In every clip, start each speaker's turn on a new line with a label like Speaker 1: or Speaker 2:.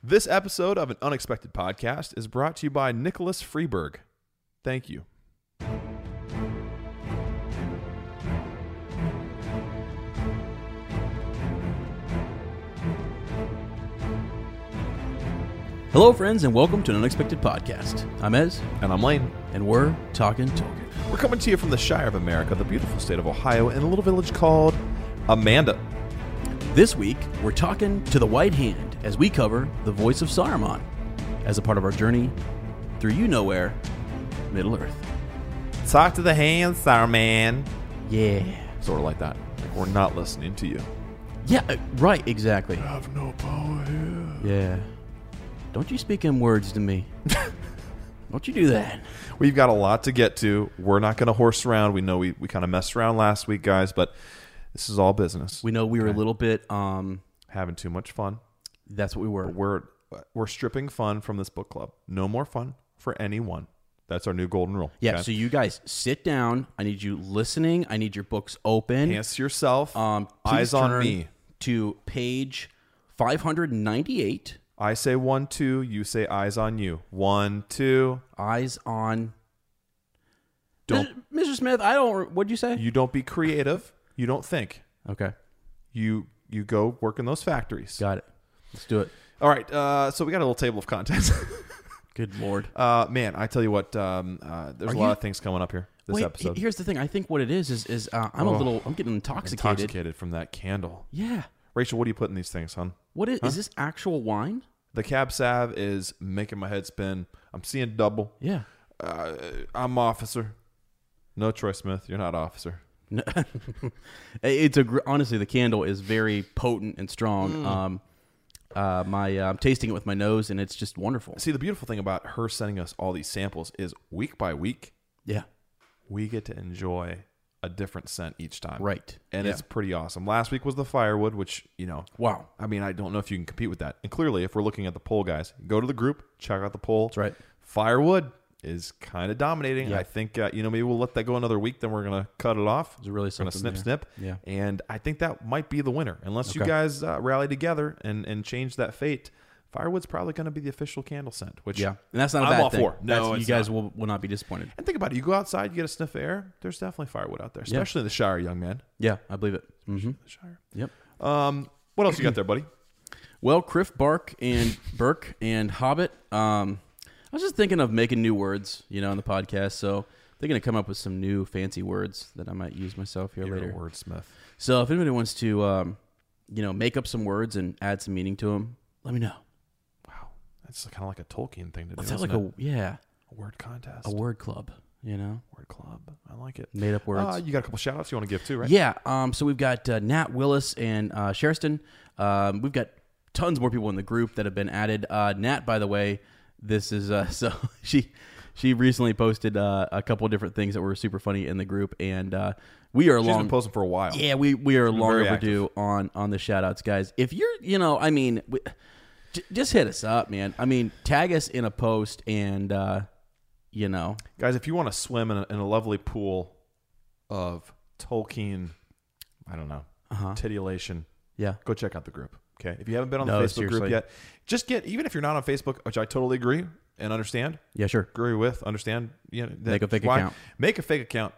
Speaker 1: This episode of an unexpected podcast is brought to you by Nicholas Freeberg. Thank you.
Speaker 2: Hello, friends, and welcome to an unexpected podcast. I'm Ez,
Speaker 1: And I'm Lane.
Speaker 2: and we're talking Tolkien.
Speaker 1: We're coming to you from the Shire of America, the beautiful state of Ohio, in a little village called Amanda.
Speaker 2: This week, we're talking to the White Hand as we cover the voice of Saruman as a part of our journey through you nowhere, Middle Earth.
Speaker 1: Talk to the hand, Saruman.
Speaker 2: Yeah,
Speaker 1: Sort of like that. Like we're not listening to you.
Speaker 2: yeah, uh, right, exactly.
Speaker 1: Have no power here.
Speaker 2: Yeah, don't you speak in words to me? don't you do that?
Speaker 1: We've got a lot to get to. We're not going to horse around. We know we, we kind of messed around last week, guys, but this is all business.
Speaker 2: We
Speaker 1: We
Speaker 2: know we were a little bit. Um,
Speaker 1: having too much fun.
Speaker 2: that's what we were.
Speaker 1: We're we're stripping fun from this book club. No more fun for anyone. That's our new golden rule.
Speaker 2: Yeah.
Speaker 1: okay?
Speaker 2: So you guys sit down. I need you listening. I need your books open.
Speaker 1: Hands to yourself.
Speaker 2: Um, please
Speaker 1: eyes on
Speaker 2: turn
Speaker 1: me.
Speaker 2: to page 598.
Speaker 1: I say one, two. You say eyes on you. One, two.
Speaker 2: Eyes on.
Speaker 1: Don't
Speaker 2: Mr. Smith, I don't. What'd you say?
Speaker 1: you don't be creative. You don't think.
Speaker 2: okay,
Speaker 1: You you go work in those factories.
Speaker 2: got it. Let's do it.
Speaker 1: All right. Uh, so we got a little table of contents.
Speaker 2: Good lord.
Speaker 1: uh, man, I tell you what. Um, uh, there's
Speaker 2: Are
Speaker 1: a
Speaker 2: you-
Speaker 1: lot of things coming up here. This
Speaker 2: Wait,
Speaker 1: episode.
Speaker 2: he- here's the thing. I think what it is is is uh, I'm a
Speaker 1: Oh.
Speaker 2: little. I'm getting intoxicated.
Speaker 1: intoxicated from that candle.
Speaker 2: Yeah.
Speaker 1: Rachel, what do you put in these things, hon?
Speaker 2: What is, is this? Actual wine?
Speaker 1: The cab salve is making my head spin. I'm seeing double.
Speaker 2: Yeah.
Speaker 1: Uh, I'm officer. No, Troy Smith, you're not officer.
Speaker 2: No. it's a gr- honestly the candle is very potent and strong.
Speaker 1: Mm.
Speaker 2: Um, uh, my uh, I'm tasting it with my nose and it's just wonderful.
Speaker 1: See, the beautiful thing about her sending us all these samples is week by week,
Speaker 2: Yeah.
Speaker 1: we get to enjoy a different scent each time.
Speaker 2: Right.
Speaker 1: And
Speaker 2: Yeah.
Speaker 1: it's pretty awesome. Last week was the firewood, which, you know,
Speaker 2: Wow.
Speaker 1: I mean, I don't know if you can compete with that. And clearly, if we're looking at the poll, guys, go to the group, check out the poll.
Speaker 2: That's right.
Speaker 1: Firewood is kind of dominating.
Speaker 2: Yeah.
Speaker 1: I think, uh, you know, maybe we'll let that go another week, then we're going to cut it off.
Speaker 2: There's really
Speaker 1: We're gonna
Speaker 2: something
Speaker 1: snip,
Speaker 2: there.
Speaker 1: snip.
Speaker 2: Yeah.
Speaker 1: And I think that might be the winner, unless you
Speaker 2: Okay.
Speaker 1: guys uh, rally together and and change that fate. Firewood's probably going to be the official candle scent. Which
Speaker 2: Yeah, and that's not a
Speaker 1: I'm
Speaker 2: bad
Speaker 1: all
Speaker 2: thing.
Speaker 1: for. No,
Speaker 2: That's- you
Speaker 1: it's
Speaker 2: guys
Speaker 1: not.
Speaker 2: will will not be disappointed.
Speaker 1: And think about it. You go outside, you get a sniff of air. There's definitely firewood out there, especially in the Shire, young man.
Speaker 2: Yeah, I believe it. hmm
Speaker 1: The Shire.
Speaker 2: Yep.
Speaker 1: Um, what else you got there, buddy?
Speaker 2: Well, Criff Bark and Burke and Hobbit. Um, I was just thinking of making new words, you know, in the podcast. So they're going to come up with some new fancy words that I might use myself here
Speaker 1: You're a
Speaker 2: later.
Speaker 1: wordsmith.
Speaker 2: So if anybody wants to, um, you know, make up some words and add some meaning to them, let me know.
Speaker 1: Wow, that's kind of like a Tolkien thing to
Speaker 2: Let's
Speaker 1: do.
Speaker 2: have
Speaker 1: isn't
Speaker 2: like a yeah,
Speaker 1: it? a word contest,
Speaker 2: a word club. You know,
Speaker 1: word club. I like it.
Speaker 2: made up words.
Speaker 1: Uh, you got a couple shout outs you want to give too, right?
Speaker 2: Yeah. Um, so we've got uh, Nat Willis and uh, Sheriston. Um, we've got tons more people in the group that have been added. Uh, Nat, by the way, this is uh, so she she recently posted uh, a couple of different things that were super funny in the group, and uh, we are
Speaker 1: she's
Speaker 2: long.
Speaker 1: been posting for a while.
Speaker 2: yeah, we we are long
Speaker 1: very
Speaker 2: overdue on on the shout outs, guys. If you're, you know, I mean. We, J- just hit us up, man. I mean, tag us in a post, and uh, you know,
Speaker 1: Guys, if you want to swim in a, in a lovely pool of Tolkien, I don't know,
Speaker 2: Uh-huh.
Speaker 1: titillation,
Speaker 2: yeah,
Speaker 1: go check out the group. Okay. If you haven't been on
Speaker 2: No,
Speaker 1: the Facebook
Speaker 2: seriously.
Speaker 1: group yet, just get, even if you're not on Facebook, which I totally agree and understand,
Speaker 2: yeah, sure.
Speaker 1: agree with, understand. You know,
Speaker 2: Make a
Speaker 1: that's
Speaker 2: fake account.
Speaker 1: Make a fake account.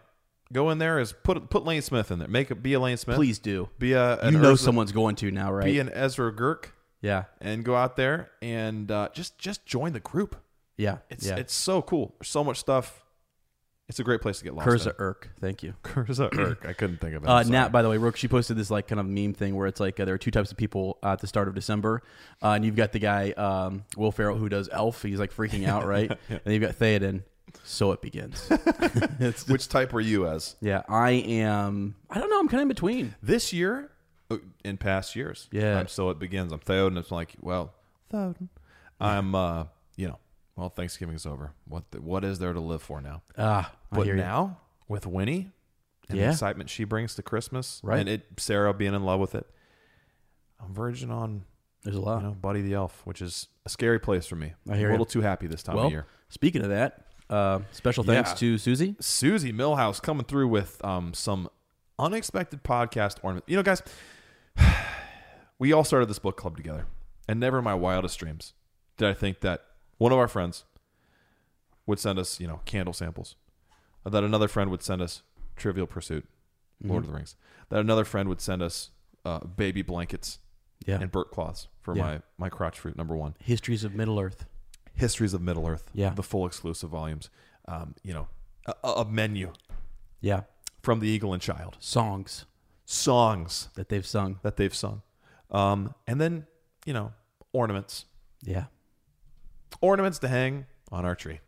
Speaker 1: Go in there is put put Lane Smith in there. Make a, be a Lane Smith.
Speaker 2: Please do.
Speaker 1: be a an
Speaker 2: you know
Speaker 1: Ursula-
Speaker 2: someone's going to now, right?
Speaker 1: Be an Ezra Girk
Speaker 2: yeah,
Speaker 1: and go out there and uh, just just join the group.
Speaker 2: yeah,
Speaker 1: It's
Speaker 2: yeah.
Speaker 1: it's so cool. There's so much stuff. It's a great place to get lost.
Speaker 2: Curza Irk, thank you.
Speaker 1: in. Curza Irk. I couldn't think of it.
Speaker 2: Uh,
Speaker 1: I'm sorry.
Speaker 2: Nat, by the way, Rook, she posted this like kind of meme thing where it's like uh, there are two types of people uh, at the start of December, uh, and you've got the guy um, Will Ferrell who does Elf, he's like freaking out, right? And you've got Theoden. So it begins. It's-
Speaker 1: Which type were you as
Speaker 2: yeah, I am. I don't know. I'm kind of in between.
Speaker 1: this year? uh, In past years,
Speaker 2: Yeah.
Speaker 1: I'm so it begins. I'm Theoden. It's like, well, Theoden. I'm, uh, you know, well, Thanksgiving's over. What the, what is there to live for now?
Speaker 2: Ah, I
Speaker 1: But
Speaker 2: hear you.
Speaker 1: now with Winnie and
Speaker 2: Yeah.
Speaker 1: the excitement she brings to Christmas,
Speaker 2: Right.
Speaker 1: And it, Sarah being in love with it, I'm verging on
Speaker 2: There's a lot.
Speaker 1: you know Buddy the Elf, which is a scary place for me.
Speaker 2: I hear
Speaker 1: a
Speaker 2: ya.
Speaker 1: little too happy this time
Speaker 2: well,
Speaker 1: of year.
Speaker 2: speaking of that, uh, special thanks
Speaker 1: Yeah.
Speaker 2: to Susie.
Speaker 1: Susie Millhouse coming through with um, some unexpected podcast ornament. You know, guys, we all started this book club together, and never in my wildest dreams did I think that one of our friends would send us, you know, candle samples, or that another friend would send us Trivial Pursuit,
Speaker 2: Mm-hmm.
Speaker 1: Lord of the Rings, that another friend would send us uh, baby blankets
Speaker 2: Yeah.
Speaker 1: and burp cloths for
Speaker 2: Yeah.
Speaker 1: my my crotch fruit number one.
Speaker 2: Histories of Middle Earth.
Speaker 1: Histories of Middle Earth,
Speaker 2: Yeah.
Speaker 1: the full exclusive volumes, um, you know, a, a a menu
Speaker 2: Yeah.
Speaker 1: from the Eagle and Child,
Speaker 2: Songs
Speaker 1: songs
Speaker 2: that they've sung.
Speaker 1: that they've sung, um, and then you know ornaments,
Speaker 2: Yeah.
Speaker 1: ornaments to hang on our tree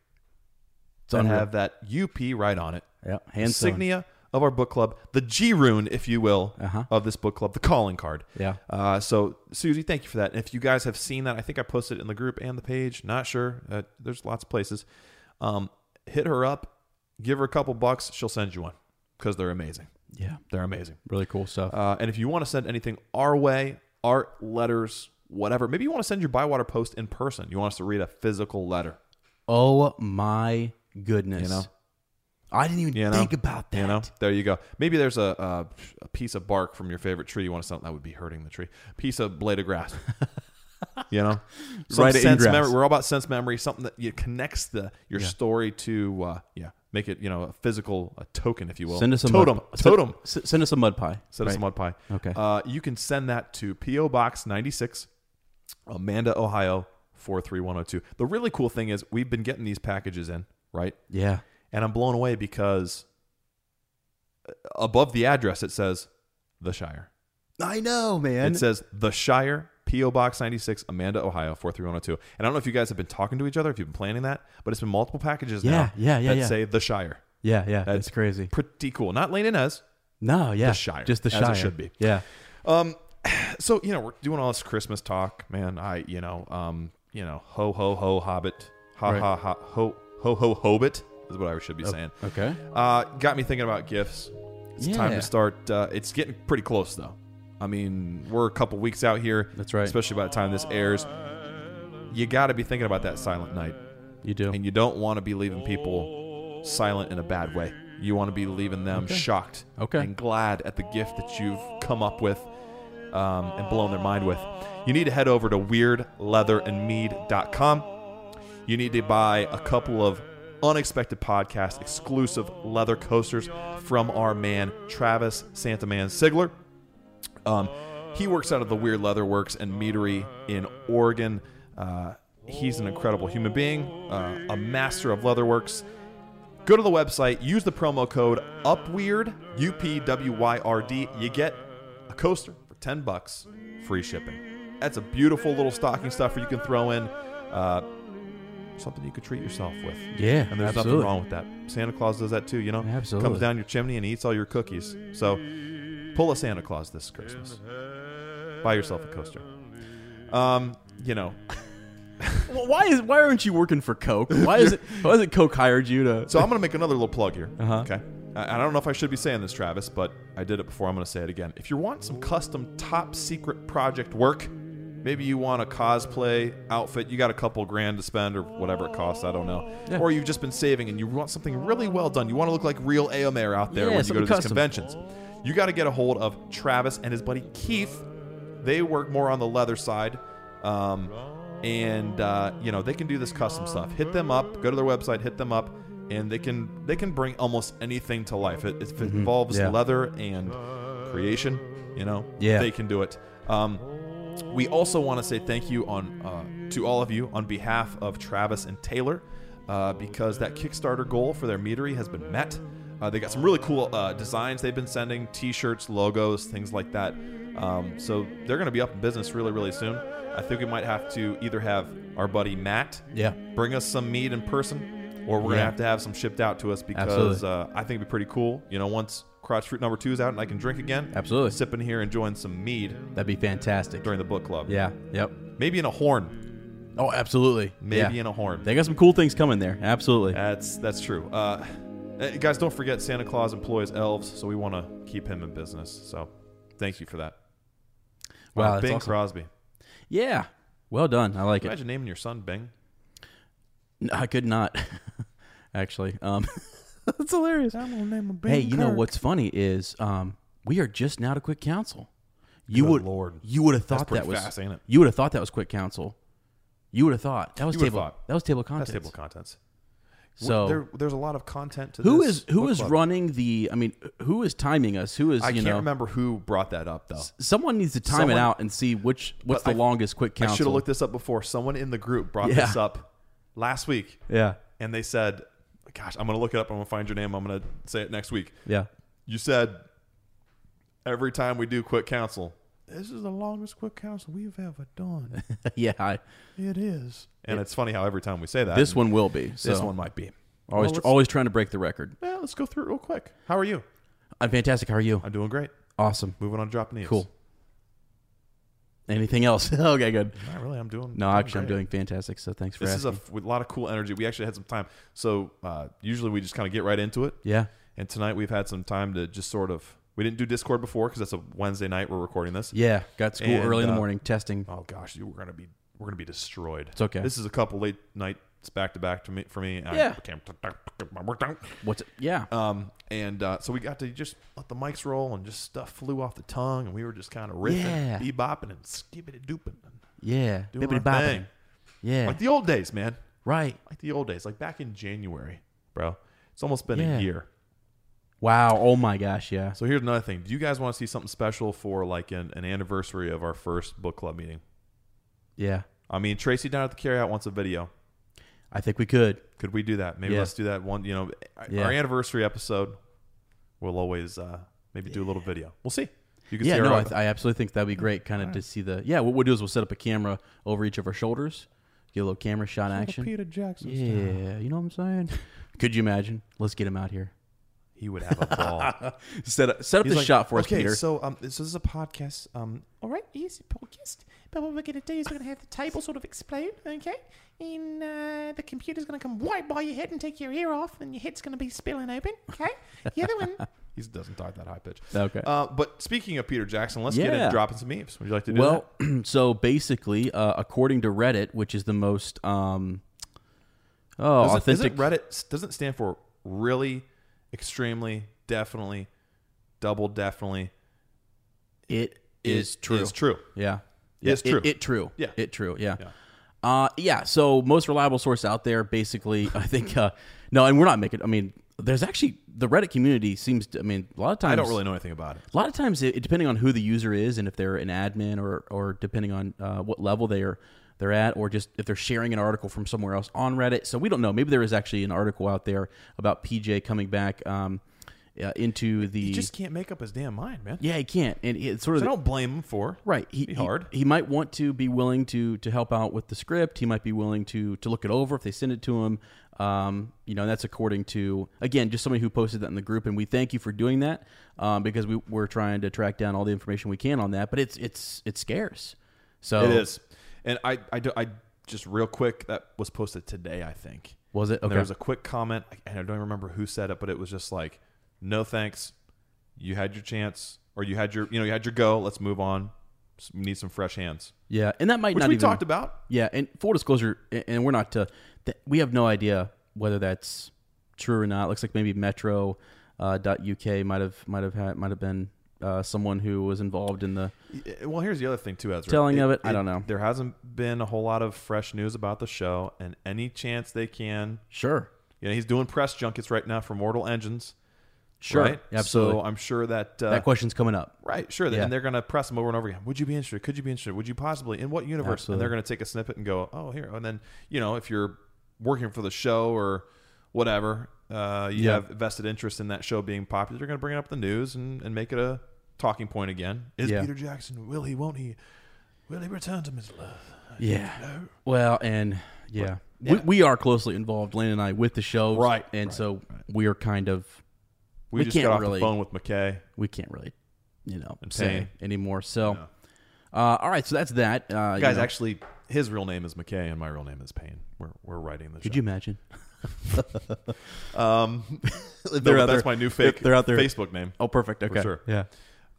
Speaker 2: It's
Speaker 1: that
Speaker 2: unreal.
Speaker 1: have that UP right on it,
Speaker 2: yeah. Hand sewn.
Speaker 1: insignia of our book club, the G rune, if you will,
Speaker 2: Uh-huh.
Speaker 1: of this book club, the calling card.
Speaker 2: Yeah.
Speaker 1: Uh, so Susie, thank you for that. And if you guys have seen that, I think I posted it in the group and the page. Not sure. Uh, there's lots of places. Um, hit her up, give her a couple bucks, she'll send you one because they're amazing.
Speaker 2: Yeah.
Speaker 1: They're amazing.
Speaker 2: Really cool stuff.
Speaker 1: Uh, and if you want to send anything our way, art, letters, whatever, maybe you want to send your Bywater post in person. You want us to read a physical letter.
Speaker 2: oh my goodness.
Speaker 1: You know?
Speaker 2: I didn't even
Speaker 1: You know?
Speaker 2: think about that.
Speaker 1: You know, there you go. Maybe there's a, a, a piece of bark from your favorite tree you want to send. That would be hurting the tree. Piece of blade of grass. you know, Some
Speaker 2: Write it in
Speaker 1: sense
Speaker 2: grass.
Speaker 1: memory. We're all about sense memory. Something that you connects the your story to. Uh, yeah, make it you know a physical a token, if you will.
Speaker 2: Send us a
Speaker 1: totem.
Speaker 2: Mud,
Speaker 1: totem.
Speaker 2: Send, send us a mud pie.
Speaker 1: Send us a mud pie.
Speaker 2: Okay.
Speaker 1: Uh, you can send that to P.O. Box 96, Amanda, Ohio 43102. The really cool thing is we've been getting these packages in, right?
Speaker 2: Yeah.
Speaker 1: And I'm blown away because above the address it says The Shire.
Speaker 2: I know, man.
Speaker 1: it says The Shire, P.O. Box 96, Amanda, Ohio 43102. And I don't know if you guys have been talking to each other, if you've been planning that, but it's been multiple packages
Speaker 2: Yeah,
Speaker 1: now
Speaker 2: yeah, yeah,
Speaker 1: that
Speaker 2: yeah.
Speaker 1: say The Shire.
Speaker 2: yeah, yeah.
Speaker 1: That's
Speaker 2: That's crazy.
Speaker 1: Pretty cool. Not Lane Inez.
Speaker 2: No, yeah.
Speaker 1: The Shire,
Speaker 2: Just the
Speaker 1: as it
Speaker 2: Shire.
Speaker 1: should be.
Speaker 2: Yeah.
Speaker 1: Um, so you know we're doing all this Christmas talk, man. I you know um you know ho ho ho hobbit ha
Speaker 2: Right.
Speaker 1: ha ha ho ho ho hobbit is what I should be saying.
Speaker 2: Okay.
Speaker 1: Uh, got me thinking about gifts. It's time
Speaker 2: Yeah.
Speaker 1: to start. Uh, it's getting pretty close though. I mean we're a couple weeks out here.
Speaker 2: That's right.
Speaker 1: Especially by the time this airs, you got to be thinking about that silent night,
Speaker 2: You do.
Speaker 1: and you don't want to be leaving people silent in a bad way. You want to be leaving them shocked
Speaker 2: Okay.
Speaker 1: and glad at the gift that you've come up with um, and blown their mind with. You need to head over to weirdleatherandmead.com. You need to buy a couple of unexpected podcast exclusive leather coasters from our man Travis Santaman Sigler. Um, he works out of the Weird Leather Works and Meadery in Oregon. Uh, he's an incredible human being, uh, a master of leatherworks. Go to the website, use the promo code UPWEIRD, U P W Y R D. You get a coaster for 10 bucks, free shipping. That's a beautiful little stocking stuffer you can throw in, uh, something you could treat yourself with.
Speaker 2: yeah.
Speaker 1: And there's
Speaker 2: absolutely.
Speaker 1: nothing wrong with that. Santa Claus does that too, you know?
Speaker 2: Absolutely.
Speaker 1: Comes down your chimney and eats all your cookies. So pull a Santa Claus this Christmas. Buy yourself a coaster. Um, you know,
Speaker 2: Well, why is why aren't you working for Coke? Why is it why is it Uh-huh. Coke hired you to?
Speaker 1: so I'm going to make another little plug here. Okay. I, I don't know if I should be saying this, Travis, but I did it before. I'm going to say it again. If you want some custom top secret project work, Maybe you want a cosplay outfit. You got a couple grand to spend or whatever it costs. I don't know. Or you've just been saving and you want something really well done. You want to look like real Aomer out there
Speaker 2: Yeah,
Speaker 1: when you go to
Speaker 2: something
Speaker 1: these
Speaker 2: custom.
Speaker 1: conventions. You got to get a hold of Travis and his buddy Keith. They work more on the leather side. Um, and uh, you know they can do this custom stuff. Hit them up. Go to their website. Hit them up, and they can they can bring almost anything to life. It, if it involves
Speaker 2: Mm-hmm. Yeah.
Speaker 1: leather and creation, you know,
Speaker 2: Yeah.
Speaker 1: they can do it. Um, we also want to say thank you on uh, to all of you on behalf of Travis and Taylor uh, because that Kickstarter goal for their meadery has been met. Uh, they got some really cool uh, designs they've been sending, T-shirts, logos, things like that. Um, so they're going to be up in business really, really soon. I think we might have to either have our buddy Matt
Speaker 2: Yeah.
Speaker 1: bring us some meat in person, or we're gonna
Speaker 2: Yeah.
Speaker 1: have to have some shipped out to us because
Speaker 2: Absolutely.
Speaker 1: uh, I think it'd be pretty cool. You know, once crotch fruit number two is out and I can drink again,
Speaker 2: Absolutely.
Speaker 1: sipping here enjoying some mead
Speaker 2: That'd be fantastic.
Speaker 1: during the book club.
Speaker 2: Yeah. Yep.
Speaker 1: maybe in a horn,
Speaker 2: Oh, absolutely.
Speaker 1: maybe
Speaker 2: Yeah.
Speaker 1: in a horn.
Speaker 2: They got some cool things coming there. Absolutely.
Speaker 1: That's that's true. Uh, eh, guys, don't forget Santa Claus employs elves, so we want to keep him in business. So, thank you for that. Uh,
Speaker 2: Wow, that's
Speaker 1: Bing
Speaker 2: awesome.
Speaker 1: Crosby.
Speaker 2: Yeah. Well done. I like it.
Speaker 1: Imagine naming your son Bing.
Speaker 2: No, I could not, actually. Um, that's hilarious.
Speaker 1: I'm gonna name him Bing.
Speaker 2: Hey, you know what's funny is um, we are just now to quick counsel. You
Speaker 1: Good
Speaker 2: would,
Speaker 1: Lord.
Speaker 2: you would have
Speaker 1: That's
Speaker 2: thought
Speaker 1: pretty
Speaker 2: that was
Speaker 1: fast, ain't it?
Speaker 2: you would have thought that was quick counsel. You would have thought that was
Speaker 1: You would have
Speaker 2: table
Speaker 1: thought.
Speaker 2: that was table of contents.
Speaker 1: That's table of contents.
Speaker 2: So
Speaker 1: there, there's a lot of content to
Speaker 2: who
Speaker 1: this
Speaker 2: is who
Speaker 1: book
Speaker 2: is
Speaker 1: club.
Speaker 2: running the? I mean, who is timing us? Who is
Speaker 1: I
Speaker 2: you
Speaker 1: can't
Speaker 2: know?
Speaker 1: remember who brought that up though.
Speaker 2: Someone needs to time
Speaker 1: Someone-
Speaker 2: it out and see which what's the
Speaker 1: But I-
Speaker 2: longest quick
Speaker 1: I
Speaker 2: counsel.
Speaker 1: should have looked this up before. Someone in the group brought
Speaker 2: Yeah.
Speaker 1: this up last week,
Speaker 2: Yeah,
Speaker 1: and they said, "Gosh, I'm gonna look it up. I'm gonna find your name. I'm gonna say it next week."
Speaker 2: yeah.
Speaker 1: You said every time we do quick counsel, this is the longest quick counsel we've ever done.
Speaker 2: yeah, I,
Speaker 1: it is, and it's funny how every time we say that,
Speaker 2: this one will be. So.
Speaker 1: this one might be.
Speaker 2: always,
Speaker 1: Well, let's-
Speaker 2: always trying to break the record.
Speaker 1: Well, let's go through it real quick. How are you?
Speaker 2: I'm fantastic. How are you?
Speaker 1: I'm doing great.
Speaker 2: Awesome.
Speaker 1: Moving on to drop knees.
Speaker 2: Cool. Anything else? okay, good.
Speaker 1: Not really. I'm doing.
Speaker 2: No, actually, I'm
Speaker 1: great.
Speaker 2: doing fantastic. So thanks for
Speaker 1: This is
Speaker 2: asking.
Speaker 1: a, f- with a lot of cool energy. We actually had some time. So uh, usually we just kind of get right into it.
Speaker 2: yeah,
Speaker 1: And tonight we've had some time to just sort of. We didn't do Discord before because that's a Wednesday night we're recording this.
Speaker 2: yeah. Got school
Speaker 1: And,
Speaker 2: early in the
Speaker 1: uh,
Speaker 2: morning testing.
Speaker 1: Oh gosh, you we're gonna be we're gonna be destroyed. It's
Speaker 2: okay.
Speaker 1: This is a couple late nights back to back to me for me. I
Speaker 2: Yeah.
Speaker 1: can't get my work done.
Speaker 2: What's it? Yeah,
Speaker 1: Um, and uh, so we got to just let the mics roll and just stuff flew off the tongue and we were just kind of riffing,
Speaker 2: Yeah.
Speaker 1: bebopping and skibbity dooping, and
Speaker 2: yeah.
Speaker 1: doing
Speaker 2: Bibbidi
Speaker 1: our
Speaker 2: bobbidi.
Speaker 1: thing.
Speaker 2: Yeah,
Speaker 1: like the old days, man.
Speaker 2: right.
Speaker 1: Like the old days, like back in January, bro. It's almost been
Speaker 2: Yeah.
Speaker 1: a year.
Speaker 2: Wow. Oh my gosh. Yeah.
Speaker 1: So here's another thing. Do you guys want to see something special for like an, an anniversary of our first book club meeting?
Speaker 2: Yeah.
Speaker 1: I mean, Tracy down at the carryout wants a video.
Speaker 2: I think we could.
Speaker 1: Could we do that? Maybe
Speaker 2: Yeah.
Speaker 1: let's do that one. You know, our-
Speaker 2: Yeah.
Speaker 1: our anniversary episode. We'll always uh, maybe do a little video. We'll see. You can
Speaker 2: Yeah.
Speaker 1: see
Speaker 2: No,
Speaker 1: our,
Speaker 2: I, th- I absolutely think that'd be great. Kind of to see the. Yeah. What we'll do is we'll set up a camera over each of our shoulders. Get a little camera shot action.
Speaker 1: Peter Jackson. uh,
Speaker 2: yeah. You know what I'm saying? could you imagine? Let's get him out here.
Speaker 1: He would have a ball.
Speaker 2: Set up, set up
Speaker 1: He's
Speaker 2: the
Speaker 1: like,
Speaker 2: shot for us,
Speaker 1: okay,
Speaker 2: Peter.
Speaker 1: so um, so this is a podcast. Um,
Speaker 3: All right, yes, a podcast. But what we're going to do is we're going to have the table sort of explode, okay? And uh, the computer's going to come right by your head and take your ear off, and your head's going to be spilling open, okay? You're the one.
Speaker 1: he doesn't talk that high pitch.
Speaker 2: Okay.
Speaker 1: Uh, but speaking of Peter Jackson, let's get
Speaker 2: Yeah.
Speaker 1: into dropping some memes. Would you like to do
Speaker 2: Well, so basically, uh, according to Reddit, which is the most um, oh
Speaker 1: that? Doesn't-
Speaker 2: authentic
Speaker 1: Isn't Reddit s- doesn't stand for really, extremely, definitely, double definitely.
Speaker 2: it is true.
Speaker 1: Is true.
Speaker 2: Yeah,
Speaker 1: It's
Speaker 2: Yeah,
Speaker 1: true.
Speaker 2: It, it true.
Speaker 1: Yeah.
Speaker 2: it true. Yeah.
Speaker 1: Yeah.
Speaker 2: Uh, yeah. So most reliable source out there, basically, I think. Uh, no, and we're not making. I mean, there's actually the Reddit community seems. to I mean, a lot of times
Speaker 1: I don't really know anything about it.
Speaker 2: A lot of times, it, depending on who the user is and if they're an admin or or depending on uh, what level they are they're at, or just if they're sharing an article from somewhere else on Reddit. So we don't know. Maybe there is actually an article out there about PJ coming back um, uh, into the.
Speaker 1: He just can't make up his damn mind, man.
Speaker 2: yeah, he can't, and it's sort of
Speaker 1: So I
Speaker 2: the-
Speaker 1: don't blame him for
Speaker 2: right. He,
Speaker 1: Be
Speaker 2: he-
Speaker 1: hard.
Speaker 2: He, might want to be willing to to help out with the script. He might be willing to to look it over if they send it to him. Um, you know, and that's according to again just somebody who posted that in the group, and we thank you for doing that um, because we we're trying to track down all the information we can on that. But it's it's it's scarce. So
Speaker 1: It is, and I, I, do- I just real quick that was posted today, I think.
Speaker 2: Was it
Speaker 1: And
Speaker 2: Okay.
Speaker 1: There was a quick comment, and I don't even remember who said it, but it was just like, "No thanks, you had your chance, or you had your, you know, you had your go. Let's move on. S- Need some fresh hands,
Speaker 2: Yeah, and that might
Speaker 1: which
Speaker 2: not
Speaker 1: we
Speaker 2: even
Speaker 1: talked about.
Speaker 2: Yeah, and full disclosure, a- and we're not. Uh, th- we have no idea whether that's true or not. It looks like maybe Metro uh, dot UK might have might have had might have been uh, someone who was involved in the.
Speaker 1: Yeah, Well, here's the other thing too, Ezra.
Speaker 2: Telling of it, I don't know.
Speaker 1: There hasn't been a whole lot of fresh news about the show, and any chance they can,
Speaker 2: Sure,
Speaker 1: you know, he's doing press junkets right now for Mortal Engines.
Speaker 2: sure,
Speaker 1: right?
Speaker 2: absolutely.
Speaker 1: So I'm sure that uh,
Speaker 2: that question's coming up.
Speaker 1: right, sure,
Speaker 2: Yeah.
Speaker 1: and they're going to press him over and over again. Would you be interested? Could you be interested? Would you possibly? In what universe? And they're going to take a snippet and go, oh, here, and then you know, if you're working for the show or whatever, uh, you
Speaker 2: Yeah.
Speaker 1: have vested interest in that show being popular. They're going to bring it up in the news and, and make it a talking point again. Is
Speaker 2: Yeah.
Speaker 1: Peter Jackson? Will he? Won't he? Will he return to his love?
Speaker 2: Yeah. Well, and yeah,
Speaker 1: yeah.
Speaker 2: We, we are closely involved, Lane and I, with the show,
Speaker 1: Right,
Speaker 2: And so we are kind of
Speaker 1: We,
Speaker 2: We
Speaker 1: just
Speaker 2: can't
Speaker 1: got off
Speaker 2: really-
Speaker 1: the phone with McKay.
Speaker 2: we can't really, you know, pay
Speaker 1: saying.
Speaker 2: anymore. So, uh, all right, so that's that. Uh, you
Speaker 1: Guys,
Speaker 2: know,
Speaker 1: actually, his real name is McKay, and my real name is Payne. We're we're writing the show.
Speaker 2: could you imagine?
Speaker 1: Um,
Speaker 2: They're out
Speaker 1: that's
Speaker 2: there-
Speaker 1: my new fake.
Speaker 2: they're out there-
Speaker 1: Facebook name.
Speaker 2: Oh, perfect. Okay,
Speaker 1: sure.
Speaker 2: yeah.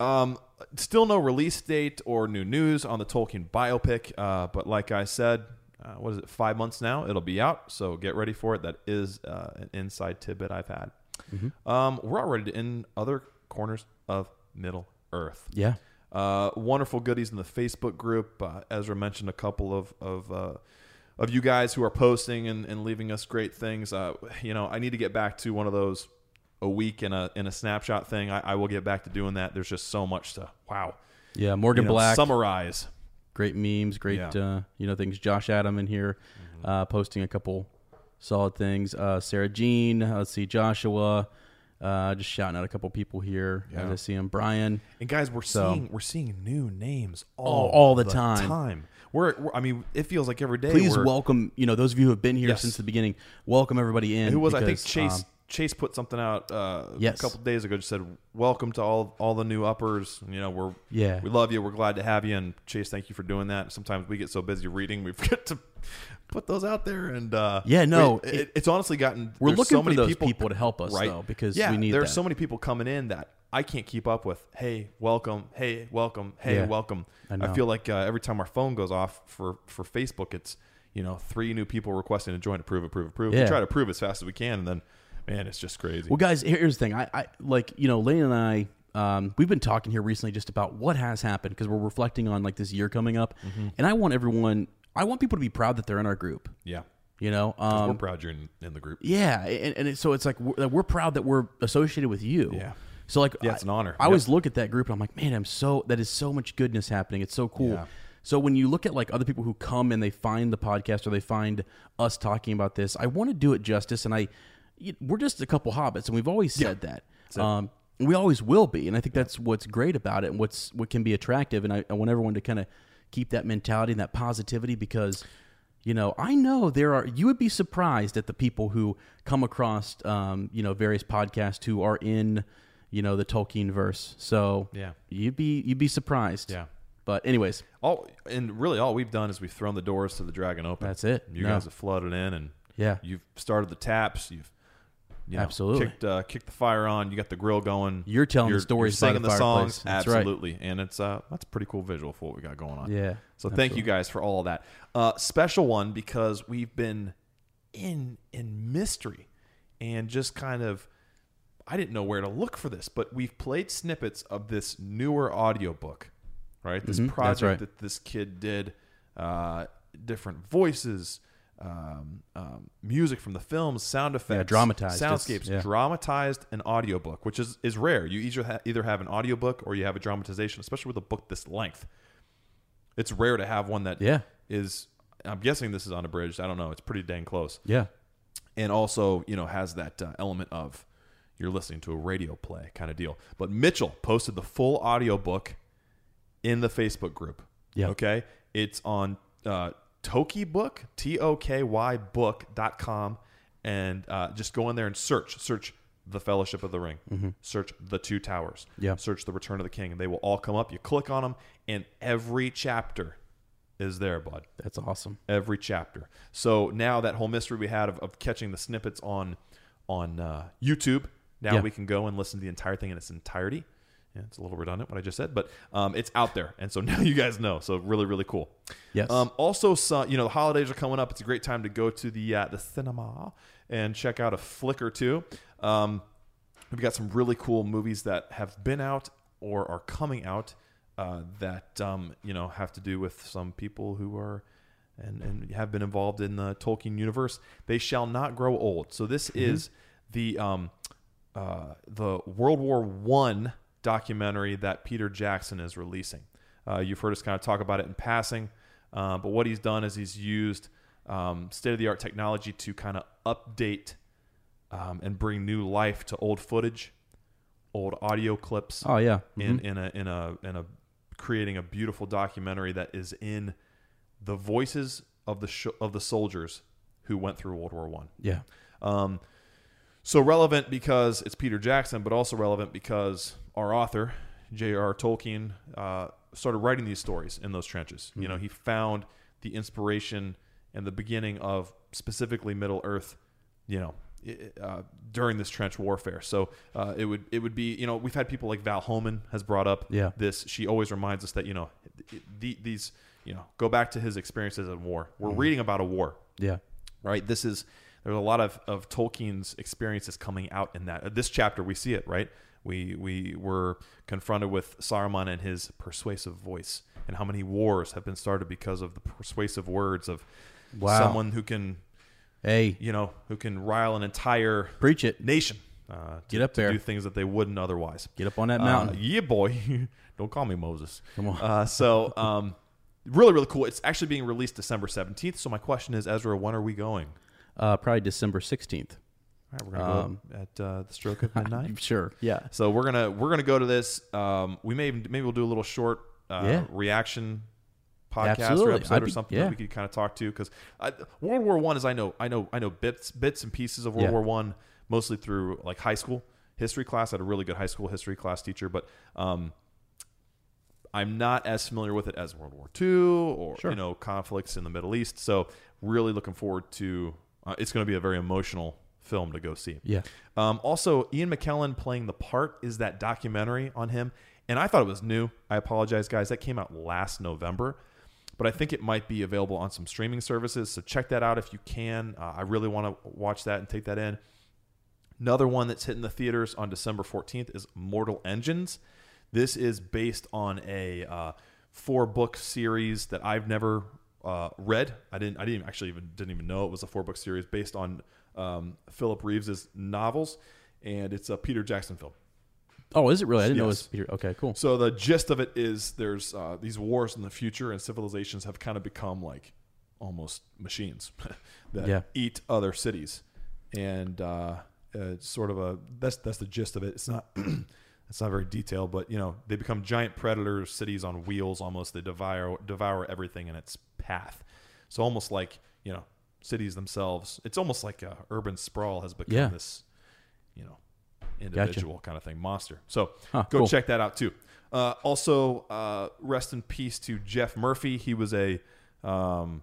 Speaker 1: Um, still no release date or new news on the Tolkien biopic. Uh, but like I said, uh, what is it? Five months now. It'll be out. So get ready for it. That is uh, an inside tidbit I've had.
Speaker 2: Mm-hmm.
Speaker 1: Um, we're already in other corners of Middle Earth.
Speaker 2: Yeah.
Speaker 1: Uh, wonderful goodies in the Facebook group. Uh, Ezra mentioned a couple of of uh, of you guys who are posting and, and leaving us great things. Uh, you know, I need to get back to one of those a week in a in a snapshot thing. I, I will get back to doing that. There's just so much to wow.
Speaker 2: Yeah, Morgan
Speaker 1: You know,
Speaker 2: Black,
Speaker 1: summarize.
Speaker 2: great memes, great
Speaker 1: Yeah.
Speaker 2: uh, you know things. Josh Adam in here, uh, posting a couple solid things. Uh, Sarah Jean, uh, let's see Joshua, uh, just shouting out a couple people here as I see him. Brian,
Speaker 1: And guys, we're
Speaker 2: So-
Speaker 1: seeing we're seeing new names all
Speaker 2: all, all the, time.
Speaker 1: We're, we're I mean, it feels like every day.
Speaker 2: Please
Speaker 1: we're-
Speaker 2: welcome, you know, those of you who have been here
Speaker 1: Yes.
Speaker 2: since the beginning. Welcome everybody in.
Speaker 1: Who was I think
Speaker 2: because,
Speaker 1: Chase
Speaker 2: um,
Speaker 1: Chase put something out uh,
Speaker 2: Yes.
Speaker 1: a couple days ago. Just said, "Welcome to all all the new uppers. You know, we're
Speaker 2: Yeah.
Speaker 1: we love you. We're glad to have you." And Chase, thank you for doing that. Sometimes we get so busy reading, we forget to put those out there. And uh,
Speaker 2: Yeah, no,
Speaker 1: we-
Speaker 2: it-
Speaker 1: it- it's honestly gotten.
Speaker 2: We're
Speaker 1: there's
Speaker 2: looking
Speaker 1: so
Speaker 2: for
Speaker 1: many
Speaker 2: those people to help us,
Speaker 1: right?
Speaker 2: though, because
Speaker 1: yeah,
Speaker 2: we need
Speaker 1: there's
Speaker 2: that.
Speaker 1: so many people coming in that. I can't keep up with. Hey, welcome. Hey, welcome. Hey,
Speaker 2: Yeah.
Speaker 1: welcome.
Speaker 2: I
Speaker 1: I,
Speaker 2: know.
Speaker 1: feel like uh, every time our phone goes off for for Facebook, it's you know three new people requesting to join. Approve, approve, approve. We
Speaker 2: Yeah.
Speaker 1: try to prove as fast as we can, and then man, it's just crazy.
Speaker 2: Well, guys, here- here's the thing. I, I like you know, Lane and I. Um, we've been talking here recently just about what has happened because we're reflecting on like this year coming up, and I want everyone. I want people to be proud that they're in our group.
Speaker 1: yeah,
Speaker 2: You know,
Speaker 1: we're
Speaker 2: um,
Speaker 1: proud you're in, in the group.
Speaker 2: yeah, and, and it, so it's like we're, like, we're proud that we're associated with you.
Speaker 1: Yeah.
Speaker 2: So like,
Speaker 1: Yeah, it's
Speaker 2: I-
Speaker 1: an honor.
Speaker 2: I
Speaker 1: Yep.
Speaker 2: always look at that group and I'm like, man, I'm so that is so much goodness happening. It's so cool.
Speaker 1: Yeah.
Speaker 2: So when you look at like other people who come and they find the podcast or they find us talking about this, I want to do it justice, and I y- we're just a couple hobbits, and we've always said that. Um, we always will be, and I think that's what's great about it, and what's what can be attractive, and I, I want everyone to kind of keep that mentality and that positivity because you know, I know there are. You would be surprised at the people who come across, um, you know, various podcasts who are in, you know, the Tolkien verse. So
Speaker 1: Yeah.
Speaker 2: you'd be you'd be surprised.
Speaker 1: Yeah.
Speaker 2: But anyways,
Speaker 1: All and really, all we've done is we've thrown the doors to the dragon open.
Speaker 2: That's it.
Speaker 1: You
Speaker 2: No.
Speaker 1: guys have flooded in, and
Speaker 2: Yeah.
Speaker 1: you've started the taps. You've you know,
Speaker 2: Absolutely.
Speaker 1: kicked uh, kicked the fire on. You got the grill going.
Speaker 2: You're telling the stories by
Speaker 1: You're singing
Speaker 2: the
Speaker 1: the, songs.
Speaker 2: fireplace. That's right.
Speaker 1: absolutely, and it's uh that's a pretty cool visual for what we got going on.
Speaker 2: Yeah,
Speaker 1: So thank you guys for all of that. Uh, special one because we've been in in mystery and just kind of I didn't know where to look for this, but we've played snippets of this newer audiobook, right? This project
Speaker 2: Mm-hmm. right.
Speaker 1: that this kid did, uh, different voices, um, um, music from the films, sound effects,
Speaker 2: dramatized. It's-
Speaker 1: soundscapes,
Speaker 2: yeah.
Speaker 1: dramatized an audiobook, which is, is rare. You either, ha- either have an audiobook or you have a dramatization, especially with a book this length. It's rare to have one that
Speaker 2: Yeah.
Speaker 1: is- I'm guessing this is unabridged. I don't know. It's pretty dang close
Speaker 2: yeah,
Speaker 1: and also you know has that uh, element of you're listening to a radio play kind of deal but mitchell posted the full audiobook in the facebook group
Speaker 2: Yeah.
Speaker 1: okay it's on uh, tokybook t-o-k-y book dot com and uh, just go in there and search search the fellowship of the ring search the two towers
Speaker 2: Mm-hmm. Yeah.
Speaker 1: search the return of the king and they will all come up you click on them and every chapter is there bud
Speaker 2: that's awesome.
Speaker 1: every chapter. So now that whole mystery we had of, of catching the snippets on on uh, YouTube, now
Speaker 2: Yeah.
Speaker 1: we can go and listen to the entire thing in its entirety Yeah, it's a little redundant what I just said, but um, it's out there, and so now you guys know. So really, really cool.
Speaker 2: Yes.
Speaker 1: Um, also, so, you know, the holidays are coming up. It's a great time to go to the uh, the cinema and check out a flick or two. Um, we've got some really cool movies that have been out or are coming out uh, that um, you know have to do with some people who are and, and have been involved in the Tolkien universe. They shall not grow old. So this is the um, uh, the World War One documentary that Peter Jackson is releasing. Uh, you've heard us kind of talk about it in passing, uh, but what he's done is he's used um, state of the art technology to kind of update um, and bring new life to old footage, old audio clips
Speaker 2: oh yeah.
Speaker 1: in in a in a in a creating a beautiful documentary that is in the voices of the sh- of the soldiers who went through World War One.
Speaker 2: Yeah.
Speaker 1: Um, so relevant because it's Peter Jackson, but also relevant because our author, J.R. Tolkien, uh, started writing these stories in those trenches. You know, he found the inspiration and the beginning of specifically Middle Earth. You know. i- Uh, during this trench warfare, so uh, it would it would be you know we've had people like Val Holman has brought up
Speaker 2: Yeah.
Speaker 1: this she always reminds us that you know the, these you know go back to his experiences in war we're reading about a war
Speaker 2: Yeah.
Speaker 1: right? This is there's a lot of, of Tolkien's experiences coming out in that. This chapter we see it, right? We we were confronted with Saruman and his persuasive voice, and how many wars have been started because of the persuasive words of
Speaker 2: Wow.
Speaker 1: someone who can
Speaker 2: Hey,
Speaker 1: you know who can rile an entire
Speaker 2: preach it.
Speaker 1: nation uh, to,
Speaker 2: Get up
Speaker 1: to
Speaker 2: there.
Speaker 1: do things that they wouldn't otherwise.
Speaker 2: Get up on that
Speaker 1: Uh,
Speaker 2: mountain.
Speaker 1: yeah, boy. Don't call me Moses.
Speaker 2: Come on.
Speaker 1: Uh, so, um, really, really cool. It's actually being released December 17th. So, my question is, Ezra, when are we going?
Speaker 2: Uh, probably December sixteenth.
Speaker 1: All right, we're gonna
Speaker 2: Um,
Speaker 1: go at uh, the stroke of midnight.
Speaker 2: Sure. Yeah.
Speaker 1: so we're gonna we're gonna go to this. Um, we may even, maybe we'll do a little short uh,
Speaker 2: Yeah.
Speaker 1: reaction podcast or
Speaker 2: Absolutely.
Speaker 1: episode
Speaker 2: I'd
Speaker 1: or
Speaker 2: be-
Speaker 1: something
Speaker 2: yeah.
Speaker 1: that we could kind of talk to because World War One is I know I know I know bits bits and pieces of World
Speaker 2: Yeah.
Speaker 1: War One mostly through like high school history class. I had a really good high school history class teacher, but um, I'm not as familiar with it as World War II or you know conflicts in the Middle East. So really looking forward to. Uh, it's going to be a very emotional film to go see.
Speaker 2: Yeah.
Speaker 1: Um, also, Ian McKellen playing the part is that documentary on him, and I thought it was new. I apologize, guys. That came out last November, but I think it might be available on some streaming services. So check that out if you can. Uh, I really want to watch that and take that in. Another one that's hitting the theaters on December 14th is Mortal Engines. This is based on a uh, four book series that I've never uh, read. I didn't. I didn't actually even didn't even know it was a four book series based on um, Philip Reeves's novels, and it's a Peter Jackson film.
Speaker 2: Oh, is it really? I didn't know it was
Speaker 1: Yes.
Speaker 2: Peter. Okay, cool.
Speaker 1: So the gist of it is there's uh, these wars in the future, and civilizations have kind of become like almost machines that
Speaker 2: Yeah.
Speaker 1: eat other cities, and uh, uh, sort of a that's that's the gist of it. It's not it's not very detailed, but you know they become giant predators, cities on wheels almost. They devour devour everything in its path. So almost like you know cities themselves. It's almost like uh, urban sprawl has become
Speaker 2: Yeah.
Speaker 1: this you know individual kind of thing monster so
Speaker 2: Huh,
Speaker 1: go
Speaker 2: cool.
Speaker 1: check that out too uh, also uh, rest in peace to jeff murphy he was a um,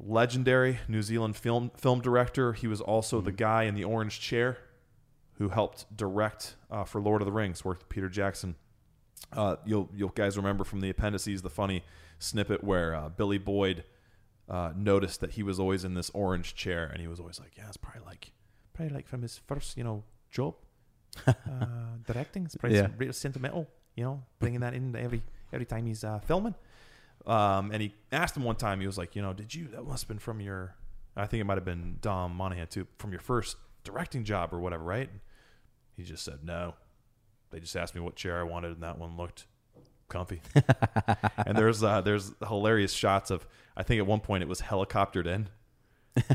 Speaker 1: legendary new zealand film film director he was also
Speaker 2: Hmm.
Speaker 1: the guy in the orange chair who helped direct uh, for lord of the rings worked with peter jackson uh, you'll you'll guys remember from the appendices the funny snippet where uh, billy boyd uh, noticed that he was always in this orange chair and he was always like yeah it's probably like
Speaker 3: Probably like from his first, you know, job uh, directing. It's probably
Speaker 2: Yeah.
Speaker 3: some real sentimental, you know, bringing that in every every time he's uh, filming.
Speaker 1: Um, and he asked him one time, he was like, you know, did you, that must have been from your, I think it might have been Dom Monahan too, from your first directing job or whatever, right? He just said, no. They just asked me what chair I wanted, and that one looked comfy. and there's uh, there's hilarious shots of, I think at one point it was helicoptered in.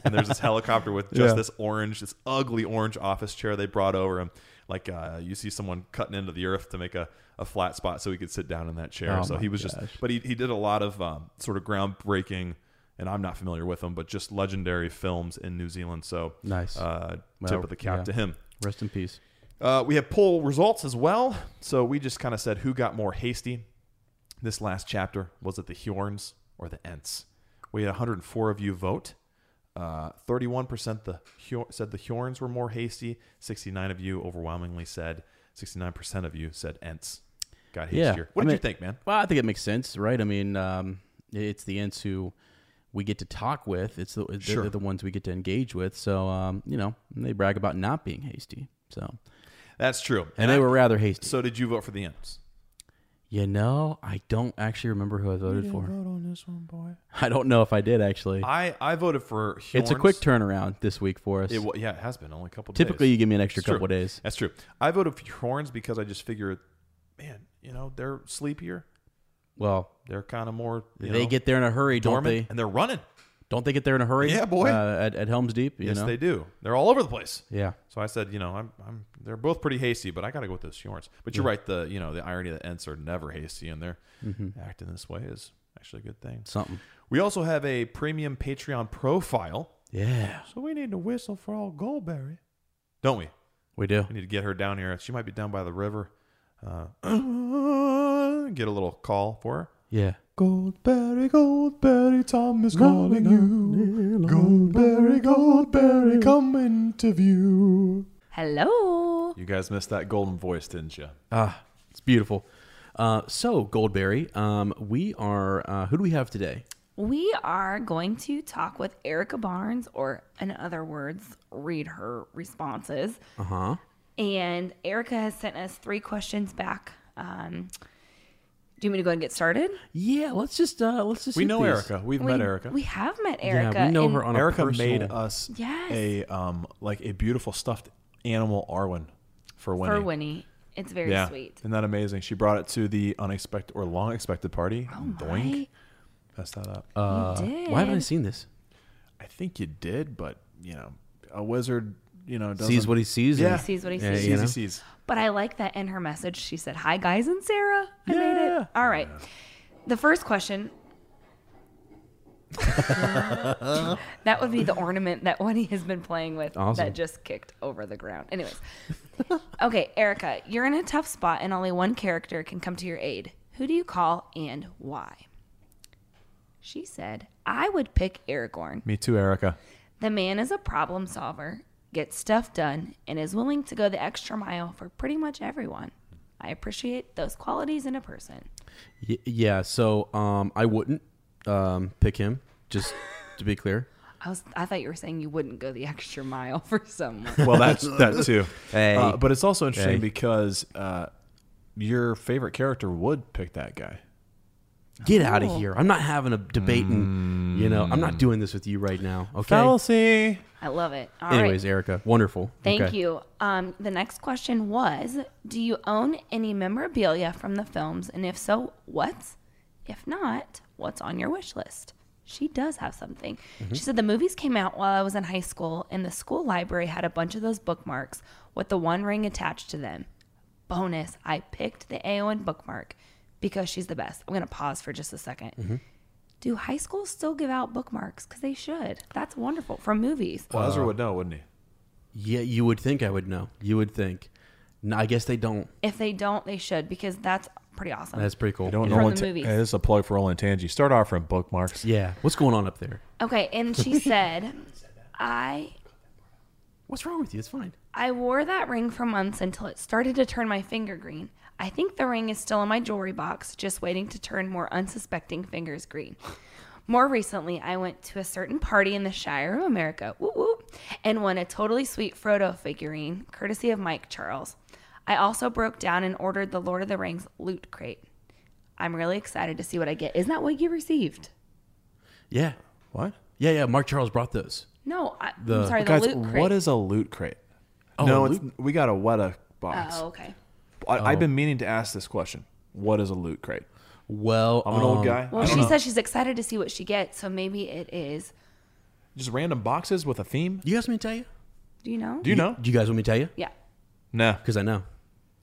Speaker 1: and there's this helicopter with just
Speaker 2: Yeah.
Speaker 1: this orange, this ugly orange office chair they brought over him. Like uh, you see someone cutting into the earth to make a, a flat spot so he could sit down in that chair.
Speaker 2: Oh
Speaker 1: so
Speaker 2: my
Speaker 1: he was just
Speaker 2: gosh.
Speaker 1: but he, he did a lot of um, sort of groundbreaking, and I'm not familiar with them, but just legendary films in New Zealand. So
Speaker 2: Nice.
Speaker 1: Uh,
Speaker 2: Well,
Speaker 1: tip of the cap
Speaker 2: yeah.
Speaker 1: to him.
Speaker 2: Rest in peace.
Speaker 1: Uh, we have poll results as well. So we just kind of said who got more hasty. This last chapter was it the Hjorns or the Ents? We had 104 of you vote. Uh, 31% the Hjor- said the Hjorns were more hasty. 69 of you overwhelmingly said 69% of you said Ents. God hates
Speaker 2: Yeah,
Speaker 1: year. What
Speaker 2: I
Speaker 1: did you
Speaker 2: mean-
Speaker 1: think, man?
Speaker 2: Well, I think it makes sense, right? I mean, um, it's the ants who we get to talk with. It's the they're-
Speaker 1: Sure.
Speaker 2: they're the ones we get to engage with. So um, you know, they brag about not being hasty. So and,
Speaker 1: That's true.
Speaker 2: they
Speaker 1: I-
Speaker 2: were rather hasty.
Speaker 1: So did you vote for the Ents?
Speaker 2: you know, I don't actually remember who I voted for.
Speaker 3: Vote on this one, boy.
Speaker 2: I don't know if I did actually.
Speaker 1: I, I voted for Hjorns.
Speaker 2: it's a quick turnaround this week for us.
Speaker 1: It, wa- yeah, it has been only a couple
Speaker 2: Typically,
Speaker 1: days.
Speaker 2: you give me an extra
Speaker 1: It's true.
Speaker 2: couple of days.
Speaker 1: That's true. I voted for Horns because I just figure, man, you know, they're sleepier.
Speaker 2: Well,
Speaker 1: They're kind of more. You
Speaker 2: they
Speaker 1: know,
Speaker 2: get there in a hurry,
Speaker 1: dormant
Speaker 2: don't they?
Speaker 1: and they're running.
Speaker 2: Don't they get there in a hurry?
Speaker 1: Yeah, boy.
Speaker 2: Uh, at, at Helm's Deep, you
Speaker 1: yes,
Speaker 2: know.
Speaker 1: they do. They're all over the place.
Speaker 2: Yeah,
Speaker 1: So I said, you know, I'm, I'm. They're both pretty hasty, but I got to go with those Hjorns. But you're right. The you know the irony that Ents are never hasty, and they're
Speaker 2: Mm-hmm.
Speaker 1: acting this way is actually a good thing.
Speaker 2: something.
Speaker 1: We also have a premium Patreon profile,
Speaker 2: Yeah,
Speaker 3: So we need to whistle for old Goldberry.
Speaker 1: don't we?
Speaker 2: we do.
Speaker 1: We need to get her down here. She might be down by the river. Uh, get a little call for her.
Speaker 2: Yeah.
Speaker 3: Goldberry, Goldberry, Tom is calling you. Goldberry, Goldberry, come into view.
Speaker 4: Hello.
Speaker 1: You guys missed that golden voice, didn't you?
Speaker 2: Ah, it's beautiful. Uh, so Goldberry, um, we are. Uh, who do we have today?
Speaker 4: We are going to talk with Erica Barnes, or in other words, read her responses.
Speaker 2: Uh
Speaker 1: Uh-huh.
Speaker 2: huh.
Speaker 4: And Erica has sent us three questions back. Um, do you want me to go ahead and get started?
Speaker 2: Yeah, let's just uh, let's just.
Speaker 1: We
Speaker 2: hit
Speaker 1: know
Speaker 2: these.
Speaker 1: Erica. We've met Erica.
Speaker 4: We have met
Speaker 2: Yeah,
Speaker 4: Erica.
Speaker 2: we know
Speaker 4: and
Speaker 2: her on a
Speaker 1: Erica
Speaker 2: personal-
Speaker 1: made us
Speaker 4: Yes.
Speaker 1: a um like a beautiful stuffed animal Arwen for Winnie.
Speaker 4: for Winnie. It's very
Speaker 1: yeah,
Speaker 4: sweet.
Speaker 1: isn't that amazing? She brought it to the unexpected or long expected party.
Speaker 4: Oh
Speaker 1: Doink.
Speaker 4: my,
Speaker 1: Messed that up.
Speaker 4: you did.
Speaker 2: uh, Why haven't I seen this?
Speaker 1: I think you did, but you know, a wizard, you know, doesn't,
Speaker 2: Sees what he sees.
Speaker 1: Yeah.
Speaker 4: He sees what he
Speaker 2: Yeah,
Speaker 4: sees.
Speaker 2: you know?
Speaker 1: sees. he sees.
Speaker 4: But I like that in her message she said, Hi guys and Sarah. I made
Speaker 1: Yeah.
Speaker 4: it. All right. The first question That would be the ornament that Winnie has been playing with
Speaker 2: Awesome.
Speaker 4: that just kicked over the ground. Anyways. okay, Erica, you're in a tough spot and only one character can come to your aid. Who do you call and why? She said, I would pick Aragorn.
Speaker 1: Me too, Erica.
Speaker 4: The man is a problem solver, gets stuff done, and is willing to go the extra mile for pretty much everyone. I appreciate those qualities in a person.
Speaker 2: Y- yeah. So um, I wouldn't um, pick him. Just to be clear.
Speaker 4: I was I thought you were saying you wouldn't go the extra mile for someone.
Speaker 1: Well, that's that too.
Speaker 2: Hey.
Speaker 1: Uh, but it's also interesting
Speaker 2: Hey.
Speaker 1: because uh, your favorite character would pick that guy.
Speaker 2: Get out of here. I'm not having a debate and you know, I'm not
Speaker 1: Mm.
Speaker 2: doing this with you right now. Okay.
Speaker 1: Fallacy.
Speaker 4: I love it. All right.
Speaker 2: Anyways, Erica, wonderful.
Speaker 4: Thank
Speaker 2: Okay.
Speaker 4: you. Um, the next question was Do you own any memorabilia from the films? And if so, what? If not, what's on your wish list? She does have something. She said the movies came out while I was in high school, and the school library had a bunch of those bookmarks with the one ring attached to them. Bonus, I picked the Aowen bookmark because she's the best. I'm going to pause for just a 2nd Do high schools still give out bookmarks? Because they should. That's wonderful from movies.
Speaker 1: Well, Ezra would know, wouldn't he?
Speaker 2: Yeah, you would think I would know. You would think. No, I guess they don't.
Speaker 4: If they don't, they should because that's pretty awesome.
Speaker 2: That's pretty cool.
Speaker 1: They don't
Speaker 4: From
Speaker 2: yeah.
Speaker 4: know-
Speaker 1: normally
Speaker 4: the
Speaker 1: ta-
Speaker 4: movies.
Speaker 1: Hey, this is a plug for Roland Tangi. Start offering bookmarks.
Speaker 2: Yeah. What's going on up there?
Speaker 4: okay, and she said, "I
Speaker 2: What's wrong with you? It's fine.
Speaker 4: I wore that ring for months until it started to turn my finger green. I think the ring is still in my jewelry box, just waiting to turn more unsuspecting fingers green. More recently, I went to a certain party in the Shire of America woo woo, and won a totally sweet Frodo figurine, courtesy of Mike Charles. I also broke down and ordered the Lord of the Rings loot crate. I'm really excited to see what I get. Isn't that what you received?
Speaker 2: Yeah.
Speaker 1: What?
Speaker 2: Yeah, yeah. Mark Charles brought those.
Speaker 4: No, I,
Speaker 2: The-
Speaker 4: I'm sorry,
Speaker 1: Guys,
Speaker 4: the loot crate.
Speaker 1: what is a loot crate?
Speaker 2: Oh,
Speaker 1: no,
Speaker 2: a
Speaker 1: it's, we got a Weta box.
Speaker 4: Oh, okay.
Speaker 1: I, I've been meaning to ask this question. What is a loot crate?
Speaker 2: Well,
Speaker 1: I'm an
Speaker 2: um,
Speaker 1: old guy. I
Speaker 4: Well,
Speaker 1: don't
Speaker 4: she
Speaker 1: know.
Speaker 4: says she's excited to see what she gets, so maybe it is.
Speaker 1: just random boxes with a theme.
Speaker 2: Do you guys want me to tell you?
Speaker 4: Do you know?
Speaker 1: Do you know?
Speaker 2: Do you guys want me to tell you?
Speaker 4: yeah.
Speaker 1: No,
Speaker 2: Because I know.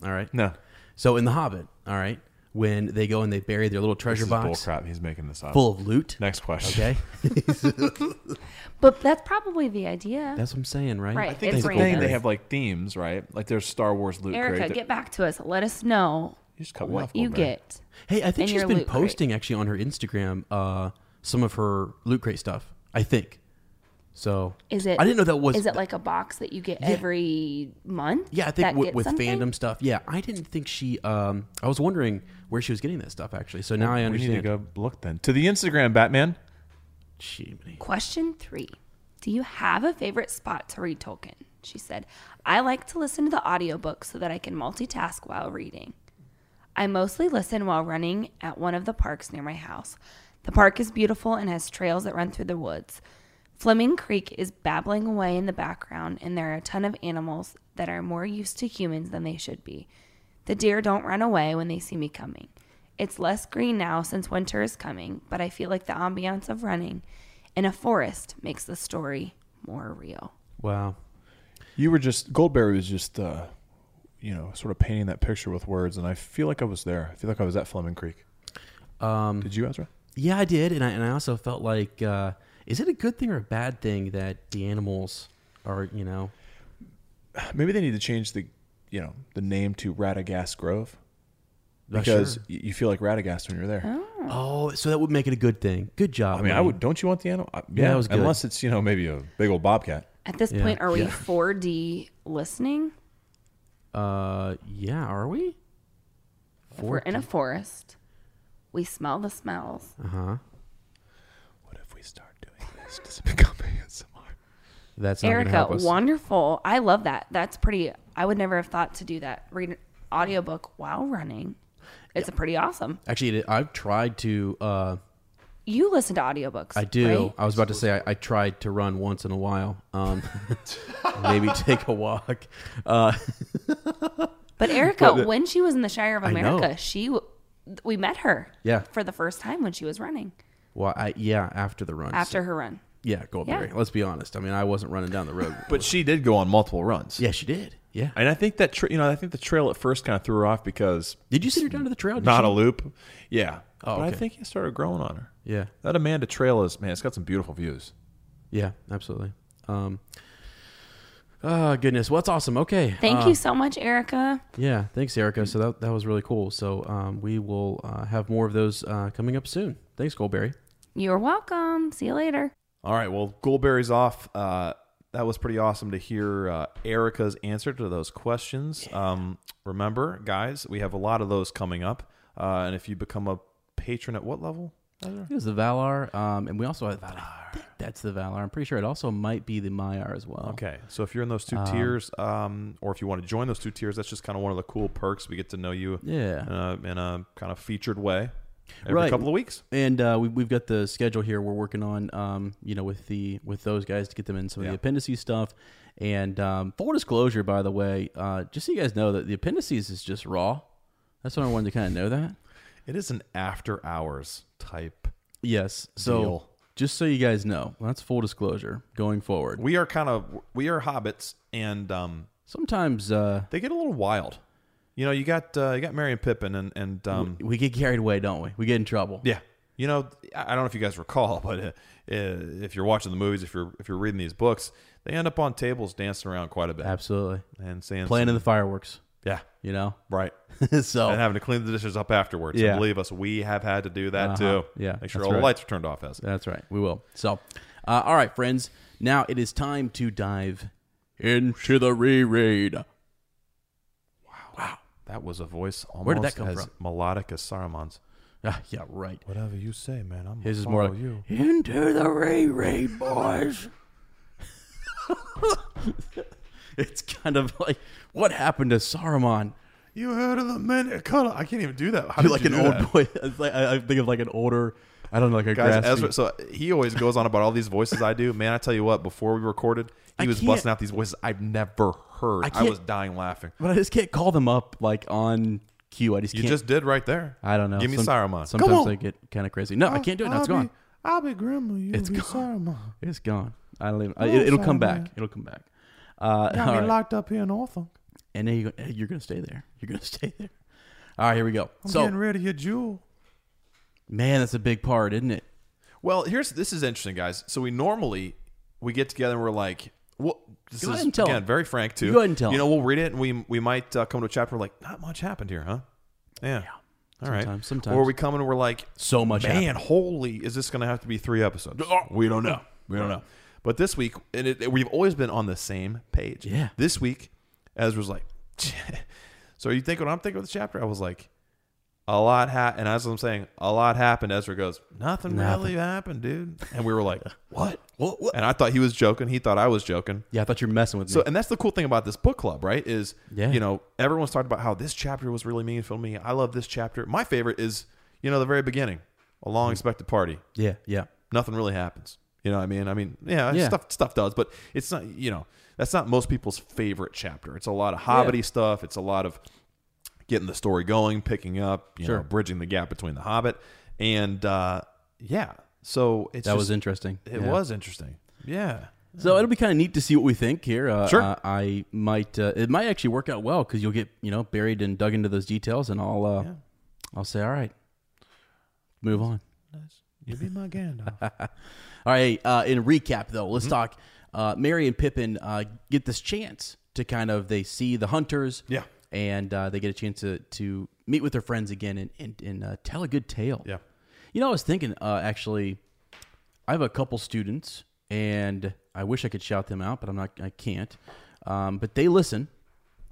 Speaker 2: All right.
Speaker 1: no.
Speaker 2: So in The Hobbit, all right, when they go and they bury their little treasure box
Speaker 1: bullcrap. He's making this up.
Speaker 2: full of loot.
Speaker 1: Next question.
Speaker 2: Okay.
Speaker 4: But that's probably the idea.
Speaker 2: That's what I'm saying, right? I
Speaker 4: Right. I
Speaker 2: think
Speaker 4: think
Speaker 1: That's
Speaker 4: It's
Speaker 1: the thing.
Speaker 4: random.
Speaker 1: They have like themes, right? Like there's Star Wars loot
Speaker 4: Erica,
Speaker 1: crate. that-
Speaker 4: get back to us. Let us know
Speaker 1: You just cut me off
Speaker 4: what
Speaker 1: a
Speaker 4: you
Speaker 1: little bit.
Speaker 4: get.
Speaker 2: Hey, I think
Speaker 4: And
Speaker 2: she's
Speaker 4: your
Speaker 2: been
Speaker 4: loot crate.
Speaker 2: posting actually on her Instagram uh, some of her loot crate stuff. I think. So
Speaker 4: Is it?
Speaker 2: I didn't know that was
Speaker 4: Is it like a box that you get every month?
Speaker 2: Yeah, I think
Speaker 4: that
Speaker 2: wi-
Speaker 4: gets
Speaker 2: with
Speaker 4: something?
Speaker 2: fandom stuff. Yeah, I didn't think she. Um, I was wondering where she was getting that stuff actually. So now I
Speaker 1: We need
Speaker 2: understand.
Speaker 1: to go look then to the Instagram, Batman.
Speaker 2: Jiminy.
Speaker 4: Question three Do you have a favorite spot to read Tolkien? She said, I like to listen to the audiobook so that I can multitask while reading. I mostly listen while running at one of the parks near my house. The park is beautiful and has trails that run through the woods. Fleming Creek is babbling away in the background, and there are a ton of animals that are more used to humans than they should be. The deer don't run away when they see me coming. It's less green now since winter is coming, but I feel like the ambiance of running in a forest makes the story more real.
Speaker 2: Wow.
Speaker 5: You were just Goldberry was just uh, you know sort of painting that picture with words, and I feel like I was there. I feel like I was at Fleming Creek. Um, Did you, Ezra?
Speaker 2: Yeah, I did, and I and I also felt like, uh, is it a good thing or a bad thing that the animals are, you know,
Speaker 5: Maybe they need to change the you know the name to Radagast Grove
Speaker 2: not
Speaker 5: because
Speaker 2: sure.
Speaker 5: y- you feel like Radagast when you're there.
Speaker 4: Hmm.
Speaker 2: oh, so that would make it a good thing. Good job.
Speaker 5: I mean, I would. Don't you want the animal? I-
Speaker 2: Yeah, that was good.
Speaker 5: Unless it's you know maybe a big old bobcat.
Speaker 4: At this
Speaker 2: Yeah.
Speaker 4: point, are we
Speaker 2: Yeah.
Speaker 4: 4D listening?
Speaker 2: Uh, yeah. Are we?
Speaker 4: If We're in a forest. We smell the smells.
Speaker 2: Uh huh.
Speaker 5: What if we start doing this? Does it become ASMR?
Speaker 2: That's not gonna
Speaker 4: Erica,
Speaker 2: help us.
Speaker 4: wonderful. I love that. That's pretty. I would never have thought to do that. Read an audiobook while running. It's pretty awesome.
Speaker 2: Actually, it- I've tried to. Uh,
Speaker 4: You listen to audiobooks.
Speaker 2: I do.
Speaker 4: right?
Speaker 2: I was about to say I, I tried to run once in a while. Um, maybe take a walk. Uh,
Speaker 4: But Erica, when she was in the Shire of
Speaker 2: know.
Speaker 4: America, she w- we met her.
Speaker 2: Yeah.
Speaker 4: For the first time when she was running
Speaker 2: well, I, yeah, after the run.
Speaker 4: after her run.
Speaker 2: yeah, Goldberry.
Speaker 4: Yeah.
Speaker 2: Let's be honest. I mean, I wasn't running down the road.
Speaker 5: But she did go on multiple runs.
Speaker 2: yeah, she did. Yeah.
Speaker 5: And I think that tra- you know I think the trail at first kind of threw her off because
Speaker 2: Did you send her down to the trail? Did
Speaker 5: not
Speaker 2: she-
Speaker 5: a loop. Yeah.
Speaker 2: Oh,
Speaker 5: but I
Speaker 2: okay.
Speaker 5: think it started growing on her.
Speaker 2: Yeah.
Speaker 5: That Amanda Trail is man, it's got some beautiful views.
Speaker 2: Yeah. Absolutely. Um. Oh goodness. Well, that's awesome. Okay.
Speaker 4: Thank
Speaker 2: Uh,
Speaker 4: you so much, Erica.
Speaker 2: Yeah. Thanks, Erica. So that that was really cool. So um, we will uh, have more of those uh, coming up soon. Thanks, Goldberry.
Speaker 4: You're welcome. See you later.
Speaker 1: All right. Well, Goldberry's off. Uh, that was pretty awesome to hear uh, Erica's answer to those questions. Um, remember, guys, we have a lot of those coming up. Uh, and if you become a patron at what level?
Speaker 2: It was the Valar, um, and we also have I think that's the Valar. I'm pretty sure it also might be the Maiar as well.
Speaker 1: Okay. So if you're in those two tiers, um, or if you want to join those two tiers, that's just kind of one of the cool perks. We get to know you in,
Speaker 2: Yeah.
Speaker 1: a, in a kind of featured way every
Speaker 2: Right.
Speaker 1: couple of weeks.
Speaker 2: And uh, we, we've got the schedule here. We're working on, um, you know, with the with those guys to get them in some of
Speaker 1: Yeah.
Speaker 2: the appendices stuff. And um, full disclosure, by the way, uh, just so you guys know that the appendices is just raw. That's why I wanted to kind of know that.
Speaker 1: It is an after hours type.
Speaker 2: Yes. So
Speaker 1: Deal.
Speaker 2: just so you guys know, that's full disclosure going forward.
Speaker 1: We are kind of we are hobbits, and um,
Speaker 2: Sometimes uh,
Speaker 1: they get a little wild. You know, you got uh, you got Mary and Pippin, and and um,
Speaker 2: we get carried away, don't we? We get in trouble.
Speaker 1: Yeah. You know, I I don't know if you guys recall, but uh, uh, if you're watching the movies, if you're if you're reading these books, they end up on tables dancing around quite a bit
Speaker 2: Absolutely.
Speaker 1: and saying,
Speaker 2: Playing in the fireworks,
Speaker 1: "Yeah,
Speaker 2: you know?
Speaker 1: right,"
Speaker 2: so
Speaker 1: and having to clean the dishes up afterwards.
Speaker 2: Oh. Yeah.
Speaker 1: And believe us, we have had to do that
Speaker 2: Uh-huh.
Speaker 1: too.
Speaker 2: Yeah,
Speaker 1: make sure
Speaker 2: that's
Speaker 1: all the
Speaker 2: right.
Speaker 1: lights are turned off. As
Speaker 2: That's right. We will. So, uh, all right, friends. Now it is time to dive into the reread.
Speaker 1: that was a voice almost
Speaker 2: Where did that come
Speaker 1: as
Speaker 2: from?
Speaker 1: melodic as Saruman's.
Speaker 2: Ah, yeah, right.
Speaker 1: Whatever you say, man, I'm
Speaker 2: His is more
Speaker 1: follow
Speaker 2: like
Speaker 1: you.
Speaker 2: into the reread, boys. it's kind of like what happened to Saruman.
Speaker 1: You heard of the men of color? I can't even do that. How
Speaker 2: You're
Speaker 1: did
Speaker 2: like
Speaker 1: you
Speaker 2: an
Speaker 1: do that?
Speaker 2: old boy. It's like, I, I think of like an older. I don't know, like a
Speaker 1: Guys,
Speaker 2: grassy-
Speaker 1: Ezra, so he always goes on about all these voices I do. Man, I tell you what, before we recorded, he
Speaker 2: I
Speaker 1: was
Speaker 2: can't-
Speaker 1: busting out these voices I've never heard.
Speaker 2: I
Speaker 1: I,
Speaker 2: can't-
Speaker 1: was dying laughing.
Speaker 2: but I just can't call them up like on cue. I just
Speaker 1: You
Speaker 2: can't.
Speaker 1: just did right there.
Speaker 2: I don't know.
Speaker 1: Give me
Speaker 2: Some-
Speaker 1: Saruman.
Speaker 2: Sometimes I get kind of crazy. No, I can't do it. Now it's gone.
Speaker 3: I'll be Grandma. You
Speaker 2: It's
Speaker 3: be
Speaker 2: gone.
Speaker 3: Saruman.
Speaker 2: It's gone. I don't even. I- it, it'll come
Speaker 3: Saruman.
Speaker 2: back. It'll come back. Uh,
Speaker 3: Got
Speaker 2: all
Speaker 3: me
Speaker 2: right.
Speaker 3: locked up here in Orthon.
Speaker 2: And then you, go- you're gonna stay there. You're gonna stay there. All right, here we go.
Speaker 3: I'm
Speaker 2: so,
Speaker 3: getting rid of your jewel.
Speaker 2: man, that's a big part, isn't it?
Speaker 1: Well, here's this is interesting, guys. So we normally we get together and we're like, well, this
Speaker 2: Go
Speaker 1: is
Speaker 2: ahead and tell
Speaker 1: again
Speaker 2: him.
Speaker 1: very frank too.
Speaker 2: You go ahead and tell
Speaker 1: You know, we'll read it and we we might uh, come to a chapter like not much happened here, huh? Yeah. All right.
Speaker 2: Sometimes- sometimes.
Speaker 1: Or we come and we're like,
Speaker 2: So much.
Speaker 1: man,
Speaker 2: happened.
Speaker 1: Ah, holy, is this going to have to be three episodes? We don't know. We don't know. But this week, and it, we've always been on the same page.
Speaker 2: Yeah.
Speaker 1: This week, Ezra's like, so you think what I'm thinking of the chapter? I was like, a lot happened. And as I'm saying, a lot happened. Ezra goes, nothing, really happened, dude. And we were like, what?
Speaker 2: What- what?
Speaker 1: And I thought he was joking. He thought I was joking.
Speaker 2: Yeah, I thought you were messing with
Speaker 1: So,
Speaker 2: me.
Speaker 1: and that's the cool thing about this book club, right? Is
Speaker 2: Yeah.
Speaker 1: you know everyone's talking about how this chapter was really meaningful to me. I love this chapter. My favorite is you know the very beginning, a
Speaker 2: Mm-hmm.
Speaker 1: long expected party.
Speaker 2: Yeah, yeah.
Speaker 1: Nothing really happens. You know what I mean? I mean, yeah,
Speaker 2: Yeah.
Speaker 1: stuff stuff does, but it's not you know that's not most people's favorite chapter. It's a lot of hobbity stuff. It's a lot of getting the story going, picking up, you
Speaker 2: Sure.
Speaker 1: know, bridging the gap between the Hobbit and uh, yeah. So it's
Speaker 2: That
Speaker 1: just-
Speaker 2: was interesting.
Speaker 1: It
Speaker 2: Yeah.
Speaker 1: was interesting. Yeah.
Speaker 2: So it'll be kind of neat to see what we think here. Uh,
Speaker 1: Sure.
Speaker 2: uh, I might. Uh, it might actually work out well because you'll get you know buried and dug into those details, and I'll uh, I'll say, all right, move on.
Speaker 1: You be my Gandalf.
Speaker 2: All right. Uh, in recap, though,
Speaker 1: Mm-hmm.
Speaker 2: let's talk. Uh, Mary and Pippin uh, get this chance to kind of they see the hunters.
Speaker 1: Yeah.
Speaker 2: And uh, they get a chance to, to meet with their friends again and and, and uh, tell a good tale.
Speaker 1: Yeah.
Speaker 2: You know, I was thinking uh, actually, I have a couple students, and I wish I could shout them out, but I'm not. I can't. Um, but they listen.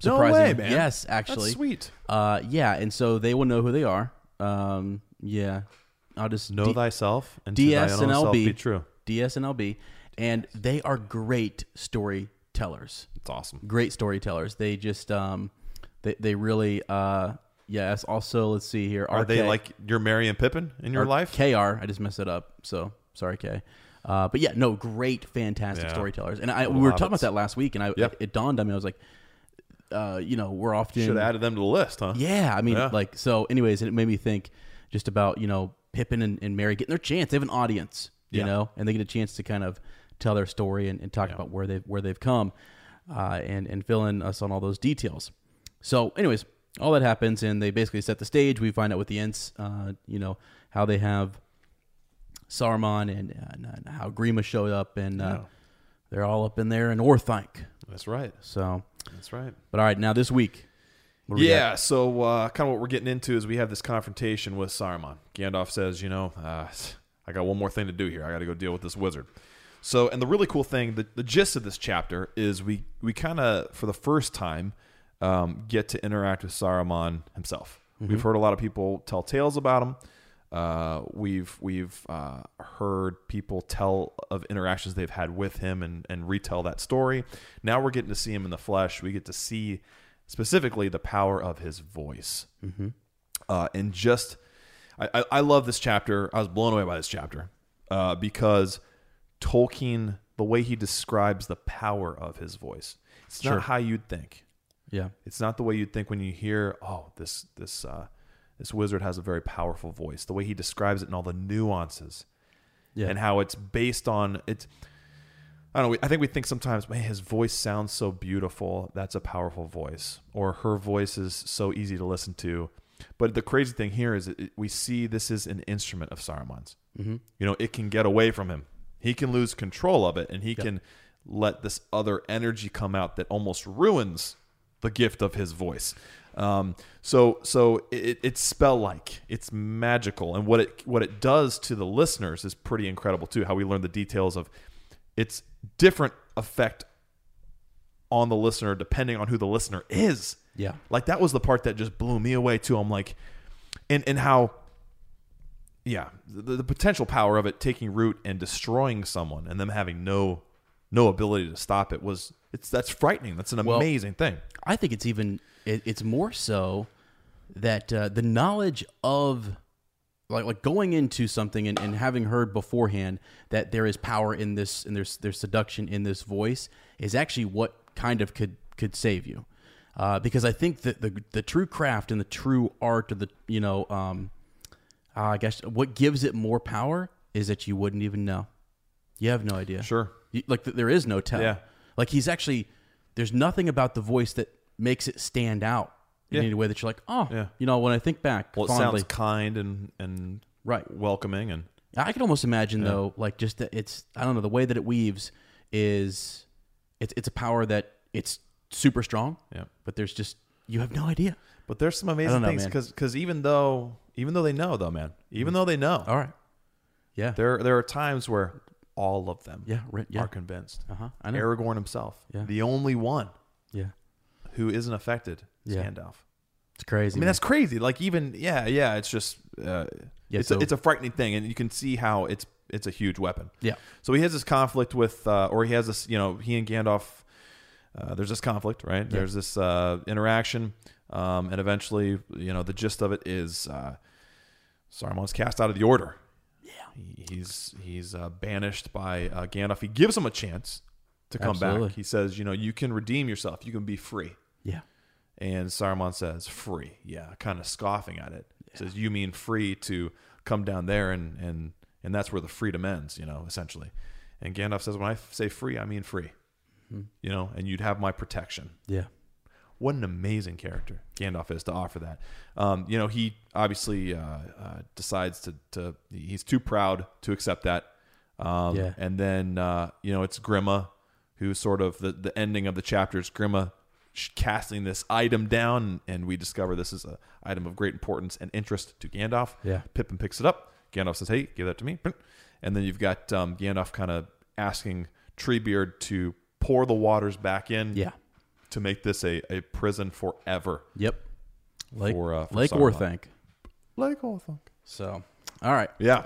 Speaker 1: No
Speaker 2: Surprisingly,
Speaker 1: way, man.
Speaker 2: Yes,
Speaker 1: That's
Speaker 2: actually,
Speaker 1: sweet.
Speaker 2: Uh, yeah, and so they will know who they are. Um, yeah, I'll just
Speaker 1: Know
Speaker 2: de-
Speaker 1: thyself and to thine own self
Speaker 2: DSNLB.
Speaker 1: be true.
Speaker 2: DSNLB. And they are great storytellers.
Speaker 1: It's awesome.
Speaker 2: Great storytellers. They just, um, they, they really, uh, yes. Also, let's see here.
Speaker 1: Are they like your Mary and Pippin in your life?
Speaker 2: KR. I just messed it up. So sorry, K. Uh, but yeah, no, great, fantastic
Speaker 1: Yeah.
Speaker 2: storytellers. And I, we were
Speaker 1: hobbits.
Speaker 2: talking about that last week, and I,
Speaker 1: Yeah.
Speaker 2: it, dawned on me. I was like, uh, you know, we're often
Speaker 1: Should have added them to the list, huh?
Speaker 2: yeah, I mean,
Speaker 1: Yeah.
Speaker 2: like so. Anyways, it made me think just about you know Pippin and, and Mary getting their chance. They have an audience, you
Speaker 1: Yeah.
Speaker 2: know, and they get a chance to kind of tell their story and, and talk about where they have where they've come, uh, and and fill in us on all those details. So, anyways, all that happens, and they basically set the stage. We find out what the Ents, uh, you know, how they have Saruman and, and, and how Grima showed up, and uh, they're all up in there in Orthanc.
Speaker 1: That's right.
Speaker 2: So,
Speaker 1: That's right.
Speaker 2: but all right, now this week, what do we got?
Speaker 1: Yeah, so uh, kind of what we're getting into is we have this confrontation with Saruman. Gandalf says, you know, uh, I got one more thing to do here. I got to go deal with this wizard. So, and the really cool thing, the, the gist of this chapter is we we kind of for the first time um, get to interact with Saruman himself. We've heard a lot of people tell tales about him. Uh, we've we've uh, heard people tell of interactions they've had with him and and retell that story. Now we're getting to see him in the flesh. We get to see specifically the power of his voice uh, and just I, I, I love this chapter i was blown away by this chapter uh, because tolkien the way he describes the power of his voice it's not how you'd think
Speaker 2: yeah.
Speaker 1: it's not the way you'd think when you hear, oh, this this uh, this wizard has a very powerful voice. The way he describes it and all the nuances,
Speaker 2: Yeah.
Speaker 1: and how it's based on it's. I don't know. we- I think we think sometimes, man, his voice sounds so beautiful. That's a powerful voice, or her voice is so easy to listen to. But the crazy thing here is, it, it- we see this is an instrument of Saruman's. Mm-hmm. You know, it can get away from him. He can lose control of it, and he can let this other energy come out that almost ruins the gift of his voice. Um, so so it, it's spell like, it's magical, and what it what it does to the listeners is pretty incredible too. How we learn the details of its different effect on the listener depending on who the listener is.
Speaker 2: Yeah.
Speaker 1: like that was the part that just blew me away too. I'm like, and and how yeah the, the potential power of it taking root and destroying someone and them having no no ability to stop it was it's that's frightening that's an
Speaker 2: Well-
Speaker 1: amazing thing
Speaker 2: I think it's even it, it's more so that uh, the knowledge of like like going into something and, and having heard beforehand that there is power in this and there's there's seduction in this voice is actually what kind of could could save you uh, because I think that the the true craft and the true art of the you know um, uh, I guess what gives it more power is that you wouldn't even know you have no idea
Speaker 1: Sure.
Speaker 2: You- like th- there is no tell
Speaker 1: Yeah.
Speaker 2: like he's actually there's nothing about the voice that makes it stand out in
Speaker 1: Yeah.
Speaker 2: any way that you're like, oh,
Speaker 1: Yeah.
Speaker 2: you know, when I think back
Speaker 1: well it
Speaker 2: fondly,
Speaker 1: sounds kind and and
Speaker 2: Right.
Speaker 1: welcoming and
Speaker 2: I can almost imagine though, like just that it's I don't know the way that it weaves is it's it's a power that it's super strong,
Speaker 1: Yeah.
Speaker 2: but there's just you have no idea.
Speaker 1: but there's some amazing
Speaker 2: know,
Speaker 1: things
Speaker 2: man.
Speaker 1: because even though even though they know though man even though they know
Speaker 2: All right, yeah,
Speaker 1: there there are times where all of them
Speaker 2: Yeah, right, yeah.
Speaker 1: are convinced.
Speaker 2: Uh-huh, I know.
Speaker 1: Aragorn himself,
Speaker 2: Yeah.
Speaker 1: the only one
Speaker 2: Yeah,
Speaker 1: who isn't affected is
Speaker 2: Yeah.
Speaker 1: Gandalf.
Speaker 2: it's
Speaker 1: I
Speaker 2: crazy.
Speaker 1: mean, that's crazy. Like even yeah, yeah. It's just uh,
Speaker 2: Yeah,
Speaker 1: it's
Speaker 2: so-
Speaker 1: a, it's a frightening thing, and you can see how it's it's a huge weapon.
Speaker 2: Yeah.
Speaker 1: So he has this conflict with, uh, or he has this, you know, he and Gandalf. Uh, there's this conflict, right? There's this uh, interaction, um, and eventually, you know, the gist of it is uh, Saruman's cast out of the Order. Yeah. He's he's uh, banished by uh, Gandalf. He gives him a chance to come
Speaker 2: Absolutely.
Speaker 1: back. He says, you know, you can redeem yourself. You can be free.
Speaker 2: yeah,
Speaker 1: And Saruman says, free. Yeah, kind of scoffing at it. Says, you mean free to come down there and, and, and that's where the freedom ends, you know, essentially. And Gandalf says, when I f- say free, I mean free, you know, and you'd have my protection.
Speaker 2: yeah.
Speaker 1: What an amazing character Gandalf is to offer that. Um, you know, he obviously uh, uh, decides to, to, he's too proud to accept that. Um,
Speaker 2: Yeah.
Speaker 1: And then, uh, you know, it's Grima who sort of, the, the ending of the chapter is Grima sh- casting this item down, and we discover this is a item of great importance and interest to Gandalf.
Speaker 2: Yeah.
Speaker 1: Pippin picks it up. Gandalf says, hey, give that to me. And then you've got um, Gandalf kind of asking Treebeard to pour the waters back in
Speaker 2: Yeah.
Speaker 1: to make this a, a prison forever.
Speaker 2: Yep. Lake
Speaker 1: For, uh, for
Speaker 2: Lake
Speaker 1: Saruman.
Speaker 2: Orthanc.
Speaker 1: Like all thunk.
Speaker 2: So, all right.
Speaker 1: Yeah.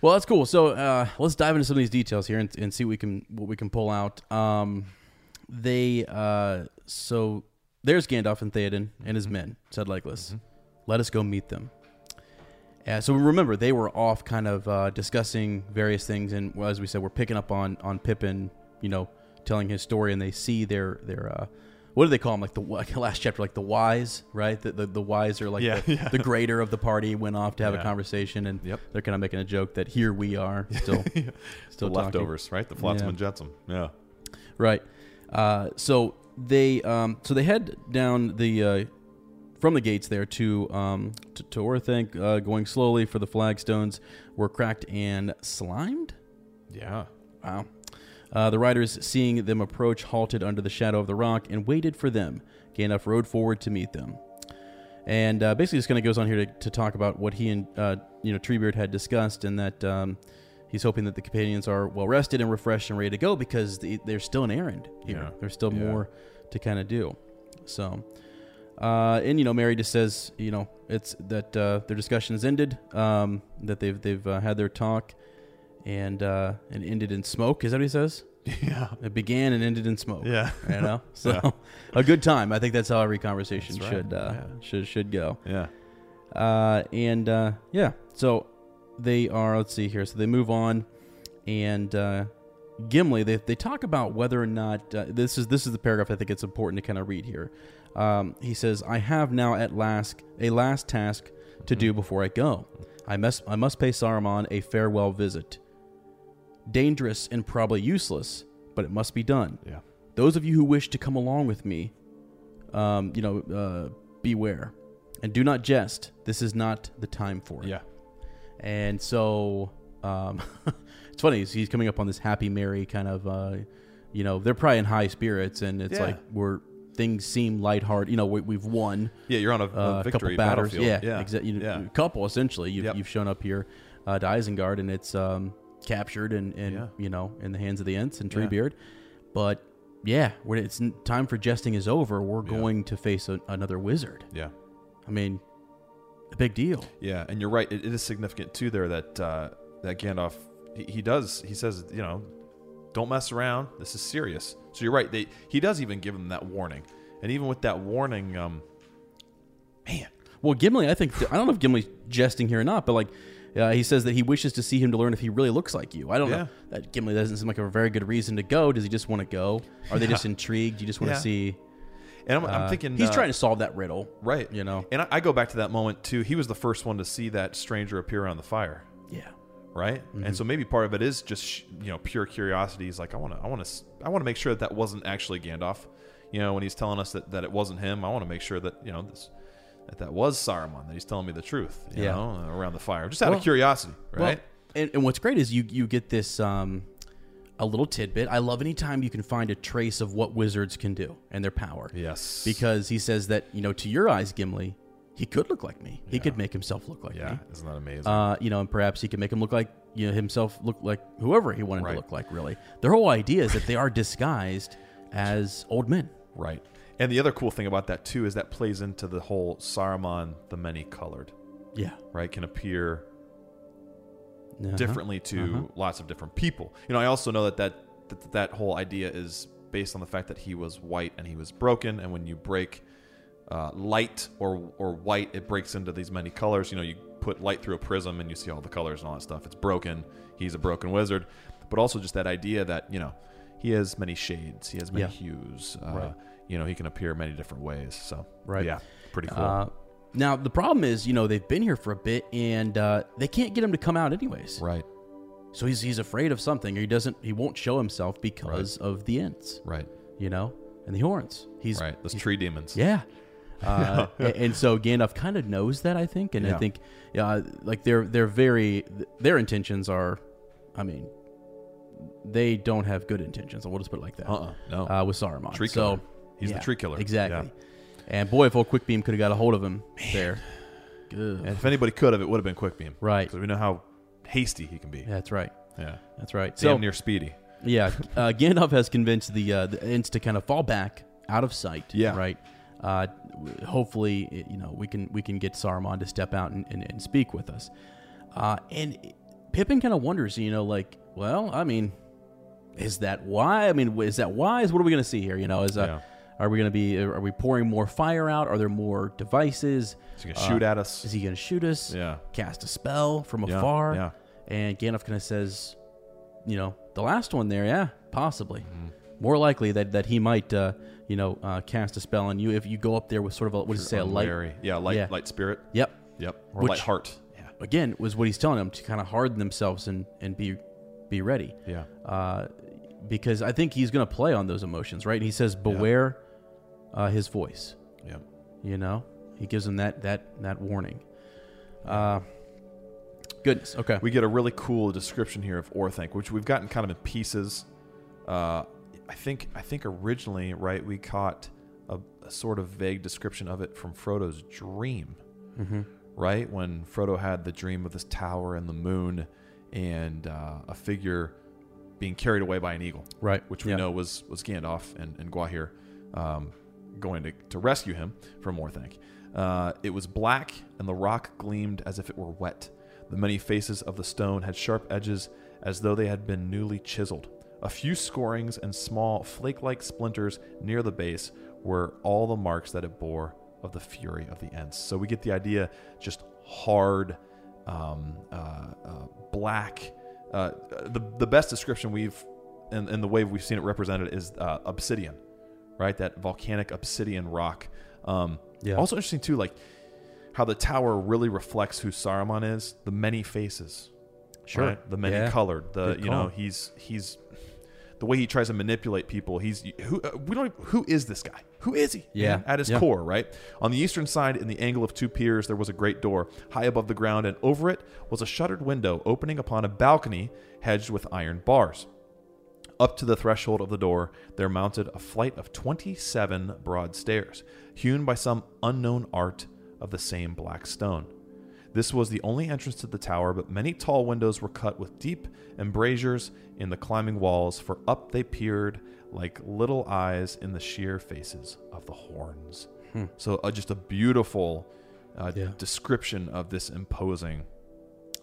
Speaker 2: Well, that's cool. So uh, let's dive into some of these details here and, and see what we can what we can pull out. Um, they uh, so there's Gandalf and Theoden and his men said Legolas,
Speaker 1: Mm-hmm.
Speaker 2: "Let us go meet them." Uh, so remember, they were off kind of uh, discussing various things, and well, as we said, we're picking up on on Pippin, you know, telling his story, and they see their their uh, what do they call them? Like the like last chapter, like the wise, right? The the, the wiser, like
Speaker 1: Yeah,
Speaker 2: the,
Speaker 1: yeah.
Speaker 2: the greater of the party, went off to have a
Speaker 1: Yeah.
Speaker 2: conversation, and
Speaker 1: Yep.
Speaker 2: they're kind of making a joke that here we are still
Speaker 1: The
Speaker 2: still talking.
Speaker 1: leftovers, right? The Flotsam
Speaker 2: Yeah.
Speaker 1: and Jetsam. Yeah.
Speaker 2: right uh, so they um, so they head down the uh, from the gates there to um, to, to Orthanc, uh, going slowly for the flagstones were cracked and slimed
Speaker 1: Yeah.
Speaker 2: wow uh, the riders seeing them approach halted under the shadow of the rock and waited for them Gandalf rode forward to meet them and uh, basically just kind of goes on here to, to talk about what he and uh, you know Treebeard had discussed, and that um, he's hoping that the companions are well rested and refreshed and ready to go because they, there's still an errand here.
Speaker 1: Yeah.
Speaker 2: There's still
Speaker 1: Yeah.
Speaker 2: more to kind of do. So, uh, and you know, Mary just says, you know, it's that uh, their discussion has ended, um, that they've they've uh, had their talk, and uh, and ended in smoke. Is that what he says?
Speaker 1: Yeah.
Speaker 2: It began and ended in smoke.
Speaker 1: Yeah.
Speaker 2: You know, so
Speaker 1: Yeah.
Speaker 2: a good time. I think that's how every conversation
Speaker 1: That's right.
Speaker 2: should uh,
Speaker 1: Yeah.
Speaker 2: should should go.
Speaker 1: Yeah.
Speaker 2: Uh, and uh, yeah, so they are. Let's see here. So they move on, and uh, Gimli. They, they talk about whether or not uh, this is this is the paragraph. I think it's important to kind of read here. Um, he says, "I have now at last a last task to do
Speaker 1: Mm-hmm.
Speaker 2: before I go. I must I must pay Saruman a farewell visit. Dangerous and probably useless, but it must be done.
Speaker 1: Yeah.
Speaker 2: Those of you who wish to come along with me, um, you know, uh, beware and do not jest. This is not the time for it.
Speaker 1: Yeah.
Speaker 2: And so um, it's funny. He's, he's coming up on this happy Mary kind of, uh, you know, they're probably in high spirits, and it's
Speaker 1: Yeah.
Speaker 2: like we're things seem lighthearted. You know, we, we've won
Speaker 1: Yeah. You're on a, a
Speaker 2: uh, a couple
Speaker 1: victory
Speaker 2: battles.
Speaker 1: battlefield.
Speaker 2: Yeah,
Speaker 1: Yeah.
Speaker 2: exa- you-
Speaker 1: yeah.
Speaker 2: A couple essentially. You've,
Speaker 1: Yep.
Speaker 2: you've shown up here uh, to Isengard, and it's um, captured and, and
Speaker 1: Yeah.
Speaker 2: you know in the hands of the Ents and
Speaker 1: Yeah.
Speaker 2: Treebeard. But yeah, when it's n- time for jesting is over, we're going to face a, another wizard.
Speaker 1: Yeah.
Speaker 2: I mean, a big deal.
Speaker 1: Yeah, and you're right. It, it is significant too there that uh, that Gandalf he, he does he says you know don't mess around. This is serious. So you're right. They he does even give him that warning, and even with that warning, um, man,
Speaker 2: Well, Gimli, I think I don't know if Gimli's jesting here or not, but like uh, he says that he wishes to see him to learn if he really looks like you. I don't
Speaker 1: Yeah.
Speaker 2: know. That Gimli doesn't seem like a very good reason to go. Does he just want to go? Are they just intrigued? You just want to
Speaker 1: Yeah.
Speaker 2: see.
Speaker 1: and I'm,
Speaker 2: uh,
Speaker 1: I'm thinking
Speaker 2: he's
Speaker 1: uh,
Speaker 2: trying to solve that riddle,
Speaker 1: right.
Speaker 2: You know.
Speaker 1: and I, I go back to that moment too. He was the first one to see that stranger appear on the fire.
Speaker 2: Yeah.
Speaker 1: right?
Speaker 2: Mm-hmm.
Speaker 1: And so maybe part of it is just sh- you know pure curiosity. He's like, I want to, I want to, I want to make sure that that wasn't actually Gandalf. You know, when he's telling us that, that it wasn't him, I want to make sure that you know this, that that was Saruman. That he's telling me the truth. You
Speaker 2: Yeah.
Speaker 1: know, uh, around the fire, just out
Speaker 2: Well-
Speaker 1: of curiosity, right?
Speaker 2: Well, and, and what's great is you you get this um, a little tidbit. I love anytime you can find a trace of what wizards can do and their power.
Speaker 1: yes,
Speaker 2: Because he says that you know to your eyes, Gimli, he Uh, could look like me. He could make himself look like
Speaker 1: yeah,
Speaker 2: me.
Speaker 1: isn't that amazing?
Speaker 2: Uh, you know, and perhaps he could make him look like you know, himself look like whoever he wanted
Speaker 1: Right.
Speaker 2: to look like. Really, their whole idea is that they are disguised as old men.
Speaker 1: Right. And the other cool thing about that too is that plays into the whole Saruman the many colored,
Speaker 2: Yeah,
Speaker 1: right? Can appear
Speaker 2: Uh-huh.
Speaker 1: differently to lots of different people. You know, I also know that that, that that whole idea is based on the fact that he was white and he was broken, and when you break uh, light or or white, it breaks into these many colors. You know, you put light through a prism and you see all the colors and all that stuff. It's broken. He's a broken wizard, but also just that idea that you know he has many shades, he has many
Speaker 2: Yeah.
Speaker 1: hues. Uh, You know, he can appear many different ways. So
Speaker 2: Right.
Speaker 1: yeah, pretty cool.
Speaker 2: Uh, now the problem is, you know, they've been here for a bit and uh, they can't get him to come out anyways.
Speaker 1: right,
Speaker 2: So he's he's afraid of something, or he doesn't, he won't show himself because of the ants,
Speaker 1: right,
Speaker 2: you know, and the horns. He's
Speaker 1: right. Those tree demons.
Speaker 2: Yeah. Uh, a- and so Gandalf kind of knows that I think, and
Speaker 1: Yeah.
Speaker 2: I think, uh, like they're they're very their intentions are, I mean, they don't have good intentions. We'll just put it like that.
Speaker 1: Uh-uh, no.
Speaker 2: Uh, with Saruman,
Speaker 1: Tree
Speaker 2: so
Speaker 1: killer. He's the tree killer.
Speaker 2: exactly. And boy, if old Quickbeam could have got a hold of him there, good.
Speaker 1: And if anybody could have, it would have been Quickbeam.
Speaker 2: Right.
Speaker 1: Because we know how hasty he can be.
Speaker 2: Yeah, that's right.
Speaker 1: Yeah.
Speaker 2: That's right.
Speaker 1: Damn
Speaker 2: So
Speaker 1: near speedy.
Speaker 2: yeah, uh, Gandalf has convinced the uh, the Ents to kind of fall back out of sight.
Speaker 1: Yeah.
Speaker 2: right. Uh, w- hopefully, it- you know we can we can get Saruman to step out and, and, and speak with us. Uh, and Pippin kind of wonders, you know, like, well, I mean, is that why? I mean, is that wise? What are we going to see here? You know, is uh,
Speaker 1: Yeah.
Speaker 2: are we going to be uh, are we pouring more fire out? Are there more devices?
Speaker 1: Is he gonna shoot at us?
Speaker 2: Uh, Is he going to shoot us?
Speaker 1: Yeah.
Speaker 2: Cast a spell from
Speaker 1: Yeah,
Speaker 2: afar.
Speaker 1: yeah.
Speaker 2: And Gandalf kind of says, you know, the last one there, yeah, possibly.
Speaker 1: Mm-hmm.
Speaker 2: More likely that, that he might, uh, you know, uh, cast a spell on you if you go up there with sort of a, what does it say, a light?
Speaker 1: Unwary. Yeah, light
Speaker 2: Yeah.
Speaker 1: light spirit.
Speaker 2: Yep.
Speaker 1: Yep. Or
Speaker 2: Which-
Speaker 1: light heart. Yeah.
Speaker 2: Again, was what he's telling them to kind of harden themselves and, and be be ready.
Speaker 1: Yeah.
Speaker 2: Uh, because I think he's going to play on those emotions, right? He says, beware uh, his voice.
Speaker 1: Yep.
Speaker 2: You know, he gives him that that that warning. Uh, goodness. Okay.
Speaker 1: We get a really cool description here of Orthanc, which we've gotten kind of in pieces. Uh, I think I think originally, right, we caught a, a sort of vague description of it from Frodo's dream.
Speaker 2: Mm-hmm.
Speaker 1: right? When Frodo had the dream of this tower and the moon and uh, a figure being carried away by an eagle,
Speaker 2: Right,
Speaker 1: Which we
Speaker 2: yeah.
Speaker 1: know was was Gandalf and, and Guahir um, going to, to rescue him from Orthanc. Uh, it was black, and the rock gleamed as if it were wet. The many faces of the stone had sharp edges as though they had been newly chiseled. A few scorings and small flake like splinters near the base were all the marks that it bore of the fury of the Ents. So we get the idea just hard, um, uh, uh, black. Uh, the, the best description we've, and, and the way we've seen it represented is uh, obsidian, right? That volcanic obsidian rock. Um,
Speaker 2: Yeah.
Speaker 1: Also interesting, too, like how the tower really reflects who Saruman is the many faces,
Speaker 2: Sure.
Speaker 1: right? the many
Speaker 2: Yeah.
Speaker 1: colored the
Speaker 2: Good
Speaker 1: you know
Speaker 2: call.
Speaker 1: he's he's the way he tries to manipulate people he's who uh, we don't who is this guy who is he
Speaker 2: Yeah.
Speaker 1: at his
Speaker 2: Yeah.
Speaker 1: core right on the eastern side in the angle of two piers there was a great door high above the ground and over it was a shuttered window opening upon a balcony hedged with iron bars up to the threshold of the door, there mounted a flight of 27 broad stairs, hewn by some unknown art of the same black stone. This was the only entrance to the tower, but many tall windows were cut with deep embrasures in the climbing walls, for up they peered like little eyes in the sheer faces of the horns. So, uh, just a beautiful uh,
Speaker 2: Yeah.
Speaker 1: description of this imposing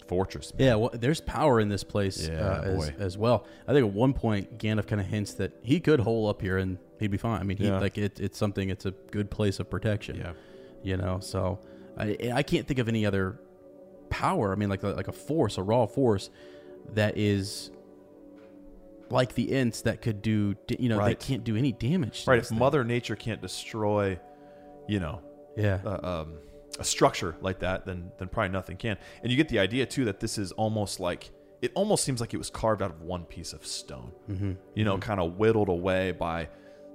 Speaker 1: fortress.
Speaker 2: Yeah, well, there's power in this place
Speaker 1: Yeah,
Speaker 2: uh, as,
Speaker 1: boy.
Speaker 2: as well. I think at one point Gandalf kind of hints that he could hole up here and he'd be fine. I mean, he,
Speaker 1: Yeah.
Speaker 2: like it, it's something. It's a good place of protection.
Speaker 1: Yeah.
Speaker 2: you know. So I, I can't think of any other power. I mean, like like a force, a raw force that is like the Ents that could do. da- You know,
Speaker 1: Right.
Speaker 2: they can't do any damage. to
Speaker 1: Right,
Speaker 2: this
Speaker 1: if
Speaker 2: thing.
Speaker 1: Mother Nature can't destroy, you know,
Speaker 2: Yeah.
Speaker 1: uh, um, a structure like that, then then probably nothing can. And you get the idea too that this is almost like it almost seems like it was carved out of one piece of stone, mm-hmm. you know, kind of whittled away by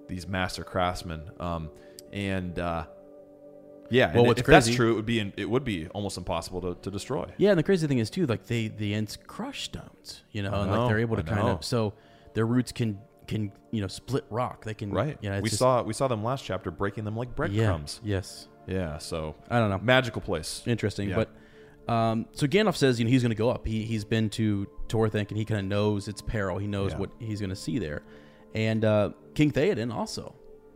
Speaker 1: these master craftsmen. Um, and uh, yeah,
Speaker 2: Well,
Speaker 1: and
Speaker 2: what's
Speaker 1: if that's
Speaker 2: crazy-
Speaker 1: true, it would be in, it would be almost impossible to, to destroy.
Speaker 2: Yeah, and the crazy thing is too, like they the ants crush stones, you know, and
Speaker 1: know,
Speaker 2: like they're able to
Speaker 1: I
Speaker 2: kind
Speaker 1: know.
Speaker 2: of so their roots can can you know split rock. They can
Speaker 1: Right.
Speaker 2: You know, Mm, it's
Speaker 1: we
Speaker 2: just-
Speaker 1: saw we saw them last chapter breaking them like
Speaker 2: yeah,
Speaker 1: breadcrumbs.
Speaker 2: Yes,
Speaker 1: Yeah. So
Speaker 2: I don't know,
Speaker 1: magical place.
Speaker 2: interesting,
Speaker 1: Yeah.
Speaker 2: but Um, so Gandalf says, you know, he's going to go up. He he's been to Torthanc and he kind of knows its peril. He knows
Speaker 5: Yeah.
Speaker 2: what he's going to see there. And uh, King Theoden also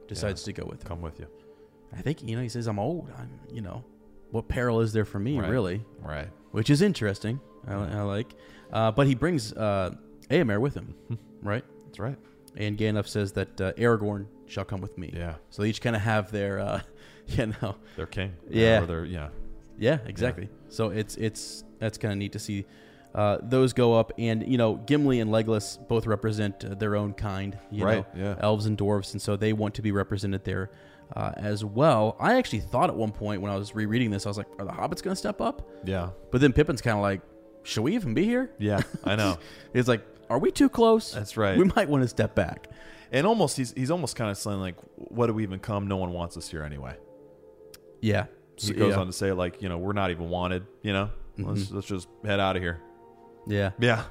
Speaker 2: decides to go with him.
Speaker 1: Come with you.
Speaker 2: I think you know he says, "I'm old. I'm you know, what peril is there for me
Speaker 1: Right.
Speaker 2: really?"
Speaker 1: Right.
Speaker 2: Which is interesting. I, I like, uh, but he brings uh, Aemir with him,
Speaker 1: Hmm.
Speaker 2: right?
Speaker 1: That's right.
Speaker 2: And Gandalf says that uh, Aragorn shall come with me.
Speaker 1: Yeah.
Speaker 2: So they each kind of have their, uh, you know,
Speaker 1: They're king.
Speaker 2: Yeah.
Speaker 1: Or they're, yeah.
Speaker 2: yeah, exactly. So it's it's that's kind of neat to see uh, those go up, and you know, Gimli and Legolas both represent uh, their own kind, you
Speaker 1: Right,
Speaker 2: know,
Speaker 1: yeah.
Speaker 2: elves and dwarves, and so they want to be represented there uh, as well. I actually thought at one point when I was rereading this, I was like, are the hobbits going to step up?
Speaker 1: Yeah.
Speaker 2: But then Pippin's kind of like, should we even be here?
Speaker 1: Yeah. I know.
Speaker 2: He's like, are we too close?
Speaker 1: That's right.
Speaker 2: We might want to step back.
Speaker 1: And almost, he's, he's almost kind of saying, like, what do we even come? No one wants us here anyway.
Speaker 2: Yeah.
Speaker 1: He goes
Speaker 2: yeah. Mm-hmm.
Speaker 1: on to say, like, you know, we're not even wanted, you know? Let's, let's just head out of here.
Speaker 2: Yeah.
Speaker 1: Yeah.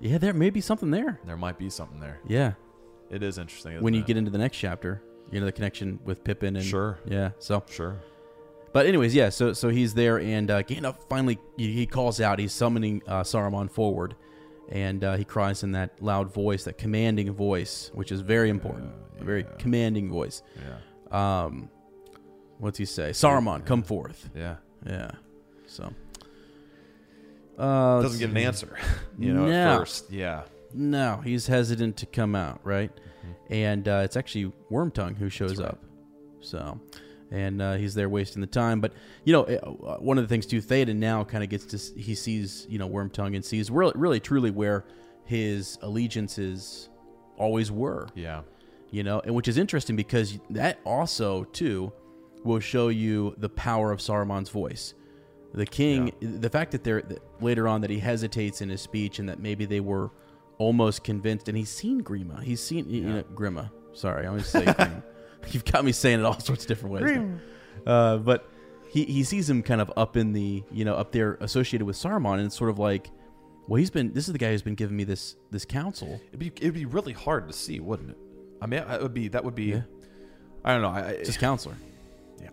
Speaker 2: Yeah, there may be something there.
Speaker 1: There might be something there.
Speaker 2: Yeah.
Speaker 1: It is interesting. isn't
Speaker 2: when you
Speaker 1: it?
Speaker 2: get into the next chapter, you know, the connection with Pippin and.
Speaker 1: Sure.
Speaker 2: Yeah. So.
Speaker 1: Sure.
Speaker 2: But anyways, yeah. So so he's there, and uh, Gandalf finally he he calls out. He's summoning uh, Saruman forward, and uh, he cries in that loud voice, that commanding voice, which is very important, a very commanding voice.
Speaker 1: Yeah.
Speaker 2: Um, what's he say? Saruman, come forth.
Speaker 1: Yeah.
Speaker 2: Yeah. So. Uh,
Speaker 1: Doesn't get an answer, you know, at
Speaker 2: No.
Speaker 1: first. Yeah.
Speaker 2: No, he's hesitant to come out, right? And uh, it's actually Wormtongue who shows up. So, and uh, he's there wasting the time. But you know, it- uh, one of the things too, Theoden now kind of gets to s- he sees you know Wormtongue and sees really, really truly where his allegiances always were
Speaker 1: Yeah.
Speaker 2: you know, and which is interesting because that also too will show you the power of Saruman's voice. The king, the fact that they're that later on that he hesitates in his speech and that maybe they were almost convinced, and he's seen Grima, he's seen you know, Grima. Sorry, I always say Grima. you've got me saying it all sorts of different ways. now. Uh, but he he sees him kind of up in the you know up there associated with Saruman, and it's sort of like, well, he's been this is the guy who's been giving me this this counsel.
Speaker 1: It'd be, it'd be really hard to see, wouldn't it? I mean, it would be, that would be,
Speaker 2: Yeah.
Speaker 1: I don't know. I, I-
Speaker 2: It's his counselor.
Speaker 1: Yeah.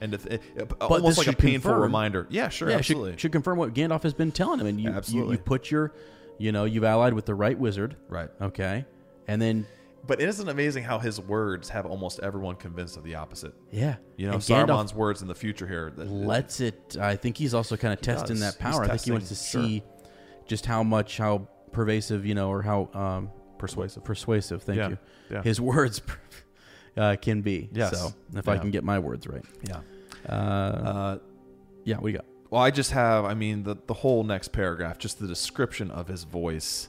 Speaker 1: And if, it, it- almost
Speaker 2: this
Speaker 1: like a
Speaker 2: should
Speaker 1: painful
Speaker 2: confirm-
Speaker 1: reminder. Yeah, sure,
Speaker 2: yeah, it
Speaker 1: absolutely.
Speaker 2: Should, should confirm what Gandalf has been telling him, and you, you
Speaker 1: Absolutely.
Speaker 2: you put your, you know, you've allied with the right wizard,
Speaker 1: Right.
Speaker 2: Okay, and then
Speaker 1: But isn't it amazing how his words have almost everyone convinced of the opposite?
Speaker 2: yeah,
Speaker 1: You know,
Speaker 2: and
Speaker 1: Saruman's words in the future here. that-
Speaker 2: lets it. I think he's also kind of testing
Speaker 1: does.
Speaker 2: that
Speaker 1: He's
Speaker 2: power. I think he wants to
Speaker 1: testing,
Speaker 2: see just how much, how pervasive, you know, or how um,
Speaker 1: Persuasive.
Speaker 2: Persuasive. Thank
Speaker 1: Yeah,
Speaker 2: you.
Speaker 1: yeah.
Speaker 2: His words uh, can be.
Speaker 1: Yes.
Speaker 2: So if I
Speaker 1: Yeah.
Speaker 2: can get my words right,
Speaker 1: yeah.
Speaker 2: uh,
Speaker 1: Uh,
Speaker 2: yeah, we got.
Speaker 1: well, I just have, I mean, the, the whole next paragraph, just the description of his voice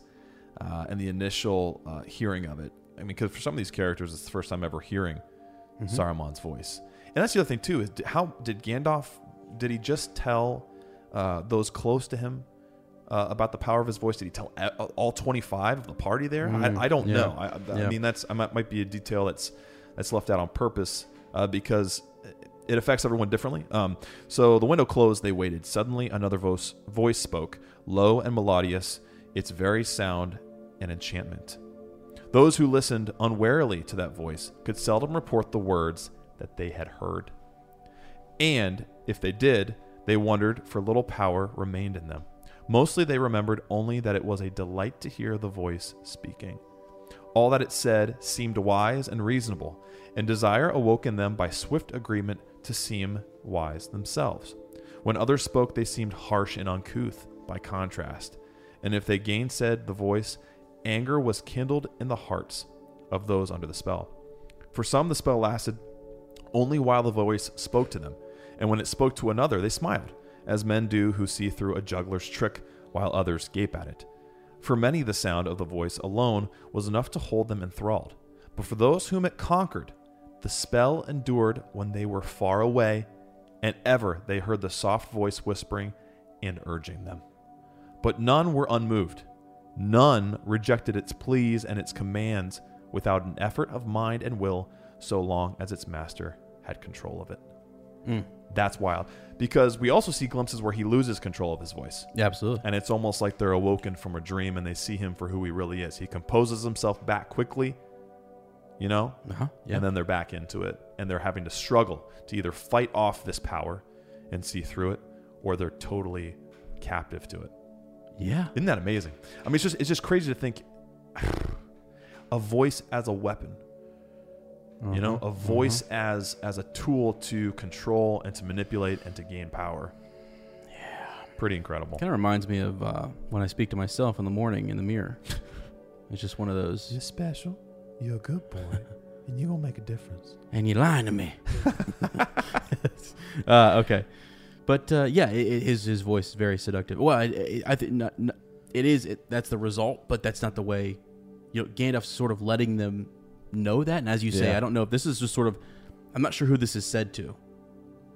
Speaker 1: uh, and the initial uh, hearing of it. I mean, because for some of these characters, it's the first time ever hearing
Speaker 2: Mm-hmm.
Speaker 1: Saruman's voice. And that's the other thing, too, is d- how did Gandalf, did he just tell uh, those close to him uh, about the power of his voice? Did he tell a- all 25 of the party there? I, I don't
Speaker 2: Mm, yeah.
Speaker 1: know. I, I I
Speaker 2: Yeah.
Speaker 1: mean, that's I might, might be a detail that's that's left out on purpose uh, because it affects everyone differently. Um, so the window closed. They waited. Suddenly, another voice voice spoke, low and melodious. Its very sound an enchantment. Those who listened unwarily to that voice could seldom report the words that they had heard. And if they did, they wondered for little power remained in them. Mostly they remembered only that it was a delight to hear the voice speaking. All that it said seemed wise and reasonable, and desire awoke in them by swift agreement to seem wise themselves. When others spoke, they seemed harsh and uncouth by contrast, and if they gainsaid the voice, anger was kindled in the hearts of those under the spell. For some, the spell lasted only while the voice spoke to them, and when it spoke to another, they smiled, as men do who see through a juggler's trick while others gape at it. For many, the sound of the voice alone was enough to hold them enthralled, but for those whom it conquered, the spell endured when they were far away, and ever they heard the soft voice whispering and urging them. But none were unmoved. None rejected its pleas and its commands without an effort of mind and will, so long as its master had control of it. That's wild. Because we also see glimpses where he loses control of his voice.
Speaker 2: Yeah, absolutely.
Speaker 1: And it's almost like they're awoken from a dream and they see him for who he really is. He composes himself back quickly, you know,
Speaker 2: Uh-huh. Yeah.
Speaker 1: and then they're back into it. And they're having to struggle to either fight off this power and see through it or they're totally captive to it.
Speaker 2: Yeah.
Speaker 1: Isn't that amazing? I mean, it's just it's just crazy to think a voice as a weapon. You know, a voice as as a tool to control and to manipulate and to gain power. Yeah, pretty incredible.
Speaker 2: Kind of reminds me of uh, when I speak to myself in the morning in the mirror. it's just one of those.
Speaker 3: You're special. You're a good boy, and you gonna make a difference.
Speaker 2: and you're lying to me. uh, okay, but uh, yeah, i i his his voice is very seductive. Well, I, I, I think not, not, it is. It, that's the result, but that's not the way. You know, Gandalf's sort of letting them know that, and as you say,
Speaker 5: Yeah.
Speaker 2: I don't know if this is just sort of. I'm not sure who this is said to.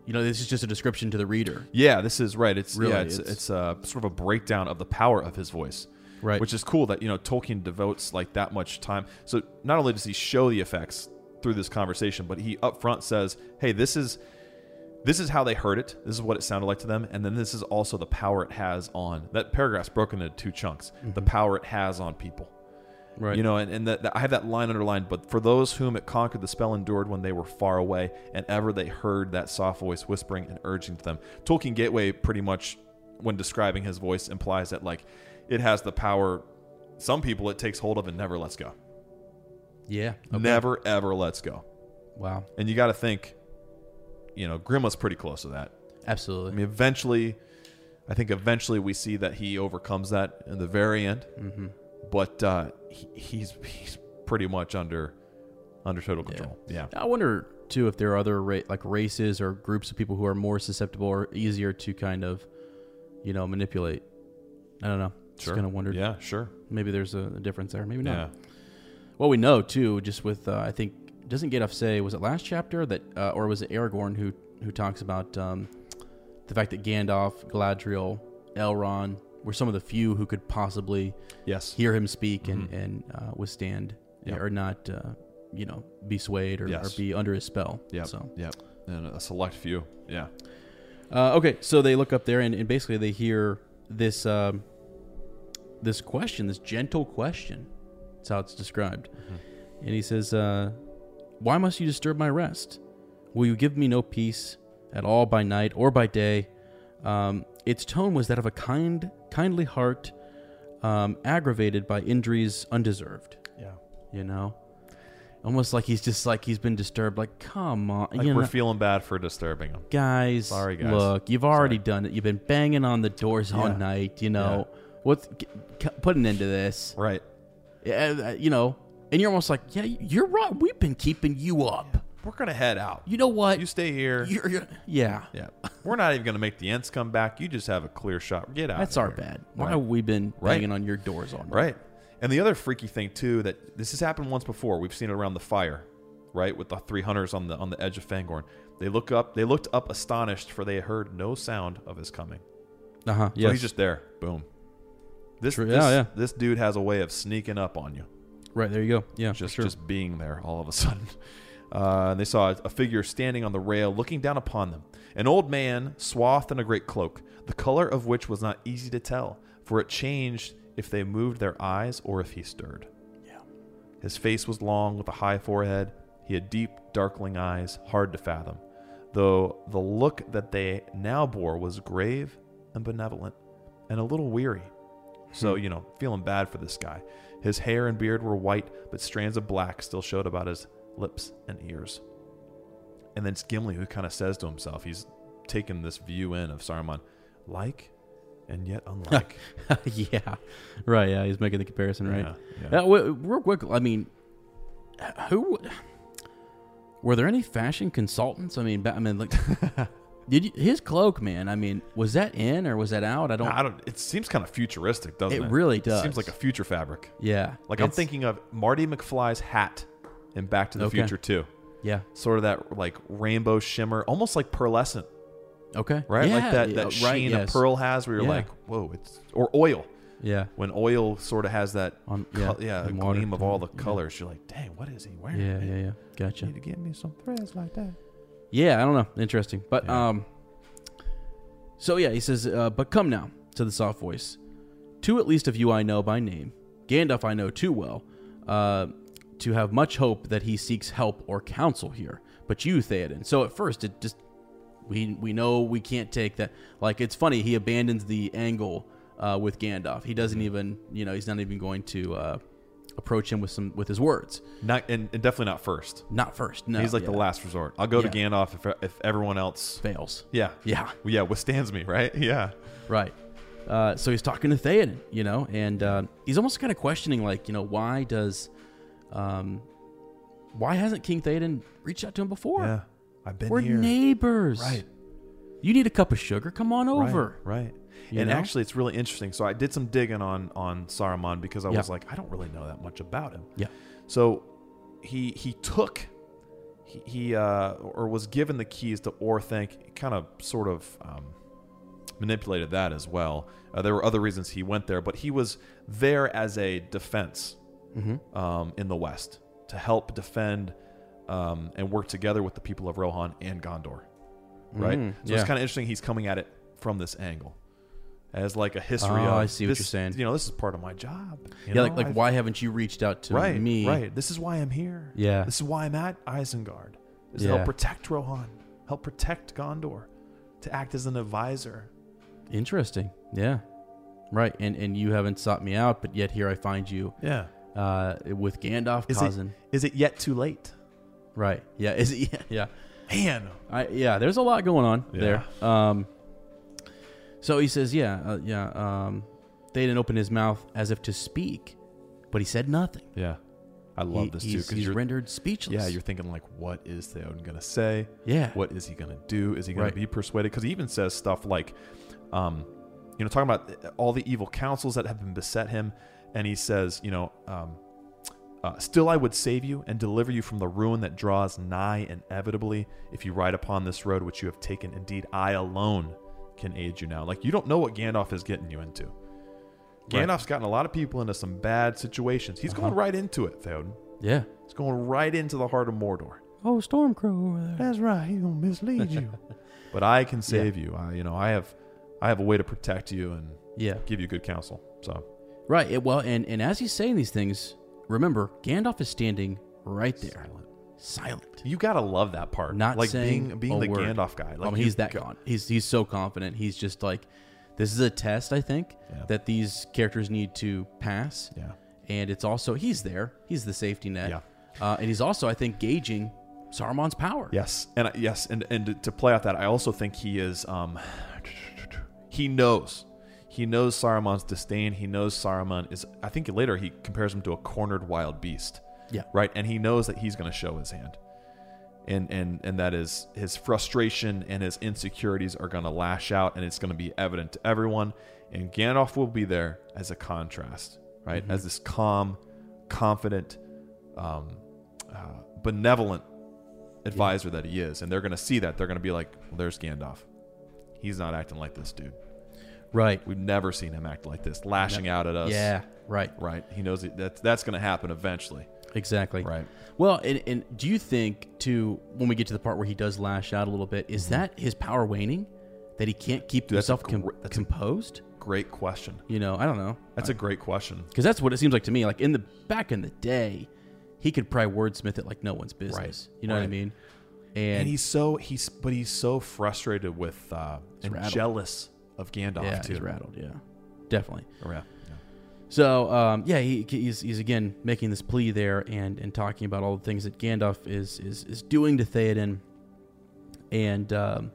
Speaker 2: You know, this is just a description to the reader,
Speaker 1: Yeah, this is right. It's
Speaker 2: Really,
Speaker 1: yeah, it's
Speaker 2: it's-
Speaker 1: it's, uh, sort of a breakdown of the power of his voice,
Speaker 2: right?
Speaker 1: which is cool that you know Tolkien devotes like that much time. So not only does he show the effects through this conversation, but he up front says, "Hey, this is this is how they heard it. This is what it sounded like to them, and then this is also the power it has on." That paragraph's broken into two chunks.
Speaker 2: Mm-hmm.
Speaker 1: The power it has on people.
Speaker 2: right.
Speaker 1: You know, and, and that, that- I have that line underlined, but for those whom it conquered, the spell endured when they were far away, and ever they heard that soft voice whispering and urging to them. Tolkien Gateway, pretty much, when describing his voice, implies that, like, it has the power, some people it takes hold of and never lets go.
Speaker 2: yeah. Okay.
Speaker 1: Never, ever lets go.
Speaker 2: Wow.
Speaker 1: And you got to think, you know, Grimma's pretty close to that.
Speaker 2: Absolutely.
Speaker 1: I mean, eventually, I think eventually we see that he overcomes that in the very end.
Speaker 2: Mm-hmm.
Speaker 1: But uh, he, he's he's pretty much under under total control. Yeah.
Speaker 2: I wonder too if there are other ra- like races or groups of people who are more susceptible or easier to kind of, you know, manipulate. I don't know. Just kind of wondered.
Speaker 1: Yeah, sure.
Speaker 2: Maybe there's a, a difference there. Maybe
Speaker 1: Yeah.
Speaker 2: not. Well, we know too, just with uh, I think doesn't Gandalf say was it last chapter that uh, or was it Aragorn who who talks about um, the fact that Gandalf, Galadriel, Elrond were some of the few who could possibly
Speaker 1: Yes.
Speaker 2: hear him speak and and uh, withstand
Speaker 1: Mm-hmm. Yep.
Speaker 2: or not, uh, you know, be swayed or,
Speaker 1: Yes.
Speaker 2: or be under his spell.
Speaker 1: Yep.
Speaker 2: So
Speaker 1: Yep. And a select few. Yeah.
Speaker 2: uh, okay, so they look up there and, and basically they hear this um, this question, this gentle question. That's how it's described.
Speaker 1: Mm-hmm.
Speaker 2: And he says, uh, "Why must you disturb my rest? Will you give me no peace at all by night or by day?" Um, its tone was that of a kind, kindly heart, um, aggravated by injuries undeserved.
Speaker 5: Yeah.
Speaker 2: You know, almost like he's just like he's been disturbed. Like, come on,
Speaker 1: Like
Speaker 2: you
Speaker 1: we're
Speaker 2: know-
Speaker 1: feeling bad for disturbing him.
Speaker 2: guys,
Speaker 1: Sorry, guys.
Speaker 2: Look, you've already done it. You've been banging on the doors all
Speaker 5: Yeah.
Speaker 2: night. You know, what's c- c- put an end to this?
Speaker 1: Right.
Speaker 2: Yeah, uh, you know, and you're almost like, yeah, you're right. We've been keeping you up.
Speaker 1: We're gonna head out.
Speaker 2: You know what?
Speaker 1: You stay here.
Speaker 2: You're- you're- yeah,
Speaker 1: yeah. We're not even gonna make the ends come back. You just have a clear shot. Get out.
Speaker 2: that's
Speaker 1: of
Speaker 2: our
Speaker 1: here.
Speaker 2: bad. Why
Speaker 1: Right.
Speaker 2: have we been
Speaker 1: Right.
Speaker 2: banging on your doors all night?
Speaker 1: Right. And the other freaky thing too that this has happened once before. We've seen it around the fire, right? With the three hunters on the on the edge of Fangorn. They look up. They looked up astonished, for they heard no sound of his coming.
Speaker 2: Uh huh.
Speaker 1: So
Speaker 2: Yeah.
Speaker 1: he's just there. Boom. This,
Speaker 2: True.
Speaker 1: this
Speaker 2: Yeah, yeah.
Speaker 1: this dude has a way of sneaking up on you,
Speaker 2: right. There you go. Yeah. for
Speaker 1: just
Speaker 2: sure.
Speaker 1: just being there all of a sudden. Uh, and they saw a figure standing on the rail, looking down upon them. An old man, swathed in a great cloak, the color of which was not easy to tell, for it changed if they moved their eyes or if he stirred. His face was long with a high forehead. He had deep, darkling eyes, hard to fathom, though the look that they now bore was grave and benevolent and a little weary. So, you know, feeling bad for this guy. His hair and beard were white, but strands of black still showed about his lips and ears. And then it's Gimli who kind of says to himself, he's taken this view in of Saruman, like and yet unlike.
Speaker 2: yeah. Right. Yeah. He's making the comparison. Right.
Speaker 1: Yeah, yeah.
Speaker 2: Uh, w- real quick. I mean, who were there any fashion consultants? I mean, ba- I mean, like, did you, his cloak, man? I mean, was that in or was that out? I don't.
Speaker 1: I don't, it seems kind of futuristic, doesn't
Speaker 2: It
Speaker 1: it?
Speaker 2: really does.
Speaker 1: seems like a future fabric.
Speaker 2: yeah.
Speaker 1: Like I'm
Speaker 2: It's-
Speaker 1: thinking of Marty McFly's hat in Back to the
Speaker 2: Okay.
Speaker 1: Future too.
Speaker 2: Yeah.
Speaker 1: Sort of that like rainbow shimmer, almost like pearlescent,
Speaker 2: Okay.
Speaker 1: right?
Speaker 2: Yeah,
Speaker 1: like that
Speaker 2: yeah,
Speaker 1: that
Speaker 2: right,
Speaker 1: sheen
Speaker 2: yes.
Speaker 1: a pearl has, where you're
Speaker 2: Yeah.
Speaker 1: like, whoa, it's or oil.
Speaker 2: Yeah.
Speaker 1: When oil sort of has that
Speaker 2: On-
Speaker 1: col-
Speaker 2: yeah,
Speaker 1: yeah,
Speaker 2: and water.
Speaker 1: gleam of all the
Speaker 2: Yeah.
Speaker 1: colors, you're like, dang, what is he wearing?
Speaker 2: Yeah. Yeah. Yeah. Gotcha.
Speaker 1: Need to get me some threads like that.
Speaker 2: Yeah, I don't know. Interesting. But
Speaker 1: Yeah.
Speaker 2: um So yeah, he says, uh, but come now, to the soft voice. Two at least of you I know by name. Gandalf I know too well, uh, to have much hope that he seeks help or counsel here. But you, Theoden. So at first it just We we know we can't take that. Like it's funny he abandons the angle uh, with Gandalf. He
Speaker 1: Mm-hmm.
Speaker 2: doesn't even you know he's not even going to uh, approach him with some with his words.
Speaker 1: Not and, and definitely not first.
Speaker 2: Not first. No,
Speaker 1: He's like the
Speaker 2: yeah.
Speaker 1: last resort. I'll go to
Speaker 2: Yeah.
Speaker 1: Gandalf if, if everyone else.
Speaker 2: fails.
Speaker 1: Yeah.
Speaker 2: Yeah.
Speaker 1: Yeah. Withstands me, right? Yeah.
Speaker 2: Right. Uh, so he's talking to Theoden, you know, and uh, he's almost kind of questioning, like, you know, why does, um, why hasn't King Theoden reached out to him before?
Speaker 1: Yeah. I've been
Speaker 2: We're
Speaker 1: here.
Speaker 2: neighbors.
Speaker 1: Right.
Speaker 2: You need a cup of sugar. Come on over.
Speaker 1: Right. right.
Speaker 2: You
Speaker 1: And
Speaker 2: know?
Speaker 1: actually, it's really interesting. So I did some digging on on Saruman because I
Speaker 2: Yeah.
Speaker 1: was like, I don't really know that much about him.
Speaker 2: Yeah.
Speaker 1: So he he took he, he uh, or was given the keys to Orthanc. Kind of sort of um, manipulated that as well. Uh, there were other reasons he went there, but he was there as a defense
Speaker 2: Mm-hmm.
Speaker 1: um, in the West to help defend um, and work together with the people of Rohan and Gondor. Right.
Speaker 2: Mm,
Speaker 1: so
Speaker 2: yeah.
Speaker 1: it's kind of interesting. He's coming at it from this angle. As like a history
Speaker 2: Oh,
Speaker 1: of
Speaker 2: I see what
Speaker 1: this-
Speaker 2: you're saying.
Speaker 1: You know, this is part of my job. you
Speaker 2: yeah. like,
Speaker 1: know,
Speaker 2: like
Speaker 1: I've-
Speaker 2: why haven't you reached out to
Speaker 1: right,
Speaker 2: me?
Speaker 1: Right. This is why I'm here.
Speaker 2: Yeah.
Speaker 1: This is why I'm at Isengard. Is to help
Speaker 2: Yeah.
Speaker 1: protect Rohan, help protect Gondor, to act as an advisor.
Speaker 2: Interesting. Yeah. Right. And and you haven't sought me out, but yet here I find you
Speaker 1: Yeah.
Speaker 2: uh, with Gandalf
Speaker 1: Is
Speaker 2: causing.
Speaker 1: it is it yet too late?
Speaker 2: Right. Yeah. Is it? Yeah. yeah.
Speaker 1: Man.
Speaker 2: I yeah, there's a lot going on
Speaker 1: Yeah.
Speaker 2: there. Um, so he says, yeah, uh, yeah. Um, they didn't open his mouth as if to speak, but he said nothing.
Speaker 1: Yeah. I love
Speaker 2: He-
Speaker 1: this too
Speaker 2: he's,
Speaker 1: because
Speaker 2: he's
Speaker 1: you're
Speaker 2: rendered speechless.
Speaker 1: yeah you're thinking like what is Theoden gonna say?
Speaker 2: yeah.
Speaker 1: What is he gonna do? Is he gonna
Speaker 2: Right.
Speaker 1: be persuaded? Because he even says stuff like, um, you know, talking about uh, all the evil counsels that have been beset him, and he says, you know, um, uh, still I would save you and deliver you from the ruin that draws nigh inevitably if you ride upon this road which you have taken. Indeed, I alone can aid you now. Like you don't know what Gandalf is getting you into.
Speaker 2: Right. Uh-huh.
Speaker 1: Gandalf's gotten a lot of people into some bad situations. He's going right into it, Theoden.
Speaker 2: Yeah.
Speaker 1: He's going right into the heart of Mordor.
Speaker 2: Oh, Stormcrow over there.
Speaker 1: That's right. He's gonna mislead you. but I can save you. I, you know, I have, I have a way to protect you and
Speaker 2: Yeah.
Speaker 1: give you good counsel. So
Speaker 2: Right. It, well, and and as he's saying these things, remember Gandalf is standing right there, silent.
Speaker 1: you gotta love that part.
Speaker 2: Not
Speaker 1: like
Speaker 2: saying
Speaker 1: being being
Speaker 2: a
Speaker 1: the
Speaker 2: word.
Speaker 1: Gandalf guy. Like
Speaker 2: Um,
Speaker 1: you
Speaker 2: he's that
Speaker 1: go-
Speaker 2: gone. He's he's so confident. He's just like, this is a test. I think
Speaker 1: Yeah.
Speaker 2: that these characters need to pass.
Speaker 1: Yeah.
Speaker 2: and it's also he's there. He's the safety net.
Speaker 1: Yeah.
Speaker 2: Uh, and he's also, I think, gauging Saruman's power.
Speaker 1: Yes, and I, yes, and and to play off that, I also think he is. Um, he knows. He knows Saruman's disdain. He knows Saruman is. I think later he compares him to a cornered wild beast.
Speaker 2: Yeah.
Speaker 1: Right, and he knows that he's going to show his hand, and and and that is his frustration and his insecurities are going to lash out, and it's going to be evident to everyone. And Gandalf will be there as a contrast, right?
Speaker 2: Mm-hmm.
Speaker 1: As this calm, confident, um, uh, benevolent advisor that he is, and they're going to see that. They're going to be like, well, "There's Gandalf. He's not acting like this, dude.
Speaker 2: Right.
Speaker 1: We've never seen him act like this, lashing out at us.
Speaker 2: Yeah. Right.
Speaker 1: right. He knows that that's, that's going to happen eventually.
Speaker 2: Exactly.
Speaker 1: Right.
Speaker 2: Well, and, and do you think to when we get to the part where he does lash out a little bit, is that his power waning? That he can't keep
Speaker 1: Mm-hmm. Dude, that's a
Speaker 2: himself com-
Speaker 1: gr- that's a-
Speaker 2: composed?
Speaker 1: Great question.
Speaker 2: You know, I don't know.
Speaker 1: That's a great question.
Speaker 2: Because that's what it seems like to me. Like in the back in the day, he could probably wordsmith it like no one's business. You know what I
Speaker 1: Right.
Speaker 2: mean?
Speaker 1: And,
Speaker 2: And,
Speaker 1: he's so he's but he's so frustrated with uh, and
Speaker 2: rattled.
Speaker 1: jealous of Gandalf
Speaker 2: yeah,
Speaker 1: too.
Speaker 2: he's rattled. Yeah, definitely.
Speaker 1: Oh, yeah. Yeah.
Speaker 2: So um, yeah, he, he's, he's again making this plea there and, and talking about all the things that Gandalf is is, is doing to Theoden, and um,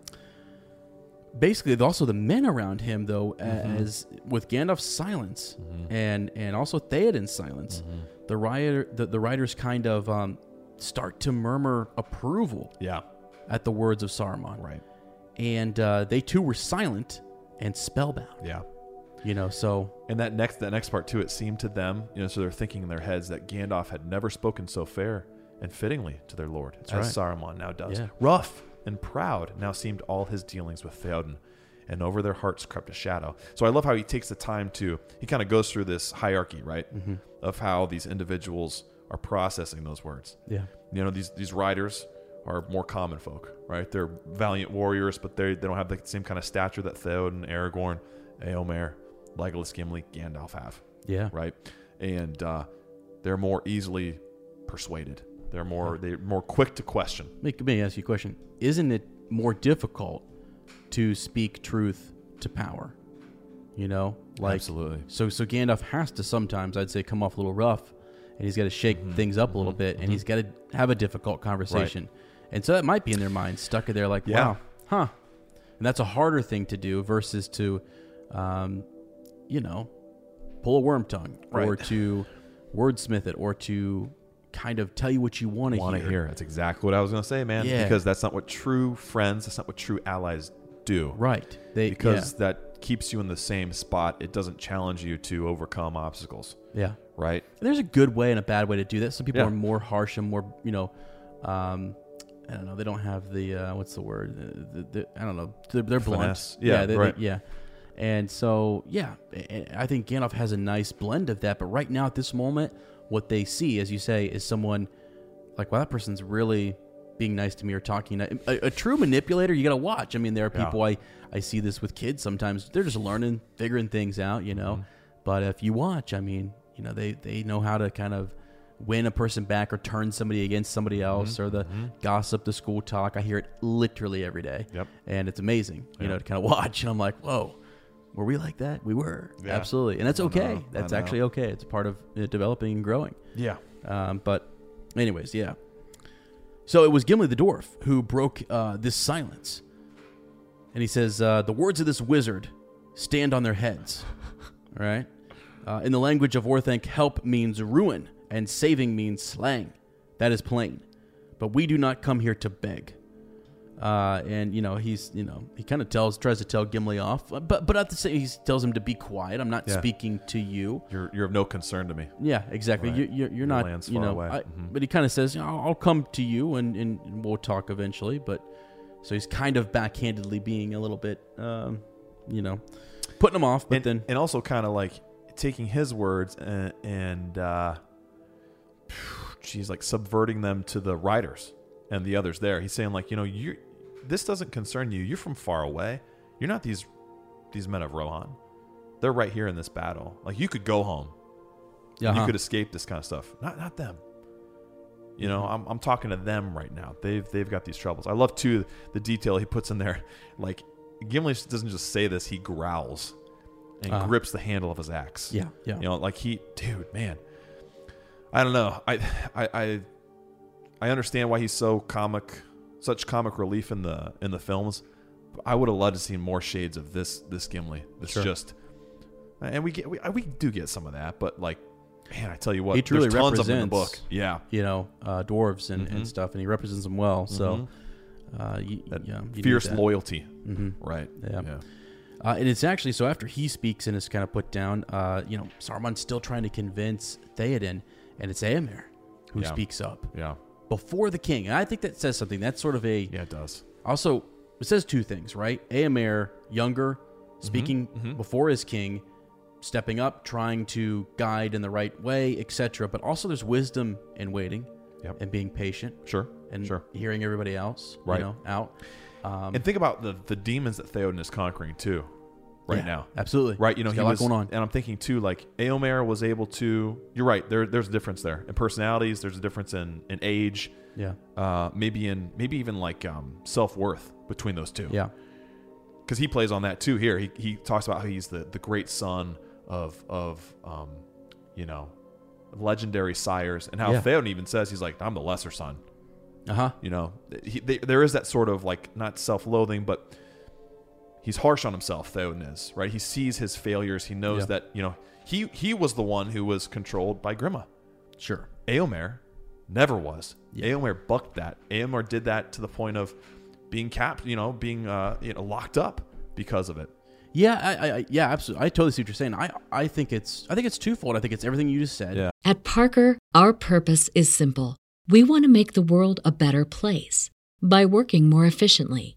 Speaker 2: basically also the men around him though, as with Gandalf's silence and and also Theoden's silence, the riot the, the writers kind of um, start to murmur approval
Speaker 1: Yeah.
Speaker 2: at the words of Saruman,
Speaker 1: Right.
Speaker 2: and uh, they too were silent and spellbound.
Speaker 1: Yeah.
Speaker 2: You know, so
Speaker 1: And that next that next part too, it seemed to them, you know, so they're thinking in their heads that Gandalf had never spoken so fair and fittingly to their lord as Saruman now does.
Speaker 2: Yeah.
Speaker 1: Rough and proud now seemed all his dealings with Theoden, and over their hearts crept a shadow. So I love how he takes the time to he kind of goes through this hierarchy, right, of how these individuals are processing those words.
Speaker 2: yeah,
Speaker 1: You know, these these riders are more common folk, right? They're valiant warriors, but they they don't have the same kind of stature that Theoden, Aragorn, Eomer, Legolas, Gimli, Gandalf have,
Speaker 2: yeah,
Speaker 1: right? And uh, they're more easily persuaded. They're more they're more quick to question.
Speaker 2: Let me, let me ask you a question. Isn't it more difficult to speak truth to power. You know, like
Speaker 1: Absolutely.
Speaker 2: So so Gandalf has to sometimes, I'd say, come off a little rough, and he's got to shake
Speaker 1: Mm-hmm.
Speaker 2: things up a little bit, and he's got to have a difficult conversation, and so that might be in their mind, stuck in there, like,
Speaker 1: Yeah.
Speaker 2: wow, huh, and that's a harder thing to do versus to, um, you know, pull a worm tongue or
Speaker 1: Right.
Speaker 2: to wordsmith it or to kind of tell you what you want to
Speaker 1: want to hear. That's exactly what I was going to say, man.
Speaker 2: Yeah.
Speaker 1: Because that's not what true friends, that's not what true allies do.
Speaker 2: Right. They
Speaker 1: Because that keeps you in the same spot. It doesn't challenge you to overcome obstacles,
Speaker 2: yeah. yeah.
Speaker 1: right?
Speaker 2: There's a good way and a bad way to do that. Some people
Speaker 1: Yeah.
Speaker 2: are more harsh and more, you know, um, I don't know. They don't have the uh, what's the word? The, the, the, I don't know. They're, they're blunt.
Speaker 1: Finesse. Yeah,
Speaker 2: they,
Speaker 1: right.
Speaker 2: They, yeah. And so, yeah, a- a- I think Gandalf has a nice blend of that. But right now, at this moment, what they see, as you say, is someone like, wow, that person's really being nice to me or talking. ni- A, a true manipulator, you got to watch. I mean, there are
Speaker 1: Yeah.
Speaker 2: people I, I see this with kids sometimes. They're just learning, figuring things out, you know.
Speaker 1: Mm-hmm.
Speaker 2: But if you watch, I mean, you know, they, they know how to kind of win a person back or turn somebody against somebody
Speaker 1: Mm-hmm.
Speaker 2: else or the gossip, the school talk. I hear it literally every day.
Speaker 1: Yep.
Speaker 2: And it's amazing, you know, to kind of watch. And I'm like, whoa, were we like that? We were.
Speaker 1: Yeah.
Speaker 2: Absolutely. And that's okay.
Speaker 1: know,
Speaker 2: That's
Speaker 1: I know.
Speaker 2: actually okay. It's part of uh, developing and growing.
Speaker 1: Yeah.
Speaker 2: Um, but, anyways, yeah. So it was Gimli the dwarf who broke uh, this silence, and he says, uh, "The words of this wizard stand on their heads." All right. Uh, in the language of Orthanc, help means ruin, and saving means slang. That is plain. But we do not come here to beg. Uh, and you know he's you know he kind of tells tries to tell Gimli off, but but at the same he tells him to be quiet. I'm not
Speaker 1: Yeah.
Speaker 2: speaking to you.
Speaker 1: You're, you're of no concern to me.
Speaker 2: Yeah, exactly.
Speaker 1: Right.
Speaker 2: You, you're, you're
Speaker 1: Your
Speaker 2: not,
Speaker 1: land's
Speaker 2: you
Speaker 1: far
Speaker 2: know.
Speaker 1: away.
Speaker 2: I-
Speaker 1: Mhm.
Speaker 2: But he kind of says, you know, I'll, I'll come to you and, and we'll talk eventually. But so he's kind of backhandedly being a little bit, um, you know, putting him off. But
Speaker 1: and,
Speaker 2: then,
Speaker 1: and also kind of like taking his words and, and uh, she's like subverting them to the writers and the others there. He's saying like, you know, you this doesn't concern you. You're from far away. You're not these these men of Rohan. They're right here in this battle. Like you could go home. and
Speaker 2: Uh-huh.
Speaker 1: You could escape this kind of stuff. Not not them. You know,
Speaker 2: Mm-hmm.
Speaker 1: I'm, I'm talking to them right now. They've they've got these troubles. I love too the detail he puts in there. Like Gimli doesn't just say this; he growls and
Speaker 2: Uh-huh.
Speaker 1: grips the handle of his axe.
Speaker 2: Yeah, yeah.
Speaker 1: You know, like he, dude, man. I don't know. I, I, I, I understand why he's so comic, such comic relief in the in the films. But I would have loved to see more shades of this this Gimli. This
Speaker 2: Sure.
Speaker 1: just, Uh, and we get we, we do get some of that, but like, man, I tell you what,
Speaker 2: He truly
Speaker 1: there's tons of them in the book.
Speaker 2: represents-
Speaker 1: Yeah,
Speaker 2: you know, uh, dwarves and,
Speaker 1: Mm-hmm.
Speaker 2: and stuff, and he represents them well. So, uh, you,
Speaker 1: that
Speaker 2: yeah, you need
Speaker 1: fierce
Speaker 2: that. Mm-hmm.
Speaker 1: loyalty, right?
Speaker 2: Yeah. Uh, and it's actually so after he speaks and is kind of put down, uh, you know, Saruman's still trying to convince Theoden, and it's Aemir who
Speaker 1: Yeah.
Speaker 2: speaks up
Speaker 1: yeah,
Speaker 2: before the king. And I think that says something. That's sort of a
Speaker 1: yeah. It does.
Speaker 2: Also, it says two things, right? Aemir, younger,
Speaker 1: Mm-hmm,
Speaker 2: speaking before his king, stepping up, trying to guide in the right way, etc. But also, there's wisdom in waiting
Speaker 1: Yep.
Speaker 2: and being patient
Speaker 1: Sure,
Speaker 2: and
Speaker 1: sure.
Speaker 2: hearing everybody else,
Speaker 1: Right.
Speaker 2: you know, out um,
Speaker 1: and think about the the demons that Theoden is conquering too, right
Speaker 2: yeah,
Speaker 1: now.
Speaker 2: Absolutely,
Speaker 1: Right, you know,
Speaker 2: He's
Speaker 1: he
Speaker 2: got a lot
Speaker 1: was,
Speaker 2: going on.
Speaker 1: and I'm thinking too, like Aomer was able to. You're right. There, there's a difference there in personalities. There's a difference in in age,
Speaker 2: Yeah,
Speaker 1: uh, maybe in maybe even like um, self worth between those two.
Speaker 2: yeah,
Speaker 1: because he plays on that too. Here, he, he talks about how he's the the great son of of um, you know, legendary sires, and how
Speaker 2: Yeah.
Speaker 1: Theoden even says he's like, I'm the lesser son.
Speaker 2: uh huh,
Speaker 1: You know, he, they, there is that sort of like not self-loathing, but he's harsh on himself. Theoden is right. He sees his failures. He knows
Speaker 2: Yeah.
Speaker 1: that you know he he was the one who was controlled by Grima.
Speaker 2: sure,
Speaker 1: Aomer never was.
Speaker 2: Yeah.
Speaker 1: Aomer bucked that. Aomer did that to the point of being capped. You know, being uh, you know locked up because of it.
Speaker 2: yeah, I, I- I, yeah, absolutely. I totally see what you're saying. I, I think it's, I think it's twofold. I think it's everything you just said.
Speaker 1: Yeah.
Speaker 6: At Parker, our purpose is simple. We want to make the world a better place by working more efficiently,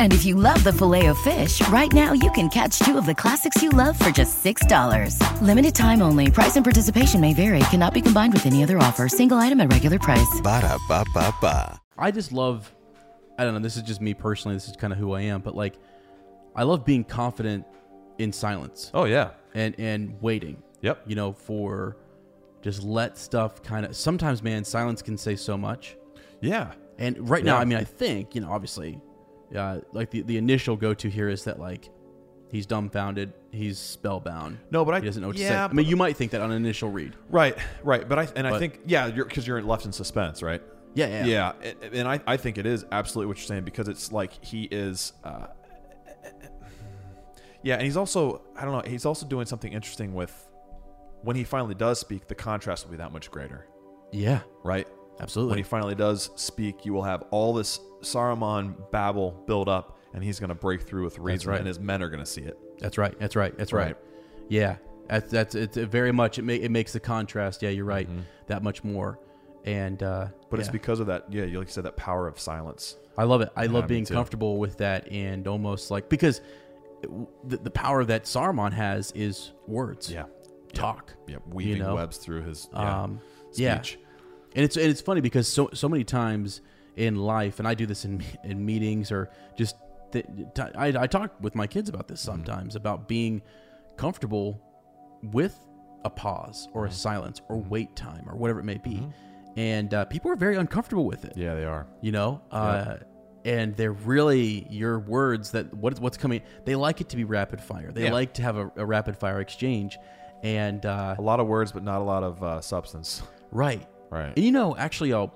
Speaker 7: And if you love the filet of fish, right now you can catch two of the classics you love for just $6. Limited time only. Price and participation may vary. Cannot be combined with any other offer. Single item at regular price.
Speaker 8: Ba-da-ba-ba-ba.
Speaker 2: I just love. I don't know. This is just me personally. This is kind of who I am. But like, I love being confident in silence
Speaker 1: Oh yeah.
Speaker 2: and and waiting.
Speaker 1: Yep.
Speaker 2: You know, for just let stuff kind of. Sometimes, man, silence can say so much.
Speaker 1: Yeah.
Speaker 2: And right now,
Speaker 1: Yeah.
Speaker 2: I mean, I think you know, obviously, uh, like the the initial go to here is that like he's dumbfounded, he's spellbound.
Speaker 1: No, but I-
Speaker 2: he doesn't know what
Speaker 1: yeah,
Speaker 2: to say. I mean,
Speaker 1: but-
Speaker 2: you might think that on initial read.
Speaker 1: Right, right, but I and I
Speaker 2: But-
Speaker 1: think yeah, you're because you're left in suspense, right?
Speaker 2: Yeah, yeah.
Speaker 1: yeah, a- and I I think it is absolutely what you're saying because it's like he is, uh, yeah, and he's also I don't know he's also doing something interesting with when he finally does speak, the contrast will be that much greater,
Speaker 2: Yeah,
Speaker 1: right? When he
Speaker 2: absolutely.
Speaker 1: finally does speak, you will have all this Saruman babble build up, and he's going to break through with reason,
Speaker 2: right.
Speaker 1: and his men are going to see it.
Speaker 2: That's right. That's right. That's right.
Speaker 1: Right.
Speaker 2: Yeah, that's that's it's it very much it, ma- it makes the contrast. Yeah, you're right. That much more, and uh,
Speaker 1: Mm-hmm. But it's
Speaker 2: yeah.
Speaker 1: because of that, yeah, you like you said, that power of silence.
Speaker 2: I love it. I love
Speaker 1: me
Speaker 2: being
Speaker 1: too.
Speaker 2: comfortable with that and almost like because the, the power that Saruman has is words.
Speaker 1: Yeah,
Speaker 2: talk.
Speaker 1: yeah, weaving
Speaker 2: know?
Speaker 1: webs through his yeah,
Speaker 2: Um, yeah.
Speaker 1: speech.
Speaker 2: And it's and it's funny because so so many times in life, and I do this in in meetings or just th- t- I I talk with my kids about this
Speaker 1: Mm-hmm.
Speaker 2: sometimes about being comfortable with a pause or
Speaker 1: Mm-hmm.
Speaker 2: a silence or wait time or whatever it may be, and uh, people are very uncomfortable with it.
Speaker 1: Yeah, they are.
Speaker 2: You know. Uh, And they're really your words that what, what's coming. They like it to be rapid fire. They
Speaker 1: Yeah.
Speaker 2: like to have a, a rapid fire exchange, and uh,
Speaker 1: a lot of words, but not a lot of uh, substance.
Speaker 2: Right.
Speaker 1: Right.
Speaker 2: And you know, actually, I'll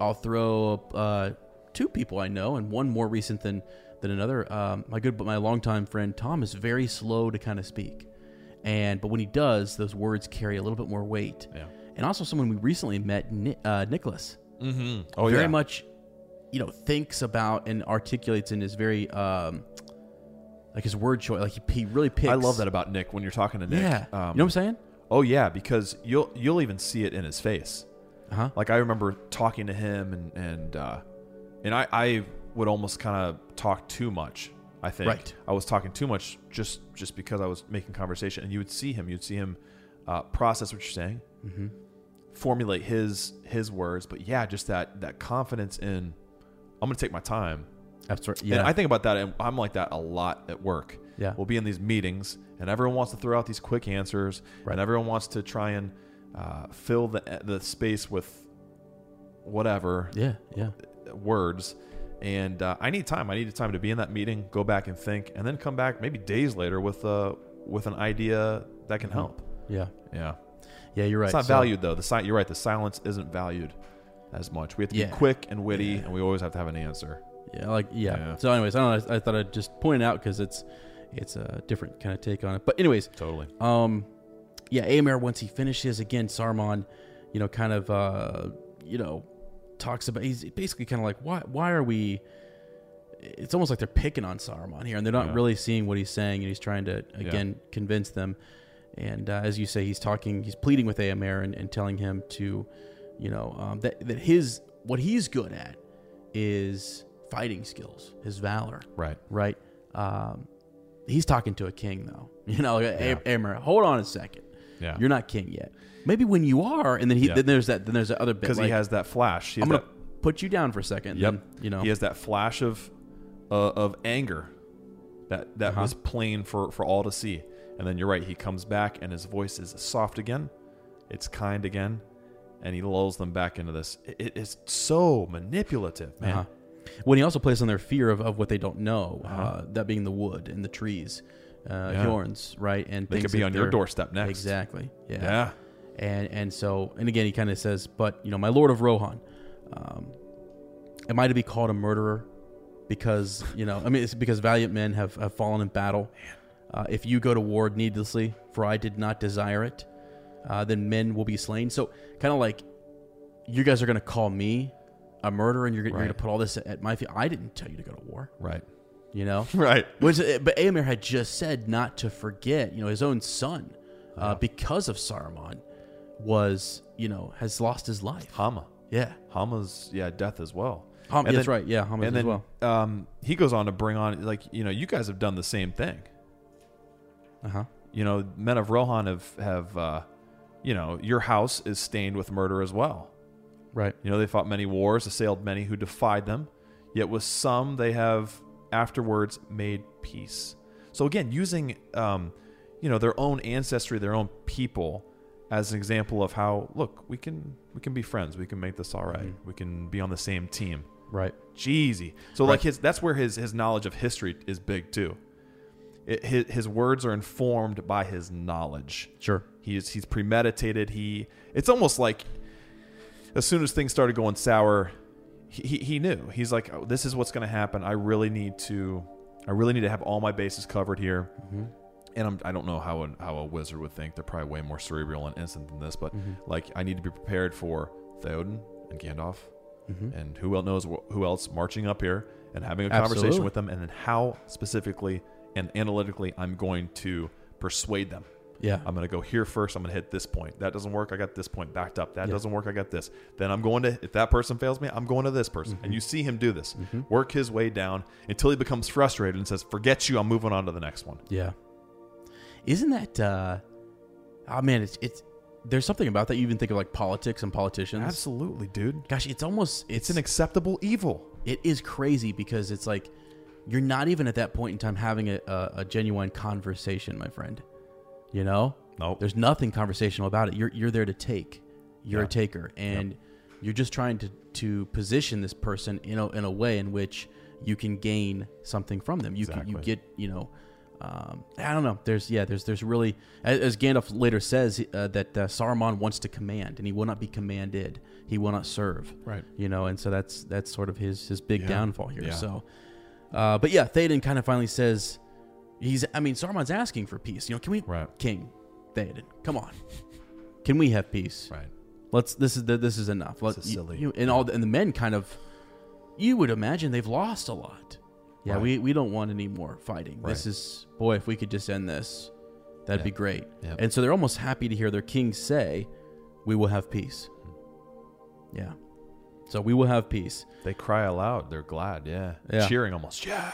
Speaker 2: I'll throw up uh, two people I know, and one more recent than than another. Um, my good, but my longtime friend Tom is very slow to kind of speak, and but when he does, those words carry a little bit more weight.
Speaker 1: Yeah.
Speaker 2: And also, someone we recently met, Ni- uh, Nicholas,
Speaker 1: Mm-hmm. Oh
Speaker 2: very
Speaker 1: yeah.
Speaker 2: much, you know, thinks about and articulates and is very um, like his word choice. Like he, he really picks.
Speaker 1: I love that about Nick when you're talking to Nick.
Speaker 2: Yeah.
Speaker 1: Um,
Speaker 2: you know what I'm saying?
Speaker 1: Oh yeah, because you'll you'll even see it in his face.
Speaker 2: Uh huh.
Speaker 1: Like I remember talking to him and and uh, and I I would almost kind of talk too much. I think
Speaker 2: Right.
Speaker 1: I was talking too much just just because I was making conversation, and you would see him. You'd see him uh, process what you're saying, formulate his his words, but yeah, just that that confidence in. I'm gonna take my time.
Speaker 2: That's right.
Speaker 1: Yeah.
Speaker 2: Yeah.
Speaker 1: And I think about that, and I'm like that a lot at work.
Speaker 2: Yeah.
Speaker 1: We'll be in these meetings, and everyone wants to throw out these quick answers,
Speaker 2: Right.
Speaker 1: and everyone wants to try and uh, fill the the space with whatever
Speaker 2: yeah. Yeah.
Speaker 1: words. And uh, I need time. I need time to be in that meeting, go back and think, and then come back maybe days later with a with an idea that can help.
Speaker 2: Yeah.
Speaker 1: Yeah.
Speaker 2: Mm-hmm. Yeah. You're right.
Speaker 1: It's not
Speaker 2: So-
Speaker 1: valued though. The si- you're right. The silence isn't valued as much. We have to
Speaker 2: Yeah.
Speaker 1: be quick and witty, and we always have to have an answer.
Speaker 2: Yeah, like yeah.
Speaker 1: Yeah.
Speaker 2: So, anyways, I don't know. I, I thought I'd just point it out because it's it's a different kind of take on it. But anyways,
Speaker 1: Totally.
Speaker 2: um, yeah, Aemir once he finishes again, Saruman, you know, kind of uh, you know, talks about he's basically kind of like why why are we? It's almost like they're picking on Saruman here, and they're not
Speaker 1: Yeah.
Speaker 2: really seeing what he's saying, and he's trying to again convince them. And uh, as you say, he's talking, he's pleading with Aemir and, and telling him to, you know, um, that that his what he's good at is fighting skills, his valor
Speaker 1: Right.
Speaker 2: right? Um, he's talking to a king, though. You know, yeah. hold on a second.
Speaker 1: Yeah.
Speaker 2: You're not king yet. Maybe when you are, and then he
Speaker 1: Yeah.
Speaker 2: then there's that then there's that other bit
Speaker 1: Because
Speaker 2: like,
Speaker 1: he has that flash. He
Speaker 2: I'm
Speaker 1: has
Speaker 2: gonna
Speaker 1: that-
Speaker 2: put you down for a second.
Speaker 1: Yep.
Speaker 2: then, you know.
Speaker 1: he has that flash of uh, of anger that that
Speaker 2: Uh-huh.
Speaker 1: was plain for for all to see. And then you're right. He comes back, and his voice is soft again. It's kind again, and he lulls them back into this. It- It is so manipulative, man.
Speaker 2: Uh-huh. When he also plays on their fear of, of what they don't know, uh that being the wood and the trees, uh,
Speaker 1: Uh-huh. Yeah.
Speaker 2: Hjorns, right? And
Speaker 1: They could
Speaker 2: things
Speaker 1: be
Speaker 2: that
Speaker 1: on your
Speaker 2: they're-
Speaker 1: doorstep next.
Speaker 2: Exactly. Yeah.
Speaker 1: Yeah.
Speaker 2: And and so and again, he kind of says, but you know, my Lord of Rohan, um, am I to be called a murderer? Because you know, I mean, it's because valiant men have, have fallen in battle. Uh, if you go to war needlessly, for I did not desire it, uh, then men will be slain. So kind of like you guys are going to call me a murderer and you're, gonna- you're going
Speaker 1: Right.
Speaker 2: to put all this at my feet. I didn't tell you to go to war,
Speaker 1: Right.
Speaker 2: you know?
Speaker 1: Right.
Speaker 2: Which, eh, but Aemir had just said not to forget, you know, his own son uh, because of Saruman was, you know, has lost his life.
Speaker 1: Hama.
Speaker 2: Yeah.
Speaker 1: Hama's yeah death as well.
Speaker 2: Hama-
Speaker 1: And
Speaker 2: that's right, yeah, Hama's
Speaker 1: and
Speaker 2: as
Speaker 1: then,
Speaker 2: well.
Speaker 1: Um, he goes on to bring on like you know you guys have done the same thing.
Speaker 2: Uh huh.
Speaker 1: You know, men of Rohan have have uh, you know your house is stained with murder as well.
Speaker 2: Right.
Speaker 1: You know, they fought many wars, assailed many who defied them, yet with some they have afterwards made peace. So again, using um, you know their own ancestry, their own people, as an example of how look we can we can be friends, we can make this all right. we can be on the same team.
Speaker 2: Right.
Speaker 1: Jeezy. So like his that's where his his knowledge of history is big too. It, his, his words are informed by his knowledge.
Speaker 2: Sure.
Speaker 1: He's he's premeditated. He it's almost like as soon as things started going sour, he he, he knew. He's like, oh, this is what's going to happen. I really need to I really need to have all my bases covered here. And I'm, I don't know how a, how a wizard would think. They're probably way more cerebral and instant than this, but like I need to be prepared for Theoden and Gandalf, and who else knows wh- who else marching up here and having a
Speaker 2: Absolutely.
Speaker 1: conversation with them, and then how specifically and analytically I'm going to persuade them.
Speaker 2: Yeah.
Speaker 1: I'm going to go here first. I'm going to hit this point. That doesn't work. I got this point backed up. That doesn't work. I got this. Then I'm going to, if that person fails me, I'm going to this person. And you see him do this, work his way down until he becomes frustrated and says, forget you. I'm moving on to the next one.
Speaker 2: Yeah. Isn't that uh oh man, it's it's there's something about that you even think of like politics and politicians.
Speaker 1: Absolutely, dude.
Speaker 2: Gosh, it's almost
Speaker 1: It's
Speaker 2: it's,
Speaker 1: an acceptable evil.
Speaker 2: it is crazy because it's like you're not even at that point in time having a, a, a genuine conversation, my friend. You know?
Speaker 1: Nope.
Speaker 2: There's nothing conversational about it. You're you're there to take. You're a
Speaker 1: Yeah.
Speaker 2: taker. And you're just trying to, to position this person in a in a way in which you can gain something from them. You can you
Speaker 1: Exactly.
Speaker 2: get, you know, um, I don't know. There's yeah. There's there's really as, as Gandalf later says uh, that uh, Saruman wants to command, and he will not be commanded. He will not serve.
Speaker 5: Right.
Speaker 2: You know, and so that's that's sort of his his big
Speaker 5: Yeah.
Speaker 2: downfall here.
Speaker 1: Yeah.
Speaker 2: So, uh, but yeah, Théoden kind of finally says, he's. I mean, Saruman's asking for peace. You know, can we,
Speaker 1: Right.
Speaker 2: King Théoden, come on, can we have peace?
Speaker 1: Right.
Speaker 2: Let's. This is the, this is enough. Let's.
Speaker 1: is silly.
Speaker 2: and all the, and the men kind of, you would imagine they've lost a lot. Yeah,
Speaker 1: Right.
Speaker 2: we, we don't want any more fighting. This
Speaker 1: Right.
Speaker 2: is boy, if we could just end this, that'd be great.
Speaker 1: Yeah.
Speaker 2: And so they're almost happy to hear their king say, "We will have peace." Yeah. So we will have peace.
Speaker 1: They cry aloud. They're glad. Yeah.
Speaker 2: Yeah.
Speaker 1: Cheering almost. Yeah.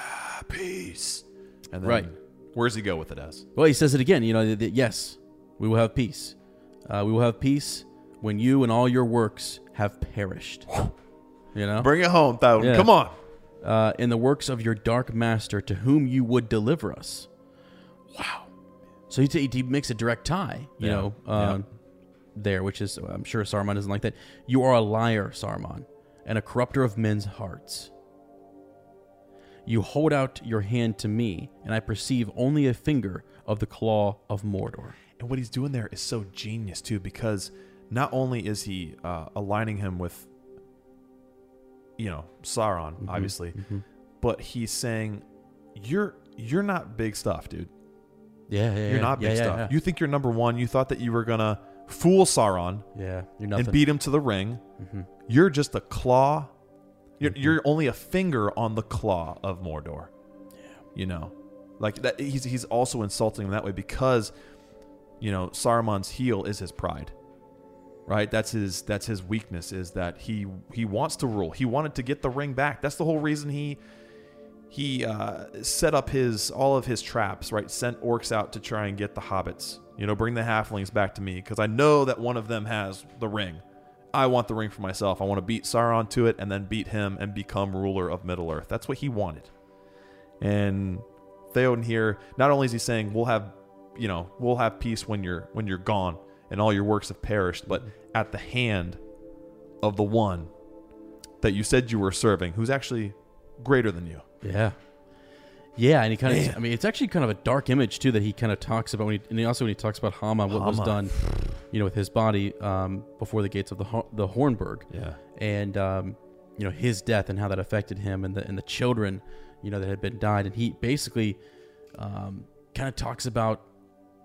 Speaker 1: Peace. And then
Speaker 2: Right.
Speaker 1: where's he go with it as?
Speaker 2: Well, he says it again. You know, that, that, yes, we will have peace. Uh, we will have peace when you and all your works have perished. You know,
Speaker 1: Bring it home, Thouden.
Speaker 2: Yeah.
Speaker 1: Come on.
Speaker 2: uh, in the works of your dark master to whom you would deliver us. Wow. So he, t- he makes a direct tie, you
Speaker 1: Yeah.
Speaker 2: know, um, there, which is, I'm sure Saruman doesn't like that. You are a liar, Saruman, and a corrupter of men's hearts. You hold out your hand to me, and I perceive only a finger of the claw of Mordor.
Speaker 1: And what he's doing there is so genius too, because not only is he uh, aligning him with you know Sauron,
Speaker 2: Mm-hmm.
Speaker 1: obviously, but he's saying you're you're not big stuff, dude.
Speaker 2: Yeah, yeah,
Speaker 1: You're not big stuff. You think you're number one. You thought that you were gonna fool Sauron
Speaker 2: yeah, you're nothing.
Speaker 1: and beat him to the ring. You're just a claw. You're, you're only a finger on the claw of Mordor. You know, like that. He's he's also insulting him that way because, you know, Saruman's heel is his pride. Right. That's his that's his weakness is that he he wants to rule. He wanted to get the ring back. That's the whole reason he he uh, set up his all of his traps, right? Sent orcs out to try and get the hobbits. You know, bring the halflings back to me because I know that one of them has the ring. I want the ring for myself. I want to beat Sauron to it and then beat him and become ruler of Middle Earth. That's what he wanted. And Theoden here, not only is he saying we'll have, you know, we'll have peace when you're when you're gone and all your works have perished, but at the hand of the one that you said you were serving, who's actually greater than you.
Speaker 2: Yeah. Yeah, and he kind of, I mean, it's actually kind of a dark image, too, that he kind of talks about. When he, and he also, when he talks about Hama, what was
Speaker 1: Hama.
Speaker 2: done, you know, with his body um, before the gates of the, Ho- the Hornburg.
Speaker 1: Yeah.
Speaker 2: And, um, you know, his death and how that affected him and the, and the children, you know, that had been died. And he basically um, kind of talks about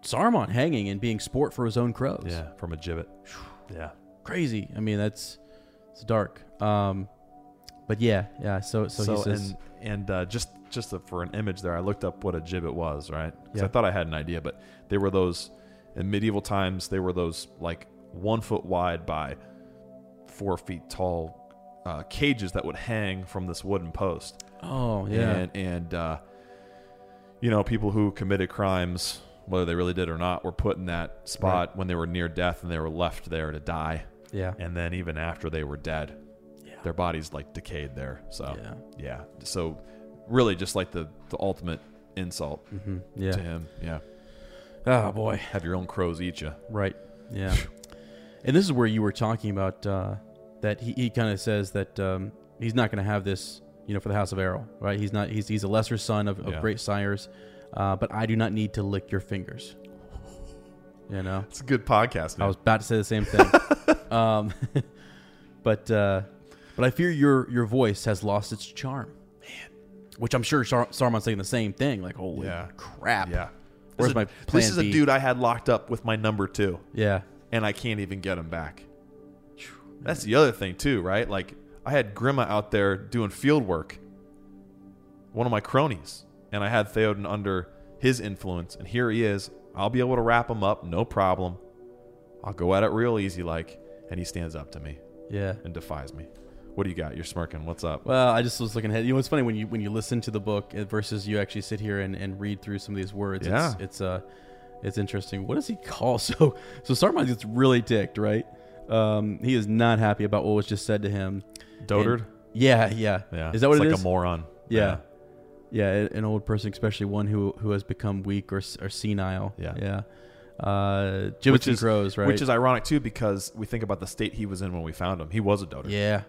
Speaker 2: Saruman hanging and being sport for his own crows.
Speaker 1: Yeah, from a gibbet. Yeah.
Speaker 2: Crazy. I mean, that's, it's dark. Um, but yeah, yeah, so, so,
Speaker 1: So,
Speaker 2: he says.
Speaker 1: and and uh, just just for an image there, I looked up what a gibbet was, right? 'Cause I
Speaker 2: Yeah.
Speaker 1: thought I had an idea, but they were those in medieval times. They were those like one foot wide by four feet tall uh, cages that would hang from this wooden post.
Speaker 2: oh, yeah.
Speaker 1: And and uh, you know, people who committed crimes, whether they really did or not, were put in that spot when they were near death and they were left there to die.
Speaker 2: yeah.
Speaker 1: And then even after they were dead, their bodies like decayed there. So
Speaker 2: Yeah.
Speaker 1: yeah, So really, just like the the ultimate insult
Speaker 2: Mm-hmm. yeah.
Speaker 1: to him. Yeah.
Speaker 2: Oh boy.
Speaker 1: Have your own crows eat you.
Speaker 2: Right. Yeah. and this is where you were talking about uh, that he, he kind of says that um, he's not going to have this, you know, for the House of Errol, right? He's not. He's he's a lesser son of, of
Speaker 1: Yeah.
Speaker 2: great sires, uh, but I do not need to lick your fingers. You know,
Speaker 1: It's a good podcast.
Speaker 2: I was about to say the same thing. um, but uh, but I fear your your voice has lost its charm, man. Which I'm sure Sar- Saruman's saying the same thing. Like, holy
Speaker 1: Yeah.
Speaker 2: crap!
Speaker 1: yeah.
Speaker 2: Where's
Speaker 1: this is,
Speaker 2: my plan
Speaker 1: This is
Speaker 2: B?
Speaker 1: a dude I had locked up with my number two,
Speaker 2: Yeah.
Speaker 1: and I can't even get him back. That's the other thing too, right? Like I had Grima out there doing field work, one of my cronies, and I had Theoden under his influence, and here he is. I'll be able to wrap him up, no problem. I'll go at it real easy, like, and he stands up to me
Speaker 2: Yeah.
Speaker 1: and defies me. What do you got? You're smirking. What's up?
Speaker 2: Well, I just was looking ahead. You know, it's funny when you when you listen to the book versus you actually sit here and, and read through some of these words. It's,
Speaker 1: Yeah.
Speaker 2: it's uh, it's interesting. What does he call? So so Saruman gets really ticked, right? Um, he is not happy about what was just said to him.
Speaker 1: Dotard?
Speaker 2: And- yeah, yeah,
Speaker 1: yeah.
Speaker 2: Is that what
Speaker 1: it's
Speaker 2: it
Speaker 1: like
Speaker 2: is?
Speaker 1: a moron.
Speaker 2: yeah. yeah, a- An old person, especially one who who has become weak or s- or senile.
Speaker 1: Yeah.
Speaker 2: yeah. Uh, gibbets and crows, right?
Speaker 1: Which is ironic too, because we think about the state he was in when we found him. He was a dotard.
Speaker 2: yeah,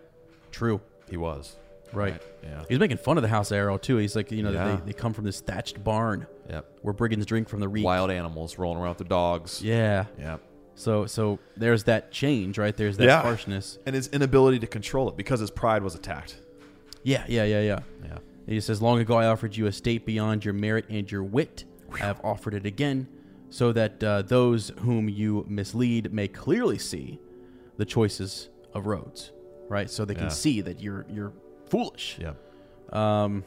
Speaker 2: true.
Speaker 1: He was.
Speaker 2: Right.
Speaker 1: Yeah.
Speaker 2: He's making fun of the House of Arrow too. He's like, you know,
Speaker 1: Yeah.
Speaker 2: they, they come from this thatched barn.
Speaker 1: Yep.
Speaker 2: where brigands drink from the reek.
Speaker 1: Wild animals rolling around with their dogs.
Speaker 2: Yeah.
Speaker 1: Yep.
Speaker 2: So so there's that change, right? There's that
Speaker 1: Yeah.
Speaker 2: harshness.
Speaker 1: And his inability to control it because his pride was attacked.
Speaker 2: Yeah, yeah, yeah, yeah.
Speaker 1: Yeah.
Speaker 2: He says, Long ago I offered you a state beyond your merit and your wit. I have offered it again, so that uh, those whom you mislead may clearly see the choices of roads. Right? So they can
Speaker 1: Yeah.
Speaker 2: see that you're you're foolish.
Speaker 1: Yep.
Speaker 2: Um,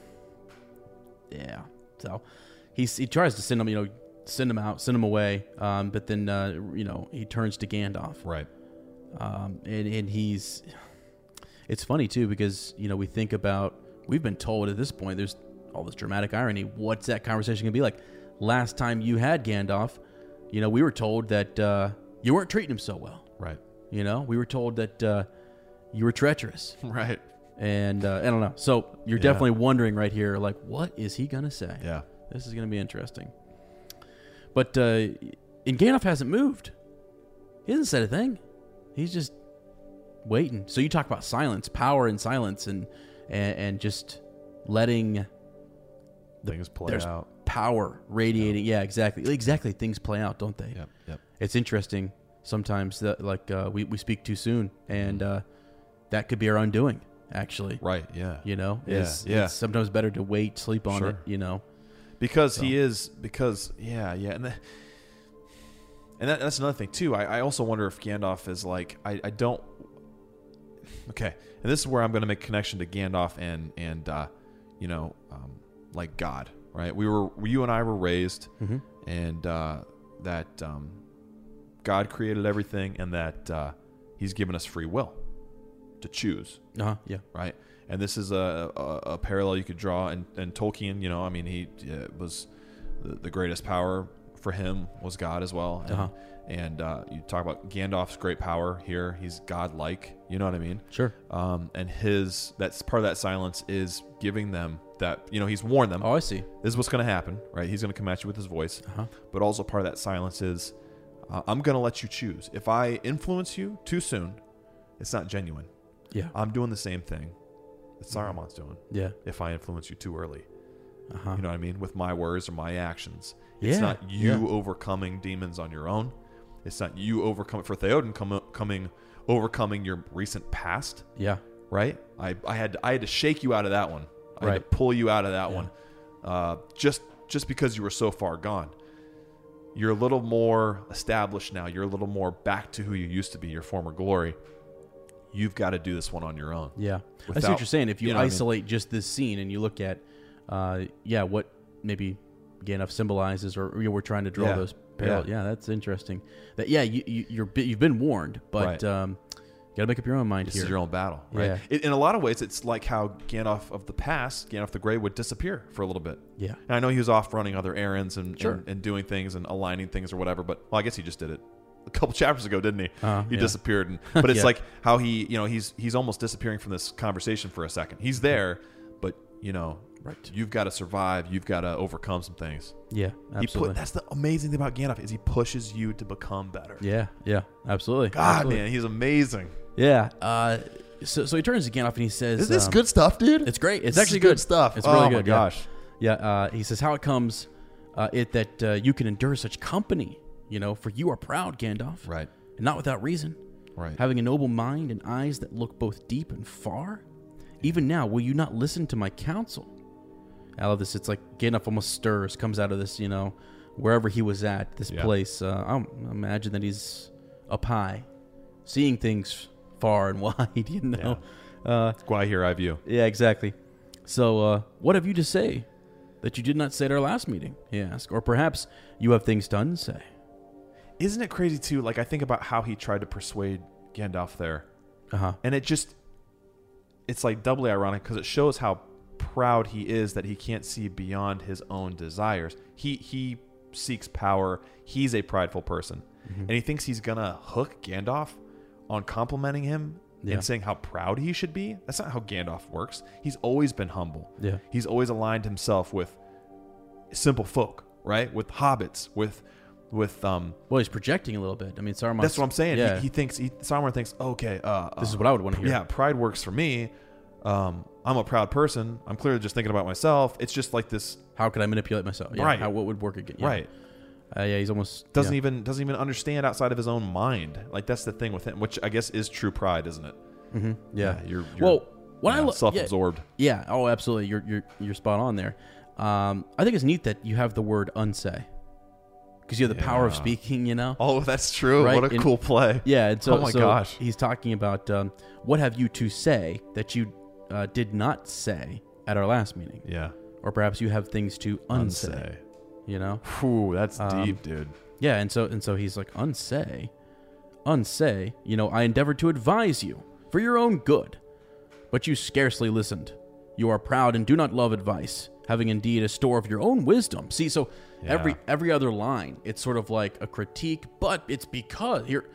Speaker 2: yeah. So he he tries to send him, you know, send him out, send him away. Um, but then uh, you know he turns to Gandalf,
Speaker 1: Right.
Speaker 2: um, and and he's. It's funny too because you know we think about we've been told at this point there's all this dramatic irony. What's that conversation gonna be like? Last time you had Gandalf, you know we were told that uh, you weren't treating him so well.
Speaker 1: Right.
Speaker 2: You know we were told that uh, you were treacherous
Speaker 1: Right.
Speaker 2: and uh, I don't know. So you're
Speaker 1: Yeah.
Speaker 2: definitely wondering right here, like, what is he gonna say?
Speaker 1: Yeah.
Speaker 2: this is gonna be interesting. But uh, and Gandalf hasn't moved. He hasn't said a thing. He's just waiting. So you talk about silence, power, and silence, and and, and just letting
Speaker 1: Things play
Speaker 2: there's
Speaker 1: out.
Speaker 2: power radiating. Yeah, exactly, exactly. Things play out, don't they?
Speaker 1: Yep. Yep.
Speaker 2: It's interesting
Speaker 1: Mm-hmm.
Speaker 2: sometimes that like uh, we we speak too soon, and uh, that could be our undoing. actually.
Speaker 1: Right. Yeah.
Speaker 2: You know,
Speaker 1: Yeah,
Speaker 2: It's-
Speaker 1: yeah.
Speaker 2: it's sometimes better to wait, sleep on
Speaker 1: Sure.
Speaker 2: it. You know,
Speaker 1: because he is because yeah yeah and that, and that, that's another thing too I, I also wonder if gandalf is like i, I don't okay and this is where i'm going to make connection to gandalf and and uh, you know um, like god right we were you and i were raised and uh, that um, god created everything and that uh, he's given us free will to choose
Speaker 2: uh huh, yeah,
Speaker 1: right? And this is a, a, a parallel you could draw. And, and Tolkien, you know, I mean, he uh, was the, the greatest power for him was God as well. And,
Speaker 2: Uh-huh.
Speaker 1: and uh, you talk about Gandalf's great power here. He's godlike. You know what I mean?
Speaker 2: sure.
Speaker 1: Um, and his that's part of that silence is giving them that you know he's warned them
Speaker 2: Oh, Uh-huh. I see.
Speaker 1: this is what's going to happen, right? He's going to come at you with his voice. But also part of that silence is, uh, I'm going to let you choose. If I influence you too soon, it's not genuine.
Speaker 2: Yeah.
Speaker 1: I'm doing the same thing that
Speaker 2: Mm-hmm.
Speaker 1: Saruman's doing.
Speaker 2: Yeah.
Speaker 1: If I influence you too early, you know what I mean? With my words or my actions.
Speaker 2: Uh-huh. Yeah,
Speaker 1: It's not you
Speaker 2: yeah.
Speaker 1: overcoming demons on your own. It's not you overcoming, for Theoden, com- coming, overcoming your recent past
Speaker 2: Yeah,
Speaker 1: right? I, I had to, I had to shake you out of that one. I had
Speaker 2: Right.
Speaker 1: to pull you out of that one, uh, just just because you were so far gone. You're a little more established now. You're a little more back to who you used to be, your former glory. You've got to do this one on your own.
Speaker 2: yeah. I see
Speaker 1: Without-
Speaker 2: what you're saying. If you,
Speaker 1: you know what I mean?
Speaker 2: isolate just this scene and you look at, uh, yeah, what maybe Gandalf symbolizes, or you know, we're trying to draw
Speaker 1: Yeah.
Speaker 2: those parallels. Yeah. that's interesting. That yeah, you, you you're bi- you've been warned, but
Speaker 1: Right.
Speaker 2: um, you gotta make up your own mind
Speaker 1: This
Speaker 2: here.
Speaker 1: is your own battle, right?
Speaker 2: Yeah.
Speaker 1: It, in a lot of ways, it's like how Gandalf of the past, Gandalf the Grey, would disappear for a little bit.
Speaker 2: Yeah.
Speaker 1: And I know he was off running other errands and,
Speaker 2: Sure.
Speaker 1: and, and doing things and aligning things or whatever, but well, I guess he just did it a couple chapters ago, didn't he?
Speaker 2: Uh,
Speaker 1: he
Speaker 2: yeah.
Speaker 1: disappeared, and, but it's
Speaker 2: Yeah.
Speaker 1: like how he, you know, he's he's almost disappearing from this conversation for a second. He's there, but you know,
Speaker 2: Right.
Speaker 1: You've got to survive. You've got to overcome some things.
Speaker 2: Yeah,
Speaker 1: He put,
Speaker 2: absolutely.
Speaker 1: that's the amazing thing about Gandalf is he pushes you to become better.
Speaker 2: yeah, yeah, absolutely.
Speaker 1: God,
Speaker 2: absolutely.
Speaker 1: man, he's amazing.
Speaker 2: Yeah. Uh, so, so he turns to Gandalf and he says,
Speaker 1: Is this
Speaker 2: um,
Speaker 1: good stuff, dude?
Speaker 2: It's great. It's
Speaker 1: This
Speaker 2: actually
Speaker 1: is good
Speaker 2: good
Speaker 1: stuff.
Speaker 2: It's
Speaker 1: Oh
Speaker 2: really
Speaker 1: my
Speaker 2: good. yeah.
Speaker 1: gosh.
Speaker 2: Yeah. uh, he says how it comes, uh, it that uh, you can endure such company. You know, for you are proud, Gandalf.
Speaker 1: Right.
Speaker 2: And not without reason.
Speaker 1: Right.
Speaker 2: Having a noble mind and eyes that look both deep and far. Even now, will you not listen to my counsel? I love this. It's like Gandalf almost stirs, comes out of this, you know, wherever he was at, this
Speaker 1: Yeah.
Speaker 2: place. Uh, I imagine that he's up high, seeing things far and wide, you know. Uh,
Speaker 1: That's why here I view.
Speaker 2: yeah, exactly. So, uh, what have you to say that you did not say at our last meeting? He asked. Or perhaps you have things to unsay.
Speaker 1: Isn't it crazy too? Like I think about how he tried to persuade Gandalf there,
Speaker 2: Uh huh.
Speaker 1: and it just it's like doubly ironic because it shows how proud he is that he can't see beyond his own desires. He he seeks power. He's a prideful person,
Speaker 2: Mm-hmm.
Speaker 1: and he thinks he's gonna hook Gandalf on complimenting him
Speaker 2: Yeah.
Speaker 1: and saying how proud he should be. That's not how Gandalf works. He's always been humble.
Speaker 2: Yeah.
Speaker 1: He's always aligned himself with simple folk, right? With hobbits, with with um
Speaker 2: Well, he's projecting a little bit. I mean, Saruman.
Speaker 1: that's what I'm saying.
Speaker 2: Yeah.
Speaker 1: He, he thinks he, Saruman thinks, okay, uh,
Speaker 2: This is
Speaker 1: uh,
Speaker 2: what I would wanna hear.
Speaker 1: Yeah, pride works for me. Um, I'm a proud person. I'm clearly just thinking about myself. It's just like this.
Speaker 2: how could I manipulate myself? Yeah,
Speaker 1: Right.
Speaker 2: How, what would work again? Yeah.
Speaker 1: Right.
Speaker 2: Uh, yeah, he's almost.
Speaker 1: Doesn't
Speaker 2: yeah.
Speaker 1: even doesn't even understand outside of his own mind. Like that's the thing with him, which I guess is true pride, isn't it?
Speaker 2: Yeah.
Speaker 1: you're, you're
Speaker 2: well, when I
Speaker 1: yeah,
Speaker 2: look.
Speaker 1: self-absorbed.
Speaker 2: Yeah. Oh, absolutely. You're, you're, you're spot on there. Um, I think it's neat that you have the word unsay because you have the power of
Speaker 1: Yeah.
Speaker 2: speaking, you know?
Speaker 1: Oh, that's true.
Speaker 2: Right,
Speaker 1: What a
Speaker 2: and-
Speaker 1: cool play.
Speaker 2: Yeah, and so,
Speaker 1: oh my
Speaker 2: so
Speaker 1: gosh,
Speaker 2: he's talking about um, what have you to say that you uh, did not say at our last meeting,
Speaker 1: yeah,
Speaker 2: or perhaps you have things to unsay. You know,
Speaker 1: Whew, that's
Speaker 2: Um,
Speaker 1: deep, dude.
Speaker 2: yeah, and so and so he's like unsay, unsay. You know, I endeavored to advise you for your own good, but you scarcely listened. You are proud and do not love advice, having indeed a store of your own wisdom. See, so every
Speaker 1: Yeah.
Speaker 2: every other line, it's sort of like a critique, but it's because here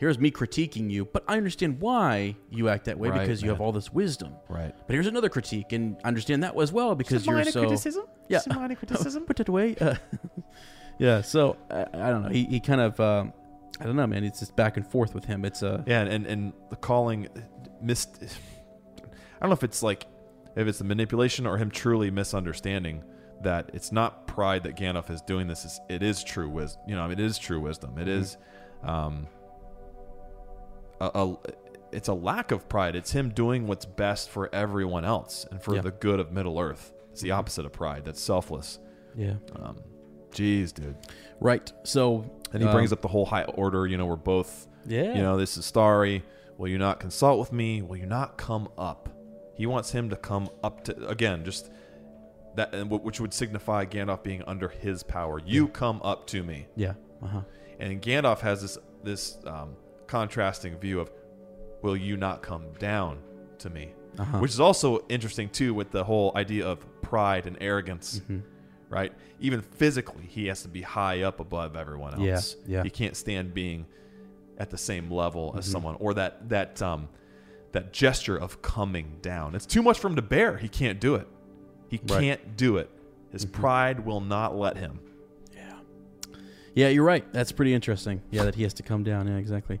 Speaker 2: here's me critiquing you, but I understand why you act that way
Speaker 1: Right,
Speaker 2: because you
Speaker 1: man.
Speaker 2: have all this wisdom.
Speaker 1: Right.
Speaker 2: But here's another critique, and I understand that as well because
Speaker 3: Just a
Speaker 2: you're
Speaker 3: minor
Speaker 2: so
Speaker 3: criticism.
Speaker 2: Yeah.
Speaker 3: Just a minor criticism.
Speaker 2: put it away. Uh, yeah, so I, I don't know. He, he kind of um, I don't know, man. It's just back and forth with him. It's uh, a
Speaker 1: Yeah, and and, and the calling uh, missed. I don't know if it's like if it's the manipulation or him truly misunderstanding that it's not pride that Gandalf is doing this. It's, it is true wisdom. You know, it is true wisdom. It is, um, a, a- it's a lack of pride. It's him doing what's best for everyone else and for
Speaker 2: Yeah.
Speaker 1: the good of Middle Earth. It's the opposite of pride. That's selfless.
Speaker 2: Yeah.
Speaker 1: Um, jeez, dude.
Speaker 2: Right. So
Speaker 1: And he brings up the whole high order. You know, we're both.
Speaker 2: Yeah.
Speaker 1: You know, this is Starry. Will you not consult with me? Will you not come up? He wants him to come up to again, just that, and wh- which would signify Gandalf being under his power. You come up to me.
Speaker 2: Yeah. Uh huh.
Speaker 1: And Gandalf has this this um, contrasting view of, "Will you not come down to me?"
Speaker 2: Uh-huh.
Speaker 1: Which is also interesting too, with the whole idea of pride and arrogance,
Speaker 2: Mm-hmm.
Speaker 1: right? Even physically, he has to be high up above everyone
Speaker 2: Yeah,
Speaker 1: else.
Speaker 2: yeah. Mm-hmm.
Speaker 1: He can't stand being at the same level as someone, or that that um, that gesture of coming down. It's too much for him to bear. He can't do it. He
Speaker 2: Right. Mm-hmm.
Speaker 1: can't do it. His pride will not let him.
Speaker 2: Yeah, you're right. That's pretty interesting. Yeah, that he has to come down. Yeah, exactly.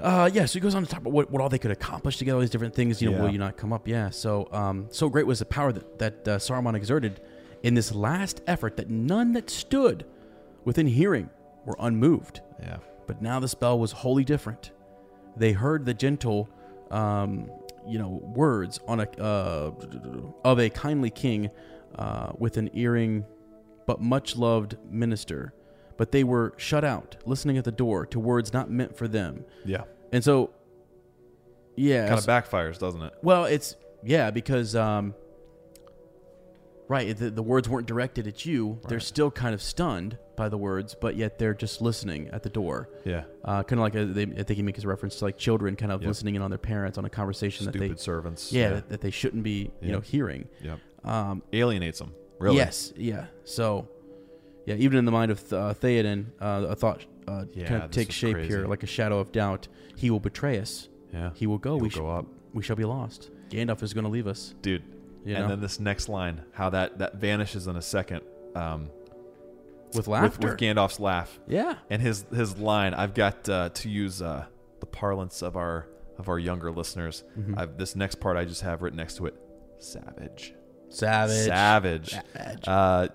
Speaker 2: Uh, yeah, so he goes on to talk about what, what all they could accomplish together, all these different things. You know, will
Speaker 1: Yeah.
Speaker 2: you not come up? Yeah. So, um, so great was the power that that uh, Saruman exerted in this last effort that none that stood within hearing were unmoved.
Speaker 1: Yeah.
Speaker 2: But now the spell was wholly different. They heard the gentle, um, you know, words on a uh, of a kindly king uh, with an earring, but much loved minister. But they were shut out, listening at the door to words not meant for them.
Speaker 1: Yeah.
Speaker 2: And so, yeah,
Speaker 1: Kind of
Speaker 2: so-
Speaker 1: backfires, doesn't it?
Speaker 2: well, it's yeah because um, right the, the words weren't directed at you. They're still kind of stunned by the words, but yet they're just listening at the door.
Speaker 1: Yeah.
Speaker 2: Uh, kind of like a, they, I think he makes a reference to like children kind of listening in on their parents on a conversation
Speaker 1: Stupid
Speaker 2: that they
Speaker 1: servants.
Speaker 2: yeah, That, that they shouldn't be you
Speaker 1: Yeah.
Speaker 2: know hearing.
Speaker 1: Yep.
Speaker 2: Um,
Speaker 1: Alienates them. Really.
Speaker 2: Yes. Yeah. So, yeah, even in the mind of uh, Theoden, uh, a thought uh,
Speaker 1: Yeah,
Speaker 2: kind of
Speaker 1: this
Speaker 2: takes
Speaker 1: is
Speaker 2: shape
Speaker 1: crazy.
Speaker 2: here, like a shadow of doubt. He will betray us.
Speaker 1: Yeah.
Speaker 2: He will go.
Speaker 1: He
Speaker 2: we
Speaker 1: will go up.
Speaker 2: We shall be lost. Gandalf is going to leave us.
Speaker 1: Dude.
Speaker 2: You
Speaker 1: and
Speaker 2: know?
Speaker 1: then this next line, how that that vanishes in a second. Um,
Speaker 2: with
Speaker 1: with,
Speaker 2: laughter.
Speaker 1: with Gandalf's laugh.
Speaker 2: yeah.
Speaker 1: And his his line, I've got uh, to use uh, the parlance of our of our younger listeners.
Speaker 2: Mm-hmm.
Speaker 1: I've, this next part I just have written next to it, savage.
Speaker 2: Savage.
Speaker 1: Savage. Uh,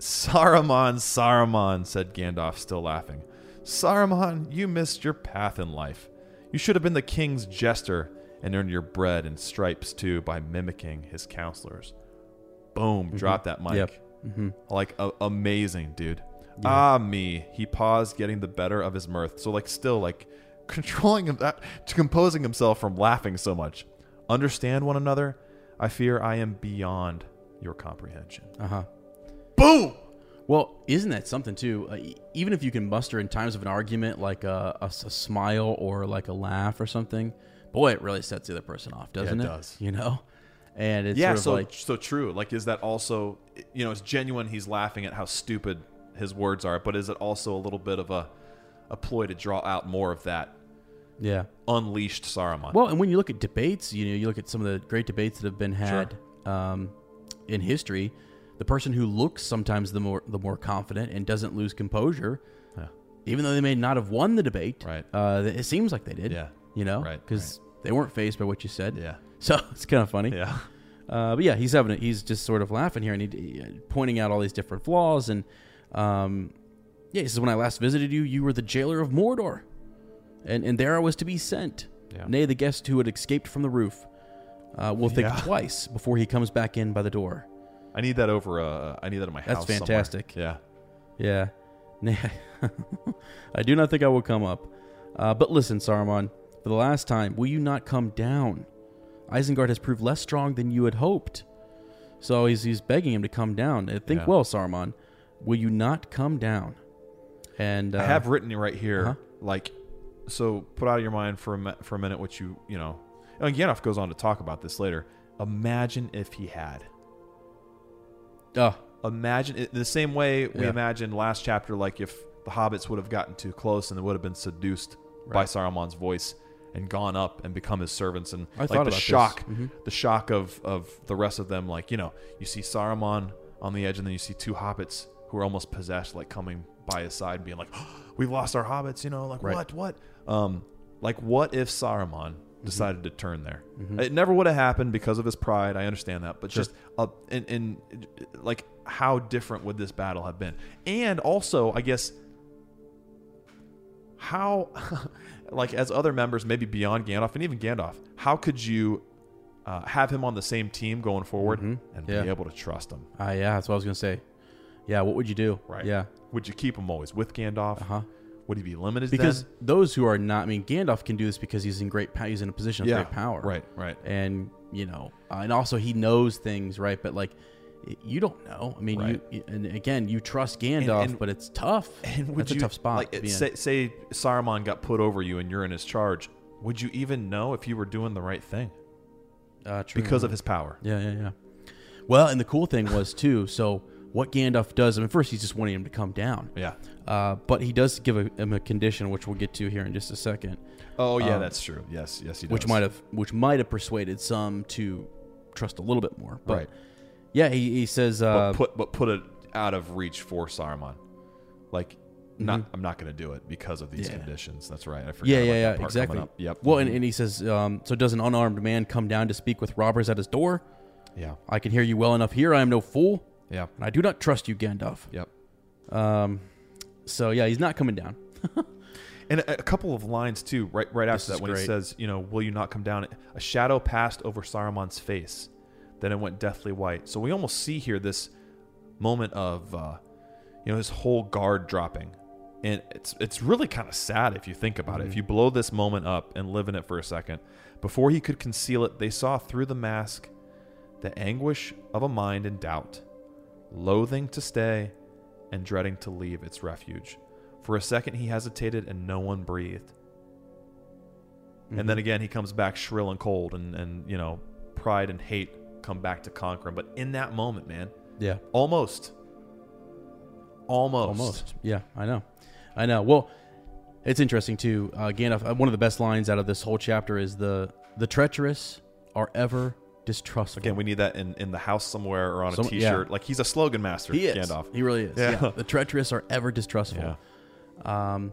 Speaker 1: Saruman, Saruman, said Gandalf, still laughing. Saruman, you missed your path in life. You should have been the king's jester and earned your bread and stripes too by mimicking his counselors. Boom, drop that mic.
Speaker 2: Yep.
Speaker 1: Like a- amazing, dude. Ah me. He paused, getting the better of his mirth. So like still like controlling him uh, to composing himself from laughing so much. Understand one another. I fear I am beyond your comprehension.
Speaker 2: Uh huh.
Speaker 1: Boom.
Speaker 2: Well, isn't that something too? Uh, e- even if you can muster in times of an argument like a, a s- a smile or like a laugh or something, boy, it really sets the other person off, doesn't
Speaker 1: it
Speaker 2: it?
Speaker 1: does.
Speaker 2: You know, and it's
Speaker 1: yeah,
Speaker 2: sort of
Speaker 1: so
Speaker 2: like
Speaker 1: so true. Like, is that also you know it's genuine? He's laughing at how stupid his words are, but is it also a little bit of a a ploy to draw out more of that
Speaker 2: yeah.
Speaker 1: unleashed Saruman?
Speaker 2: Well, and when you look at debates, you know, you look at some of the great debates that have been had um, in history. The person who looks sometimes the more the more confident and doesn't lose composure, even though they may not have won the debate.
Speaker 1: Right.
Speaker 2: Uh, it seems like they did.
Speaker 1: Yeah.
Speaker 2: You know,
Speaker 1: Right,
Speaker 2: Because they weren't phased by what you said.
Speaker 1: Yeah.
Speaker 2: So it's kind of funny.
Speaker 1: yeah,
Speaker 2: Uh, but yeah, he's having it. He's just sort of laughing here and he, he- uh, pointing out all these different flaws. And um, yeah, he says, "When I last visited you, you were the jailer of Mordor, and and there I was to be sent. Nay, the guest who had escaped from the roof uh, will think
Speaker 1: Yeah.
Speaker 2: twice before he comes back in by the door."
Speaker 1: I need that over. Uh, I need that in my
Speaker 2: That's
Speaker 1: house. somewhere.
Speaker 2: fantastic.
Speaker 1: Yeah,
Speaker 2: Yeah. Nay, I do not think I will come up. Uh, but listen, Saruman, for the last time, will you not come down? Isengard has proved less strong than you had hoped. So he's, he's begging him to come down. Uh, Think
Speaker 1: Yeah.
Speaker 2: well, Saruman. Will you not come down? And uh,
Speaker 1: I have written right here.
Speaker 2: uh-huh.
Speaker 1: Like, so put out of your mind for a, mi- for a minute what you you know. And Gandalf goes on to talk about this later. Imagine if he had.
Speaker 2: uh,
Speaker 1: imagine in the same way we
Speaker 2: Yeah.
Speaker 1: imagined last chapter like if the hobbits would have gotten too close and they would have been seduced by Saruman's voice and gone up and become his servants and
Speaker 2: I
Speaker 1: like
Speaker 2: thought
Speaker 1: the
Speaker 2: about this.
Speaker 1: shock
Speaker 2: Mhm.
Speaker 1: the shock of of the rest of them like you know you see Saruman on the edge and then you see two hobbits who are almost possessed like coming by his side and being like we've lost our hobbits you know like
Speaker 2: Right.
Speaker 1: what what um like what if Saruman
Speaker 2: Mm-hmm.
Speaker 1: decided to turn there it never would have happened because of his pride I understand that but just a and, and like how different would this battle have been and also I guess how, like as other members, maybe beyond Gandalf and even Gandalf, how could you uh, have him on the same team going forward and
Speaker 2: Mm-hmm. Yeah.
Speaker 1: be able to trust him?
Speaker 2: Ah, yeah, that's what I was gonna say. Yeah, what would you do?
Speaker 1: Right?
Speaker 2: Yeah, Uh-huh.
Speaker 1: Would you keep him always with Gandalf? Uh huh. Would he be limited
Speaker 2: because
Speaker 1: then?
Speaker 2: those who are not, I mean, Gandalf can do this because he's in great, power. he's in a position of
Speaker 1: Yeah,
Speaker 2: great power,
Speaker 1: right, right.
Speaker 2: and you know, uh, and also he knows things, right? But like, y- you don't know. I mean,
Speaker 1: Right.
Speaker 2: you and again, you trust Gandalf,
Speaker 1: and-
Speaker 2: but it's tough.
Speaker 1: And would
Speaker 2: That's
Speaker 1: you
Speaker 2: a tough spot.
Speaker 1: Like,
Speaker 2: to be in.
Speaker 1: say, say Saruman got put over you and you're in his charge. Would you even know if you were doing the right thing
Speaker 2: Uh, true.
Speaker 1: because of his power?
Speaker 2: Yeah, yeah, yeah. Well, and the cool thing was too. So what Gandalf does, I mean, first he's just wanting him to come down.
Speaker 1: Yeah.
Speaker 2: Uh, but he does give a, him a condition, which we'll get to here in just a second,
Speaker 1: Oh yeah,
Speaker 2: Um,
Speaker 1: that's true. Yes, yes, he does.
Speaker 2: which might have which might have persuaded some to trust a little bit more. But
Speaker 1: Right.
Speaker 2: yeah, he, he says,
Speaker 1: but
Speaker 2: uh,
Speaker 1: put but put it out of reach for Saruman. Like, not I'm not going to do it because of these
Speaker 2: Mm-hmm. Yeah.
Speaker 1: conditions. That's right. I forgot.
Speaker 2: yeah,
Speaker 1: about
Speaker 2: yeah, yeah,
Speaker 1: that part coming
Speaker 2: exactly.
Speaker 1: up. Yep. Mm-hmm.
Speaker 2: Well, and, and he says, um, so does an unarmed man come down to speak with robbers at his door?
Speaker 1: yeah,
Speaker 2: I can hear you well enough here. I am no fool,
Speaker 1: yeah,
Speaker 2: and I do not trust you, Gandalf.
Speaker 1: yep.
Speaker 2: Um, so yeah, he's not coming down.
Speaker 1: And a, a couple of lines too, right right after
Speaker 2: is
Speaker 1: that, when he
Speaker 2: great.
Speaker 1: says, you know, will you not come down? A shadow passed over Saruman's face, then it went deathly white. So we almost see here this moment of, uh, you know, his whole guard dropping, and it's it's really kind of sad if you think about
Speaker 2: Mm-hmm.
Speaker 1: it. If you blow this moment up and live in it for a second, before he could conceal it, they saw through the mask the anguish of a mind in doubt, loathing to stay and dreading to leave its refuge. For a second, he hesitated and no one breathed. And
Speaker 2: Mm-hmm.
Speaker 1: then again, he comes back shrill and cold, and, and, you know, pride and hate come back to conquer him. But in that moment, man,
Speaker 2: Yeah.
Speaker 1: almost. Almost.
Speaker 2: Almost. Yeah, I know. I know. Well, it's interesting too. Uh, Gandalf. uh, One of the best lines out of this whole chapter is the the treacherous are ever distrustful.
Speaker 1: Again, we need that in, in the house somewhere or on a
Speaker 2: Some- yeah.
Speaker 1: shirt. Like, he's a slogan master,
Speaker 2: he is.
Speaker 1: Gandalf.
Speaker 2: He really is.
Speaker 1: Yeah.
Speaker 2: Yeah. The treacherous are ever distrustful. Um,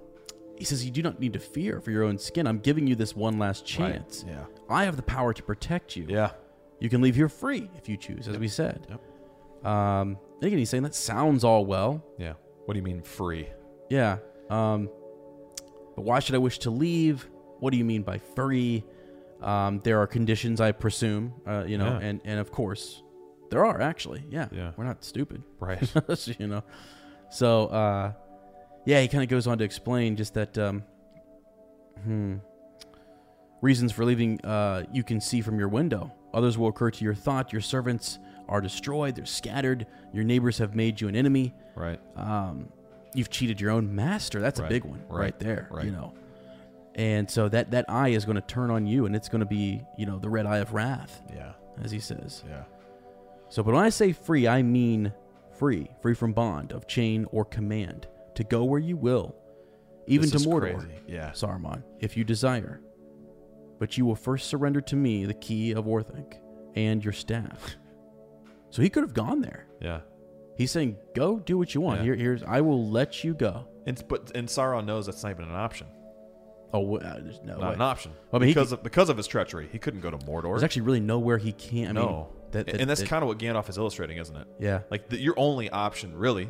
Speaker 2: he says, "You do not need to fear for your own skin. I'm giving you this one last
Speaker 1: Right.
Speaker 2: chance.
Speaker 1: Yeah.
Speaker 2: I have the power to protect you.
Speaker 1: Yeah.
Speaker 2: You can leave here free if you choose, as we said. Um, and again, he's saying that sounds all well,
Speaker 1: Yeah. What do you mean free?
Speaker 2: Yeah. Um, but why should I wish to leave? What do you mean by free? Um, there are conditions, I presume. Uh, you know,
Speaker 1: Yeah.
Speaker 2: and and of course, there are actually. Yeah.
Speaker 1: Yeah.
Speaker 2: We're not stupid,
Speaker 1: Right.
Speaker 2: you know. So, uh, yeah, he kind of goes on to explain just that. Um, hmm. Reasons for leaving uh, you can see from your window. Others will occur to your thought. Your servants are destroyed. They're scattered. Your neighbors have made you an enemy
Speaker 1: right.
Speaker 2: um, you've cheated your own master. That's
Speaker 1: Right,
Speaker 2: a big one
Speaker 1: right,
Speaker 2: right, there.
Speaker 1: right.
Speaker 2: You know, and so that that eye is going to turn on you, and it's going to be you know the red eye of wrath,
Speaker 1: Yeah.
Speaker 2: as he says.
Speaker 1: Yeah.
Speaker 2: So, but when I say free, I mean free, free from bond of chain or command, to go where you will, even
Speaker 1: This is
Speaker 2: to Mordor,
Speaker 1: crazy. Yeah.
Speaker 2: Saruman, if you desire. But you will first surrender to me the key of Orthanc and your staff. so he could have gone there.
Speaker 1: Yeah.
Speaker 2: He's saying, "Go do what you want.
Speaker 1: Yeah.
Speaker 2: Here, here's I will let you go."
Speaker 1: And, but and Sauron knows that's not even an option.
Speaker 2: Oh, wh- uh, there's no
Speaker 1: Not
Speaker 2: way.
Speaker 1: an option.
Speaker 2: I mean, he
Speaker 1: because
Speaker 2: could-
Speaker 1: of because of his treachery, he couldn't go to Mordor.
Speaker 2: There's actually really nowhere he can't. I mean,
Speaker 1: no,
Speaker 2: that, that-
Speaker 1: and that's
Speaker 2: that-
Speaker 1: kind of what Gandalf is illustrating, isn't it?
Speaker 2: yeah,
Speaker 1: Like the, your only option really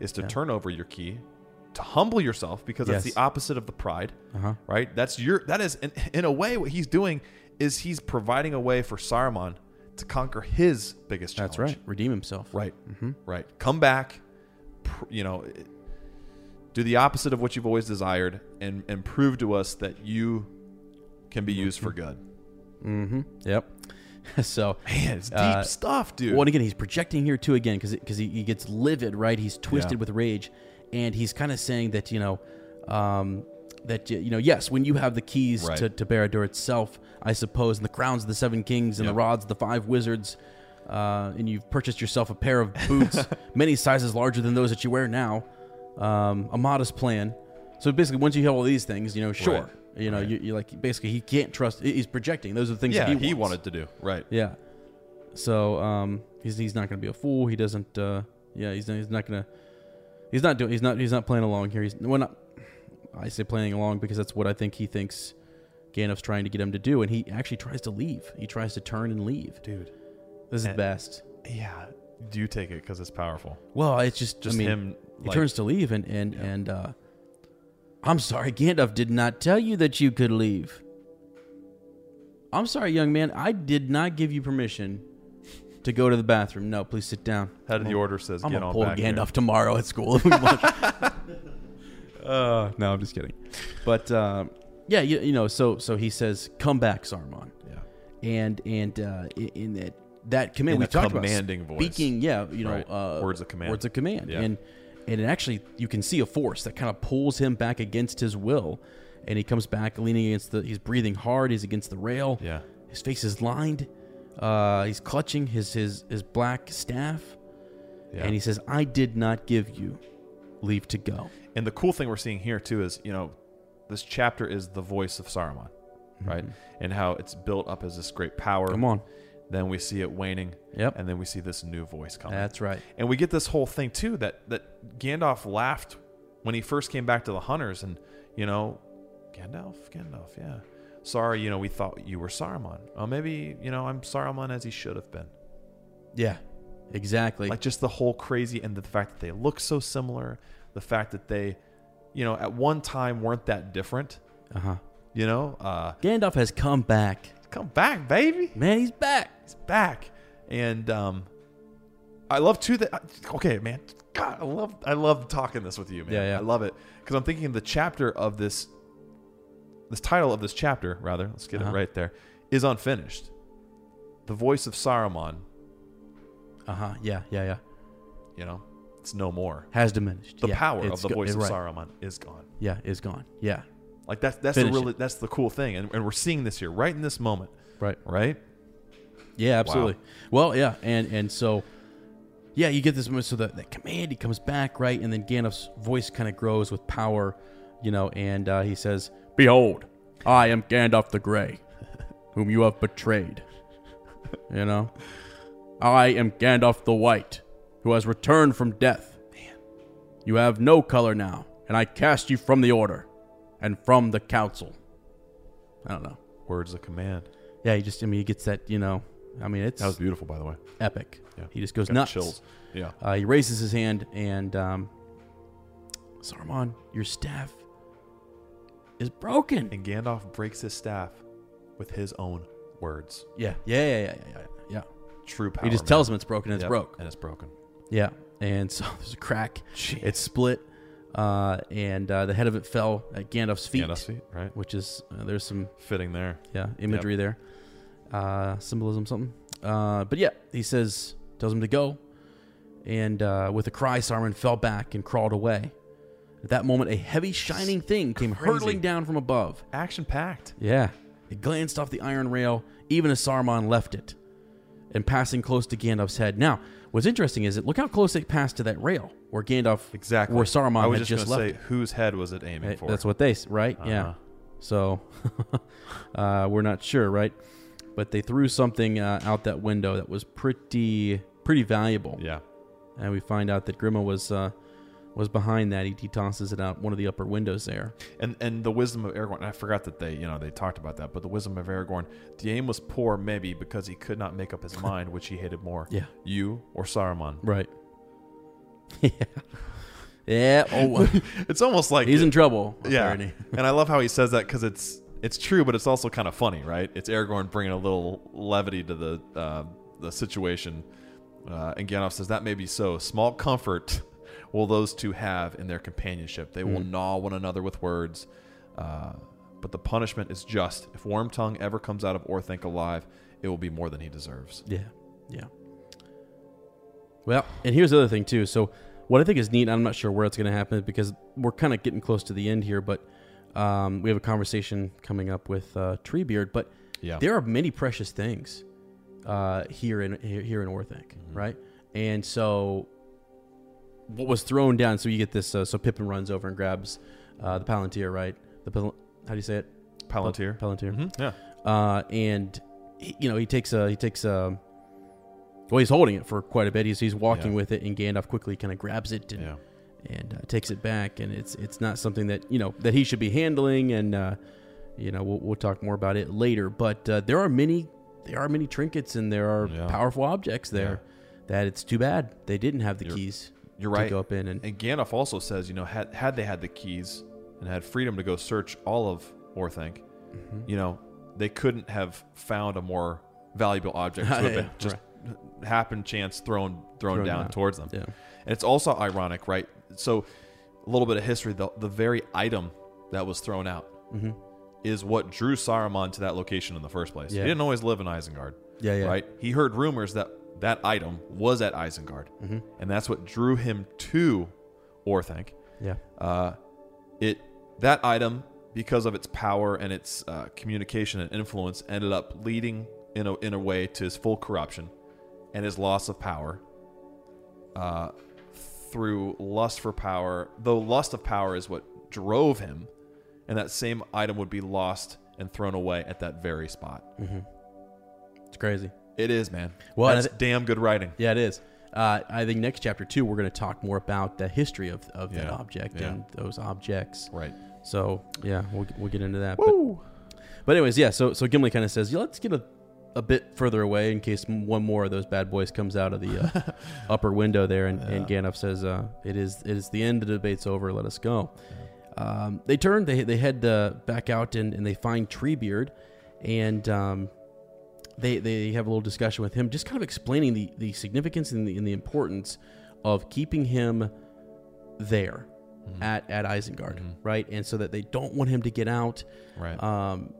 Speaker 1: is to turn over your key, to humble yourself because that's
Speaker 2: Yes.
Speaker 1: the opposite of the pride,
Speaker 2: Uh-huh.
Speaker 1: right? That's your that is in, in a way what he's doing is he's providing a way for Saruman to conquer his biggest challenge.
Speaker 2: that's right. Redeem himself.
Speaker 1: Right. Right. Come back, pr- you know, it- do the opposite of what you've always desired and, and prove to us that you can be used for good.
Speaker 2: Mm-hmm. Yep. so,
Speaker 1: Man, it's deep
Speaker 2: Uh,
Speaker 1: stuff, dude.
Speaker 2: well, and again, he's projecting here too again because because he, he gets livid, right? He's twisted with rage, and he's kind of saying that you know, um, that y- you know, yes, when you have the keys
Speaker 1: Right.
Speaker 2: to to Barad-dûr itself, I suppose, and the crowns of the seven kings and the rods of the five wizards. Uh, and you've purchased yourself a pair of boots, many sizes larger than those that you wear now. Um, a modest plan. So basically, once you have all these things, you know, sure, you know, you, you like basically he can't trust. he- He's projecting. Those are the things
Speaker 1: yeah,
Speaker 2: that
Speaker 1: he,
Speaker 2: wants.
Speaker 1: wanted to do. Right.
Speaker 2: Yeah. So um, he's he's not gonna be a fool. He doesn't. Uh, yeah, he's he's not gonna. He's not doing. He's not. He's not playing along here. He's well, not. I say playing along because that's what I think he thinks Gandalf's trying to get him to do, and he actually tries to leave. He tries to turn and leave.
Speaker 1: Dude.
Speaker 2: This is the
Speaker 1: And-
Speaker 2: best.
Speaker 1: Yeah. Do you take it because it's powerful?
Speaker 2: Well, it's just.
Speaker 1: Just
Speaker 2: I mean,
Speaker 1: him,
Speaker 2: He
Speaker 1: like-
Speaker 2: turns to leave, and and and uh, I'm sorry, Gandalf did not tell you that you could leave. I'm sorry, young man. I did not give you permission to go to the bathroom. No, please sit down.
Speaker 1: Head of the order says,
Speaker 2: I'm
Speaker 1: "Get
Speaker 2: gonna
Speaker 1: on
Speaker 2: pull
Speaker 1: back here."
Speaker 2: Gandalf tomorrow at school. if we want.
Speaker 1: Uh, no, I'm just kidding.
Speaker 2: but uh, yeah, you, you know, so so he says, "Come back, Saruman." Yeah. And and uh, i- in that that command
Speaker 1: In
Speaker 2: we
Speaker 1: a
Speaker 2: talked about
Speaker 1: commanding voice.
Speaker 2: speaking, yeah, you know,
Speaker 1: Right.
Speaker 2: uh,
Speaker 1: Words of command.
Speaker 2: words of command,
Speaker 1: Yeah.
Speaker 2: and and it actually you can see a force that kind of pulls him back against his will, and he comes back leaning against the. He's breathing hard. He's against the rail.
Speaker 1: Yeah.
Speaker 2: His face is lined. Uh, he's clutching his his his black staff,
Speaker 1: Yeah.
Speaker 2: and he says, "I did not give you leave to go."
Speaker 1: And the cool thing we're seeing here too is, you know, this chapter is the voice of Saruman, right? And how it's built up as this great power.
Speaker 2: Come on.
Speaker 1: Then we see it waning.
Speaker 2: Yep.
Speaker 1: And then we see this new voice coming.
Speaker 2: That's right.
Speaker 1: And we get this whole thing too that that Gandalf laughed when he first came back to the hunters, and you know, Gandalf, Gandalf, yeah. Sorry, you know, we thought you were Saruman. Oh, maybe you know, I'm Saruman as he should have been.
Speaker 2: Yeah, exactly.
Speaker 1: like just the whole crazy and the fact that they look so similar the fact that they you know at one time weren't that different
Speaker 2: uh huh.
Speaker 1: you know uh
Speaker 2: Gandalf has come back.
Speaker 1: come back baby
Speaker 2: Man, he's back.
Speaker 1: it's back and um i love too that okay man god i love i love talking this with you man
Speaker 2: Yeah, yeah.
Speaker 1: i love it because i'm thinking the chapter of this this title of this chapter rather let's get
Speaker 2: Uh-huh.
Speaker 1: it right there is unfinished the voice of saruman
Speaker 2: Uh huh. Yeah, yeah, yeah.
Speaker 1: you know it's no more
Speaker 2: Has diminished.
Speaker 1: the
Speaker 2: Yeah,
Speaker 1: power of
Speaker 2: it's
Speaker 1: the
Speaker 2: go-
Speaker 1: voice of
Speaker 2: right.
Speaker 1: saruman is gone
Speaker 2: Yeah, is gone. Yeah,
Speaker 1: Like that's that's the
Speaker 2: Finish
Speaker 1: really
Speaker 2: it.
Speaker 1: that's the cool thing, and, and we're seeing this here right in this moment,
Speaker 2: right.
Speaker 1: right?
Speaker 2: Yeah, absolutely. Well, yeah, and and so, yeah, you get this moment. So the, the command he comes back, right, and then Gandalf's voice kind of grows with power, you know, and uh, he says, "Behold, I am Gandalf the Grey, whom you have betrayed." You know, I am Gandalf the White, who has returned from death. Man, you have no color now, and I cast you from the Order, and from the Council. I don't know.
Speaker 1: Words of command.
Speaker 2: Yeah, he just, I mean, he gets that, you know, I mean, it's
Speaker 1: That was beautiful, by the way.
Speaker 2: epic.
Speaker 1: Yeah.
Speaker 2: He just goes
Speaker 1: Got
Speaker 2: nuts.
Speaker 1: Chills. Yeah.
Speaker 2: Uh, he raises his hand and um, Saruman, your staff is broken.
Speaker 1: And Gandalf breaks his staff with his own words.
Speaker 2: Yeah, yeah, yeah, yeah, yeah, yeah. yeah.
Speaker 1: True power.
Speaker 2: He just
Speaker 1: man.
Speaker 2: tells him it's broken. and It's
Speaker 1: Yep,
Speaker 2: broke.
Speaker 1: and it's broken.
Speaker 2: Yeah, and so there's a crack. It's split, uh, and uh, the head of it fell at Gandalf's feet,
Speaker 1: Gandalf's feet, right?
Speaker 2: which is uh, there's some
Speaker 1: Fitting there.
Speaker 2: yeah imagery there uh symbolism something uh but yeah he says tells him to go and uh with a cry Saruman fell back and crawled away at that moment a heavy shining thing came
Speaker 1: Crazy.
Speaker 2: hurtling down from above
Speaker 1: Action packed.
Speaker 2: yeah it glanced off the iron rail even as Saruman left it and passing close to Gandalf's head now what's interesting is that look how close it passed to that rail where Gandalf
Speaker 1: Exactly.
Speaker 2: where Saruman
Speaker 1: I was
Speaker 2: had
Speaker 1: just
Speaker 2: just
Speaker 1: gonna
Speaker 2: left it.
Speaker 1: say whose head was it aiming
Speaker 2: Hey,
Speaker 1: for?
Speaker 2: That's what they s- right? Yeah.
Speaker 1: Uh-huh.
Speaker 2: So uh, we're not sure, right? But they threw something uh, out that window that was pretty pretty valuable,
Speaker 1: Yeah.
Speaker 2: and we find out that Grima was uh, was behind that. He, he tosses it out one of the upper windows there.
Speaker 1: And and the wisdom of Aragorn. and I forgot that they you know they talked about that, but the wisdom of Aragorn. The aim was poor, maybe because he could not make up his mind, which he hated more.
Speaker 2: Yeah.
Speaker 1: You or Saruman.
Speaker 2: Right. yeah. Yeah. Oh,
Speaker 1: It's almost like
Speaker 2: he's in trouble.
Speaker 1: yeah
Speaker 2: Apparently.
Speaker 1: and i love how he says that because it's it's true but it's also kind of funny right it's aragorn bringing a little levity to the uh, the situation uh, and gandalf says that may be so small comfort will those two have in their companionship they
Speaker 2: Mm.
Speaker 1: will gnaw one another with words uh, but the punishment is just if wormtongue ever comes out of orthanc alive it will be more than he deserves
Speaker 2: Yeah, yeah. Well, and here's the other thing too. So, what I think is neat, I'm not sure where it's going to happen because we're kind of getting close to the end here, but um, we have a conversation coming up with uh, Treebeard. But
Speaker 1: Yeah.
Speaker 2: there are many precious things uh, here in here, here in Orthanc, right? And so, what was thrown down? So you get this. Uh, so Pippin runs over and grabs uh, the palantir, right? The Pal- how do you say it? Pal-
Speaker 1: palantir
Speaker 2: Palantir
Speaker 1: hmm yeah
Speaker 2: uh, and he, you know he takes a he takes a well he's holding it for quite a bit. He's he's walking
Speaker 1: Yeah.
Speaker 2: with it, and Gandalf quickly kind of grabs it and
Speaker 1: yeah
Speaker 2: and uh, takes it back. And it's it's not something that you know that he should be handling. And uh, you know we'll, we'll talk more about it later. But uh, there are many there are many trinkets and there are
Speaker 1: Yeah.
Speaker 2: powerful objects there that it's too bad they didn't have the
Speaker 1: You're-
Speaker 2: keys.
Speaker 1: you're
Speaker 2: to
Speaker 1: right
Speaker 2: Go up in and
Speaker 1: and gandalf also says you know had, had they had the keys and had freedom to go search all of Orthanc,
Speaker 2: Mm-hmm.
Speaker 1: you know, they couldn't have found a more valuable object to have
Speaker 2: Yeah,
Speaker 1: been just happen chance thrown thrown,
Speaker 2: Thrown
Speaker 1: down
Speaker 2: out.
Speaker 1: towards them.
Speaker 2: Yeah.
Speaker 1: And it's also ironic, right? So a little bit of history, the, the very item that was thrown out
Speaker 2: Mm-hmm.
Speaker 1: is what drew Saruman to that location in the first place.
Speaker 2: Yeah.
Speaker 1: He didn't always live in Isengard.
Speaker 2: Yeah, yeah.
Speaker 1: Right? He heard rumors that that item was at Isengard.
Speaker 2: Mm-hmm.
Speaker 1: And that's what drew him to Orthanc
Speaker 2: Yeah.
Speaker 1: uh, it that item because of its power and its uh, communication and influence ended up leading in a, in a way to his full corruption and his loss of power uh, through lust for power though lust of power is what drove him and that same item would be lost and thrown away at that very spot
Speaker 2: It's crazy.
Speaker 1: it is man
Speaker 2: Well, and
Speaker 1: that's
Speaker 2: I thi-
Speaker 1: damn good writing
Speaker 2: Yeah, it is. Uh, I think next chapter two, we're going to talk more about the history of, of that
Speaker 1: Yeah,
Speaker 2: object
Speaker 1: yeah.
Speaker 2: and those objects.
Speaker 1: right
Speaker 2: So yeah, we'll, we'll get into that. But, but anyways, yeah. So so Gimli kind of says, yeah, let's get a, a bit further away in case m- one more of those bad boys comes out of the uh, upper window there. And, and Gandalf says, uh, it is it is the end. The debate's over. Let us go. Um, they turn. They they head uh, back out and, and they find Treebeard, and um, they they have a little discussion with him, just kind of explaining the the significance and the, and the importance of keeping him there
Speaker 1: Mm-hmm.
Speaker 2: at at Isengard, right? And so that they don't want him to get out.
Speaker 1: right
Speaker 2: Um,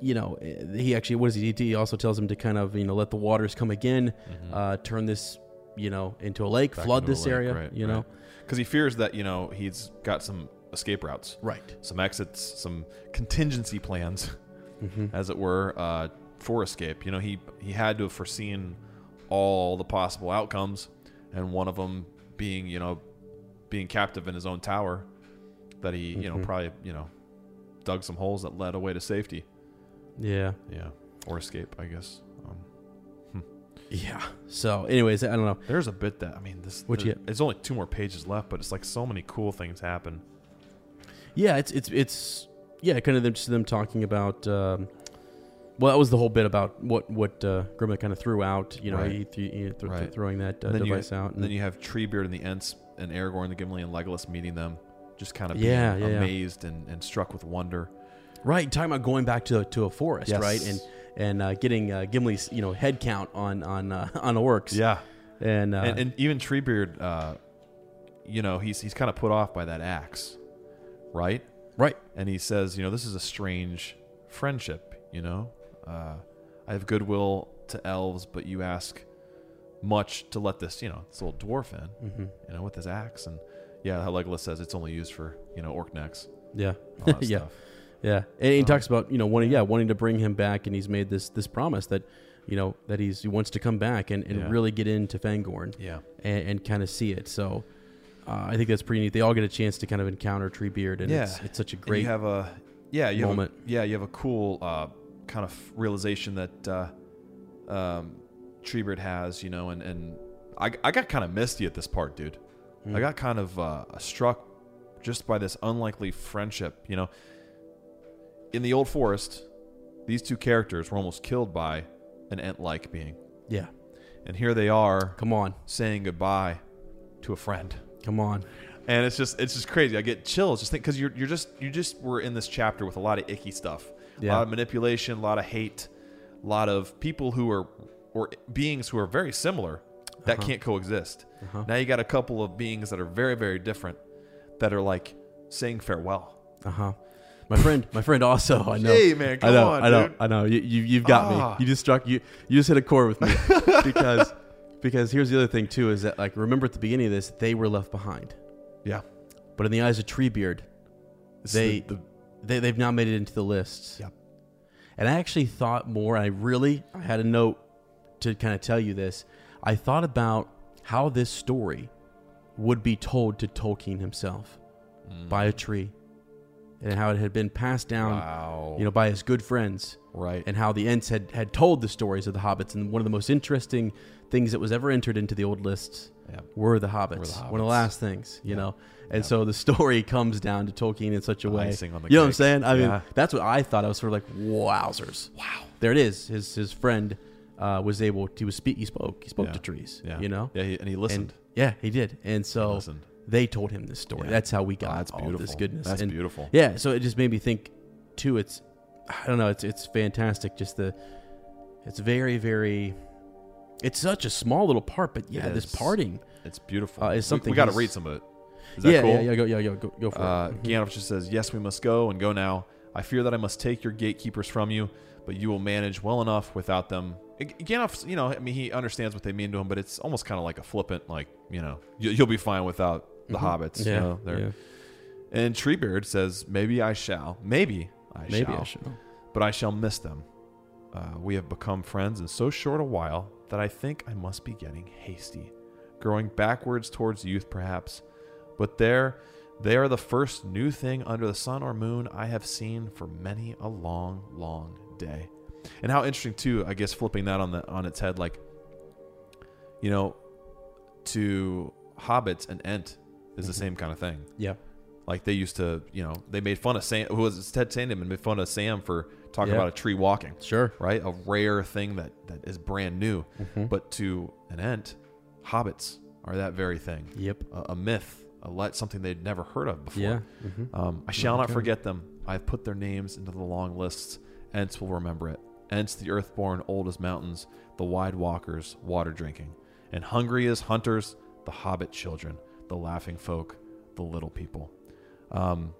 Speaker 2: you know, eh, he actually what does he do? He also tells him to kind of you know let the waters come again,
Speaker 1: Mm-hmm.
Speaker 2: uh, turn this you know into a lake, flood this area, you know,
Speaker 1: because he fears that you know he's got some escape routes
Speaker 2: right?
Speaker 1: some exits, some contingency plans,
Speaker 2: Mm-hmm.
Speaker 1: as it were, uh, for escape. You know, he he had to have foreseen all the possible outcomes, and one of them being, you know, being captive in his own tower, that he, you
Speaker 2: Mm-hmm.
Speaker 1: know, probably, you know, dug some holes that led away to safety.
Speaker 2: Yeah,
Speaker 1: Yeah, or escape, I guess. Um,
Speaker 2: yeah. So, anyways, I don't know.
Speaker 1: there's a bit that I mean, this.
Speaker 2: What you
Speaker 1: there,
Speaker 2: get?
Speaker 1: It's only two more pages left, but it's like so many cool things happen.
Speaker 2: Yeah, it's it's it's yeah, kind of them, just them talking about. Um, well, that was the whole bit about what what uh, Grimma kind of threw out. You know,
Speaker 1: Right.
Speaker 2: he, th- he th-
Speaker 1: Right.
Speaker 2: throwing that uh,
Speaker 1: And then you-
Speaker 2: device out.
Speaker 1: And then you have Treebeard and the Ents and Aragorn and the Gimli and Legolas meeting them, just kind of
Speaker 2: Yeah,
Speaker 1: being
Speaker 2: yeah, yeah.
Speaker 1: amazed And, and struck with wonder.
Speaker 2: Right, talking about going back to to a forest,
Speaker 1: Yes.
Speaker 2: right, and and uh, getting uh, Gimli's you know head count on on uh, on orcs, and, uh,
Speaker 1: and, and even Treebeard, uh, you know, he's he's kind of put off by that axe, right?
Speaker 2: right,
Speaker 1: And he says, you know, this is a strange friendship. You know, uh, I have goodwill to elves, but you ask much to let this, you know, this little dwarf in, you know, with his axe. And yeah, how Legolas says it's only used for you know orc necks.
Speaker 2: yeah,
Speaker 1: All that
Speaker 2: yeah,
Speaker 1: stuff. Um,
Speaker 2: yeah, and he talks about you know wanting yeah wanting to bring him back, and he's made this this promise that you know that he's he wants to come back and, and
Speaker 1: Yeah.
Speaker 2: really get into Fangorn,
Speaker 1: Yeah.
Speaker 2: and, and kind of see it. So uh, I think that's pretty neat. They all get a chance to kind of encounter Treebeard, and it's, it's such a
Speaker 1: And
Speaker 2: great
Speaker 1: You have a yeah, you
Speaker 2: moment.
Speaker 1: Have a, yeah, you have a cool uh, kind of realization that uh, um, Treebird has, you know, and and I, I got kind of misty at this part, dude.
Speaker 2: Hmm.
Speaker 1: I got kind of uh, struck just by this unlikely friendship, you know. In the old forest, these two characters were almost killed by an ant-like being,
Speaker 2: yeah.
Speaker 1: and here they are
Speaker 2: Come on,
Speaker 1: saying goodbye to a friend
Speaker 2: come on,
Speaker 1: and it's just it's just crazy. I get chills just think because you're you're just you just were in this chapter with a lot of icky stuff, a
Speaker 2: Yeah.
Speaker 1: lot of manipulation, a lot of hate, a lot of people who are or beings who are very similar that
Speaker 2: Uh-huh.
Speaker 1: can't coexist. Now you got a couple of beings that are very very different that are like saying farewell.
Speaker 2: uh huh. My friend, my friend. Also, I know.
Speaker 1: Hey, man, come
Speaker 2: I know,
Speaker 1: on,
Speaker 2: I know,
Speaker 1: dude.
Speaker 2: I know. You, you you've got
Speaker 1: Ah.
Speaker 2: me. You just struck you. You just hit a chord with me because because here's the other thing too is that like remember at the beginning of this they were left behind,
Speaker 1: Yeah,
Speaker 2: but in the eyes of Treebeard, they they they've now made it into the lists.
Speaker 1: Yep.
Speaker 2: And I actually thought more. I really I had a note to kind of tell you this. I thought about how this story would be told to Tolkien himself by a tree, and how it had been passed down,
Speaker 1: Mm. Wow.
Speaker 2: you know, by his good friends,
Speaker 1: right.
Speaker 2: and how the Ents had had told the stories of the hobbits. And one of the most interesting things that was ever entered into the old lists
Speaker 1: Yep.
Speaker 2: were the hobbits. One of
Speaker 1: hobbits.
Speaker 2: the last things, you know. And so the story comes down to Tolkien in such a way.
Speaker 1: icing on the
Speaker 2: you know what I'm
Speaker 1: cake.
Speaker 2: saying? I
Speaker 1: Yeah.
Speaker 2: mean, that's what I thought. I was sort of like, wowzers. Wow. There it is. His his friend uh, was able. He was speak. He spoke. He spoke
Speaker 1: Yeah.
Speaker 2: to trees.
Speaker 1: Yeah.
Speaker 2: You know.
Speaker 1: Yeah, he- and he listened.
Speaker 2: And- yeah, he did. And so
Speaker 1: listened. Oh,
Speaker 2: They told him this story. That's how we got
Speaker 1: that's
Speaker 2: all of this
Speaker 1: beautiful.
Speaker 2: goodness.
Speaker 1: That's
Speaker 2: And-
Speaker 1: beautiful.
Speaker 2: Yeah, so it just made me think. Too, it's I don't know. It's it's fantastic. Just the it's very very. It's such a small little part, but yeah,
Speaker 1: It
Speaker 2: this
Speaker 1: is.
Speaker 2: parting.
Speaker 1: It's beautiful.
Speaker 2: Uh, it's
Speaker 1: We-
Speaker 2: something
Speaker 1: we, got to
Speaker 2: he's-
Speaker 1: read some of it. Is that
Speaker 2: yeah,
Speaker 1: cool?
Speaker 2: yeah, yeah, go, yeah, yeah, go, go for
Speaker 1: Uh,
Speaker 2: it.
Speaker 1: Ganov just says, "Yes, we must go and go now. I fear that I must take your gatekeepers from you, but you will manage well enough without them." Ganov, you know, I mean, he understands what they mean to him, but it's almost kind of like a flippant, like you know, you, you'll be fine without
Speaker 2: Mm-hmm.
Speaker 1: the hobbits. you know, they're- And Treebeard says, "Maybe I shall. Maybe I
Speaker 2: Maybe
Speaker 1: shall.
Speaker 2: I should.
Speaker 1: But I shall miss them. Uh, we have become friends in so short a while that I think I must be getting hasty, growing backwards towards youth, perhaps. But there, they are the first new thing under the sun or moon I have seen for many a long, long day. And how interesting too, I guess, flipping that on the on its head, like, you know, to hobbits and Ent is the same kind of thing.
Speaker 2: Yeah,
Speaker 1: Like they used to, you know, they made fun of Sam. Who was it? Ted Sandman made fun of Sam for talking
Speaker 2: Yeah.
Speaker 1: about a tree walking,
Speaker 2: sure.
Speaker 1: right? A rare thing that that is brand new, but to an ent, hobbits are that very thing.
Speaker 2: Yep.
Speaker 1: A, a myth, a let something they'd never heard of before.
Speaker 2: Yeah.
Speaker 1: Um, I shall not forget them. I have put their names into the long lists. Ents will remember it. Ents, the earthborn, old as mountains, the wide walkers, water drinking, and hungry as hunters, the hobbit children, the laughing folk, the little people. Um,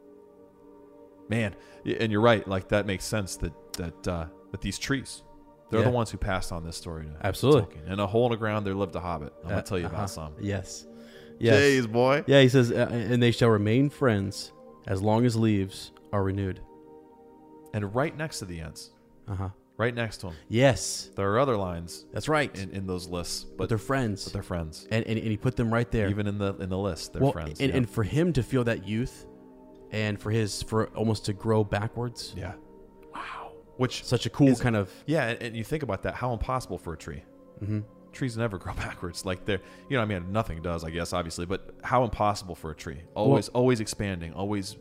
Speaker 1: man, y- and you're right. Like that makes sense. That that uh, that these trees, they're
Speaker 2: Yeah.
Speaker 1: the ones who passed on this story. To, to
Speaker 2: Absolutely.
Speaker 1: Tolkien. In a hole in the ground, there lived a hobbit. I'm gonna tell you
Speaker 2: Uh-huh.
Speaker 1: about some.
Speaker 2: Yes. Yes.
Speaker 1: Jeez, boy.
Speaker 2: Yeah, he says, uh, and they shall remain friends as long as leaves are renewed.
Speaker 1: And right next to the ants,
Speaker 2: Uh huh.
Speaker 1: right next to them,
Speaker 2: Yes,
Speaker 1: there are other lines
Speaker 2: that's right.
Speaker 1: in, in those lists, but,
Speaker 2: but they're friends.
Speaker 1: but they're friends.
Speaker 2: and, and, and he put them right there.
Speaker 1: Even in the in the list, they're
Speaker 2: well,
Speaker 1: friends.
Speaker 2: And,
Speaker 1: yeah.
Speaker 2: and for him to feel that youth, and for his for almost to grow backwards,
Speaker 1: yeah, wow, which
Speaker 2: such a cool
Speaker 1: Is-
Speaker 2: kind of
Speaker 1: yeah, and, and you think about that, how impossible for a tree. Mm-hmm. Trees never grow backwards. Like they're you know, I mean, nothing does, I guess, obviously, but how impossible for a tree? Always, always expanding, always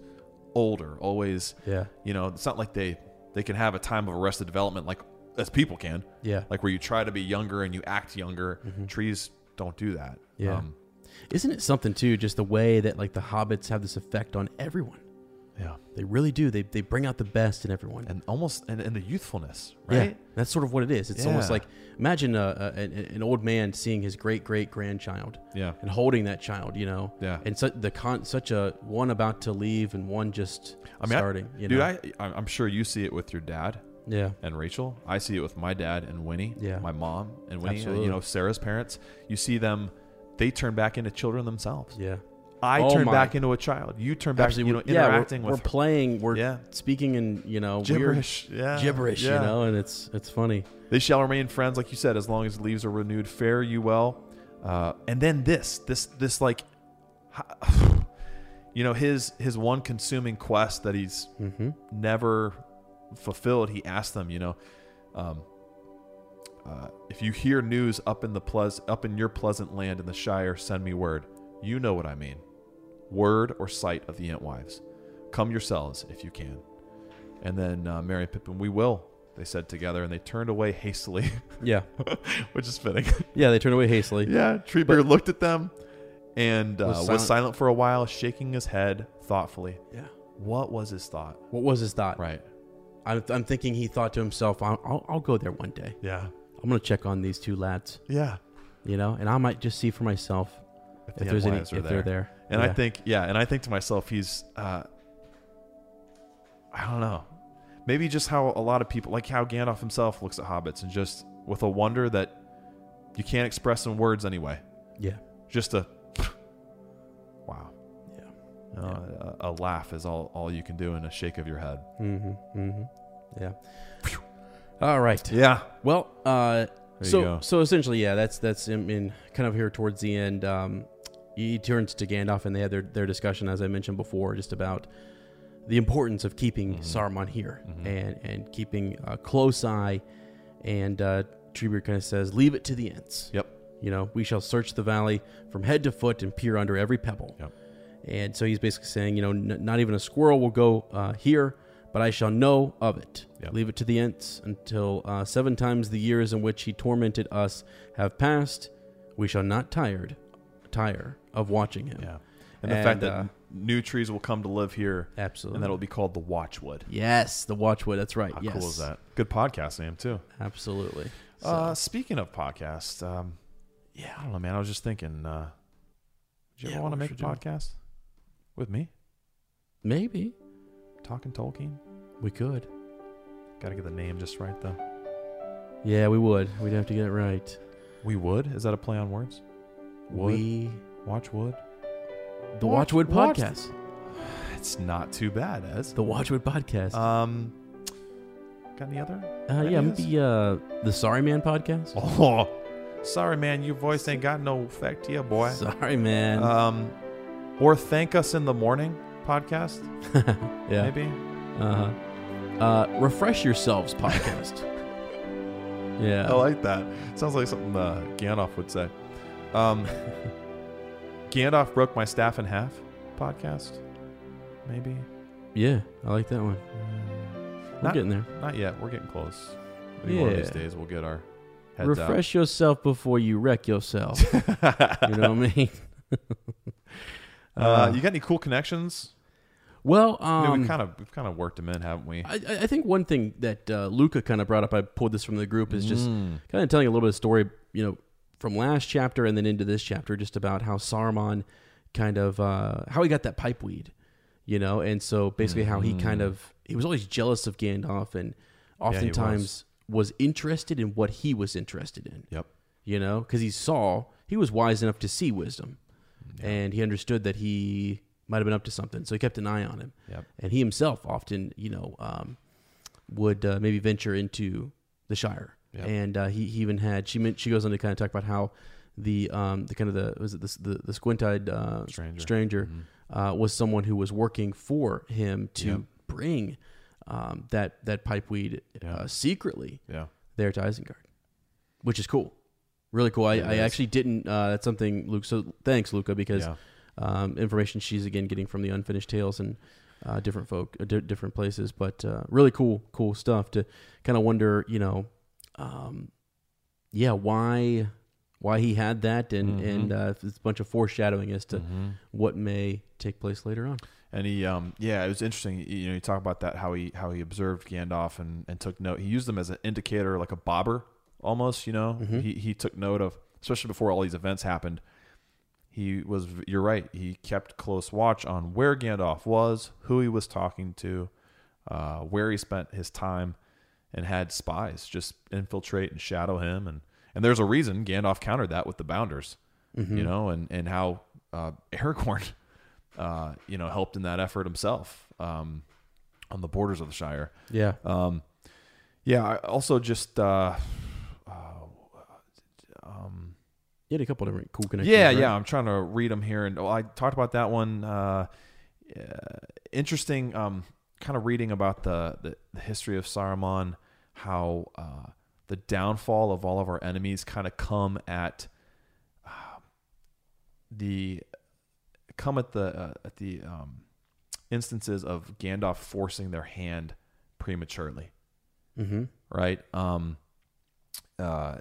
Speaker 1: older, always.
Speaker 2: Yeah.
Speaker 1: you know, it's not like they they can have a time of arrested development like as people can.
Speaker 2: yeah. Mm-hmm.
Speaker 1: like where you try to be younger and you act younger. Trees don't do that. Um,
Speaker 2: Yeah. Isn't it something too? Just the way that like the hobbits have this effect on everyone.
Speaker 1: yeah.
Speaker 2: They really do. They they bring out the best in everyone.
Speaker 1: and almost and, and the youthfulness,
Speaker 2: Yeah,
Speaker 1: right?
Speaker 2: that's sort of what it is. It's almost
Speaker 1: Yeah.
Speaker 2: like imagine a, a, an, an old man seeing his great great grandchild,
Speaker 1: Yeah.
Speaker 2: and holding that child, you know,
Speaker 1: Yeah.
Speaker 2: and such the con such a one about to leave and one just starting, you
Speaker 1: dude,
Speaker 2: know,
Speaker 1: I I'm I'm sure you see it with your dad
Speaker 2: yeah,
Speaker 1: and Rachel. I see it with my dad and Winnie,
Speaker 2: Yeah.
Speaker 1: my mom and Winnie.
Speaker 2: Absolutely.
Speaker 1: You know, Sarah's parents. You see them; they turn back into children themselves.
Speaker 2: yeah,
Speaker 1: I
Speaker 2: Oh
Speaker 1: turn
Speaker 2: my.
Speaker 1: back into a child. You turn back,
Speaker 2: Actually,
Speaker 1: you know,
Speaker 2: we- yeah, we're-
Speaker 1: interacting
Speaker 2: we're,
Speaker 1: with her-
Speaker 2: playing, we're
Speaker 1: Yeah.
Speaker 2: speaking in you know
Speaker 1: gibberish,
Speaker 2: weird
Speaker 1: yeah,
Speaker 2: gibberish,
Speaker 1: yeah.
Speaker 2: you know, and it's it's funny,
Speaker 1: They shall remain friends, like you said, as long as leaves are renewed. Fare you well. Uh, and then this, this, this, like, ha- you know, his his one consuming quest that he's never fulfilled. He asked them, you know, um, uh, if you hear news up in the pleas up in your pleasant land in the Shire, send me word. You know what I mean. Word or sight of the Entwives. Come yourselves if you can. And then uh, Mary and Pippin, we will, they said together, and they turned away hastily,
Speaker 2: yeah,
Speaker 1: which is fitting.
Speaker 2: yeah. They turn away hastily.
Speaker 1: yeah, Treebeard looked at them and uh, was,
Speaker 2: Was
Speaker 1: silent. for a while, shaking his head thoughtfully.
Speaker 2: Yeah.
Speaker 1: What was his thought?
Speaker 2: What was his thought?
Speaker 1: Right.
Speaker 2: I'm, I'm thinking he thought to himself, I'll, I'll, I'll go there one day.
Speaker 1: Yeah.
Speaker 2: I'm gonna check on these two lads.
Speaker 1: Yeah.
Speaker 2: you know, and I might just see for myself if,
Speaker 1: the
Speaker 2: there's any if
Speaker 1: Entwives are
Speaker 2: they're there.
Speaker 1: And I
Speaker 2: Yeah.
Speaker 1: think, yeah, and I think to myself, he's, uh, I don't know, maybe just how a lot of people, like how Gandalf himself looks at hobbits and just with a wonder that you can't express in words anyway.
Speaker 2: yeah,
Speaker 1: Just a, wow.
Speaker 2: Yeah.
Speaker 1: You know, A, a laugh is all, all you can do and a shake of your head.
Speaker 2: mm-hmm, mm-hmm, yeah. All right.
Speaker 1: Yeah.
Speaker 2: Well, uh,
Speaker 1: There you
Speaker 2: so
Speaker 1: go.
Speaker 2: so essentially, yeah, that's that's in, in kind of here towards the end. Um, he turns to Gandalf, and they had their their discussion, as I mentioned before, just about the importance of keeping
Speaker 1: Mm-hmm.
Speaker 2: Saruman here and and keeping a close eye. And uh, Treebeard kind of says, "Leave it to the ants."
Speaker 1: Yep.
Speaker 2: You know, we shall search the valley from head to foot and peer under every pebble.
Speaker 1: Yep.
Speaker 2: And so he's basically saying, you know, n- not even a squirrel will go uh, here, but I shall know of it.
Speaker 1: Yep.
Speaker 2: Leave it to the ants until uh, seven times the years in which he tormented us have passed. We shall not tired, tire of watching him.
Speaker 1: Yeah. and the fact
Speaker 2: And,
Speaker 1: that
Speaker 2: uh,
Speaker 1: new trees will come to live here.
Speaker 2: Absolutely.
Speaker 1: And that'll be called the Watchwood.
Speaker 2: Yes, the Watchwood. That's right.
Speaker 1: How
Speaker 2: yes.
Speaker 1: cool is that? Good podcast name, too.
Speaker 2: Absolutely.
Speaker 1: Uh, speaking of podcasts, um, yeah, I don't know, man. I was just thinking, uh, do you
Speaker 2: Yeah,
Speaker 1: ever want to
Speaker 2: what
Speaker 1: make a
Speaker 2: should you do?
Speaker 1: podcast with me?
Speaker 2: Maybe
Speaker 1: Talking Tolkien.
Speaker 2: we could.
Speaker 1: Got to get the name just right, though.
Speaker 2: Yeah, we would. We'd have to get it right.
Speaker 1: We would. Is that a play on words? Would.
Speaker 2: We
Speaker 1: Watch Wood.
Speaker 2: the
Speaker 1: Watch-
Speaker 2: Watchwood
Speaker 1: watch-
Speaker 2: podcast.
Speaker 1: It's not too bad, as
Speaker 2: the Watchwood podcast. Uh,
Speaker 1: um. Got any other?
Speaker 2: yeah,
Speaker 1: ideas?
Speaker 2: maybe uh, the Sorry Man podcast.
Speaker 1: Oh, sorry, man. Your voice ain't got no effect here, boy.
Speaker 2: Sorry Man.
Speaker 1: Um, or thank us in the morning podcast.
Speaker 2: yeah.
Speaker 1: Maybe.
Speaker 2: Uh-huh. Uh Refresh yourselves podcast. yeah.
Speaker 1: Oh, I like that. Sounds like something uh, Gandalf would say. Um, Gandalf broke my staff in half podcast. Maybe.
Speaker 2: yeah, I like that one. We're
Speaker 1: Not-
Speaker 2: getting there.
Speaker 1: Not yet. We're getting close. Maybe One of these
Speaker 2: Yeah.
Speaker 1: days we'll get our heads
Speaker 2: Refresh yourself before you wreck yourself. you know what I mean?
Speaker 1: up. Uh, you got any cool connections?
Speaker 2: Well,
Speaker 1: I mean,
Speaker 2: um,
Speaker 1: we kind of we've kind of worked them in, haven't we?
Speaker 2: I, I- I think one thing that uh, Luca kind of brought up, I pulled this from the group, is just
Speaker 1: Mm.
Speaker 2: kind of telling a little bit of story, you know, from last chapter and then into this chapter, just about how Saruman kind of uh, how he got that pipe weed, you know, and so basically how he kind of he was always jealous of Gandalf and
Speaker 1: Mm. he
Speaker 2: oftentimes was. interested in what he was interested in,
Speaker 1: yep.
Speaker 2: you know, because he saw he was wise enough to see wisdom, and he understood that he might have been up to something, so he kept an eye on him
Speaker 1: Yep.
Speaker 2: and he himself often, you know, um, would uh, maybe venture into the Shire.
Speaker 1: Yeah.
Speaker 2: And uh, he, he even had she meant she goes on to kind of talk about how the um, the kind of the was it the the, the squint-eyed uh,
Speaker 1: Stranger. Mm-hmm.
Speaker 2: uh, was someone who was working for him to bring um, that that pipeweed
Speaker 1: Yeah.
Speaker 2: uh, secretly
Speaker 1: Yeah.
Speaker 2: there to Isengard, which is cool, really cool. I, I actually didn't. Uh, that's something, Luke. So thanks, Luca, because
Speaker 1: Yeah.
Speaker 2: um, information she's again getting from the unfinished tales and uh, different folk, uh, di- different places. But uh, really cool, cool stuff to kind of wonder. You know, um, yeah, why why he had that, and
Speaker 1: Mm-hmm.
Speaker 2: and uh, it's a bunch of foreshadowing as to what may take place later on.
Speaker 1: And he, um, yeah, it was interesting. You know, you talk about that how he how he observed Gandalf and, and took note. He used them as an indicator, like a bobber, almost. You know, he he took note of, especially before all these events happened. He was. You're right. He kept close watch on where Gandalf was, who he was talking to, uh, where he spent his time, and had spies just infiltrate and shadow him. And and there's a reason Gandalf countered that with the Bounders. You know, and and how uh, Aragorn uh, you know, helped in that effort himself um, on the borders of the Shire.
Speaker 2: Yeah,
Speaker 1: Um, yeah, I also just uh,
Speaker 2: you had a couple different cool connections.
Speaker 1: yeah,
Speaker 2: right?
Speaker 1: yeah. I'm trying to read them here, and oh, I talked about that one. Uh, uh, interesting, um, kind of reading about the, the the history of Saruman, how uh, the downfall of all of our enemies kind of come at um, the come at the uh, at the um, instances of Gandalf forcing their hand prematurely
Speaker 2: Mm-hmm.
Speaker 1: right? Um, uh,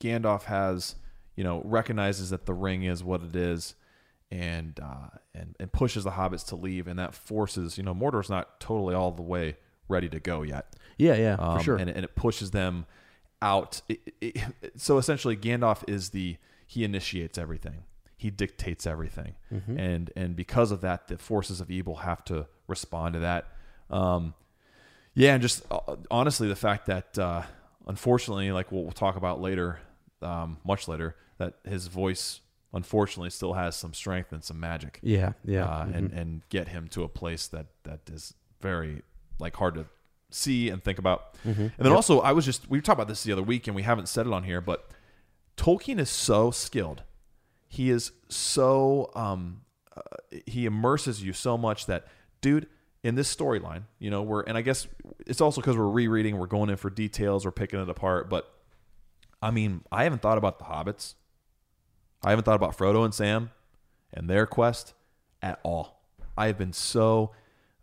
Speaker 1: Gandalf has, you know, recognizes that the ring is what it is, and uh, and and pushes the hobbits to leave, and that forces, you know, Mordor's not totally all the way ready to go yet,
Speaker 2: Yeah, yeah,
Speaker 1: Um,
Speaker 2: for sure.
Speaker 1: and and it pushes them out. It- it- it- so essentially, Gandalf is the he initiates everything. He dictates everything,
Speaker 2: Mm-hmm.
Speaker 1: and and because of that, the forces of evil have to respond to that. Um, yeah, and just uh, honestly, the fact that uh, unfortunately, like we'll, we'll talk about later, um, much later, that his voice unfortunately still has some strength and some magic,
Speaker 2: yeah, yeah.
Speaker 1: uh, and and get him to a place that that is very like hard to see and think about. And then also, I was just we talked about this the other week, and we haven't said it on here, but Tolkien is so skilled. He is so um, uh, he immerses you so much that, dude, in this storyline, you know, we're and I guess it's also because we're rereading, we're going in for details, we're picking it apart. But I mean, I haven't thought about the hobbits. I haven't thought about Frodo and Sam and their quest at all. I have been so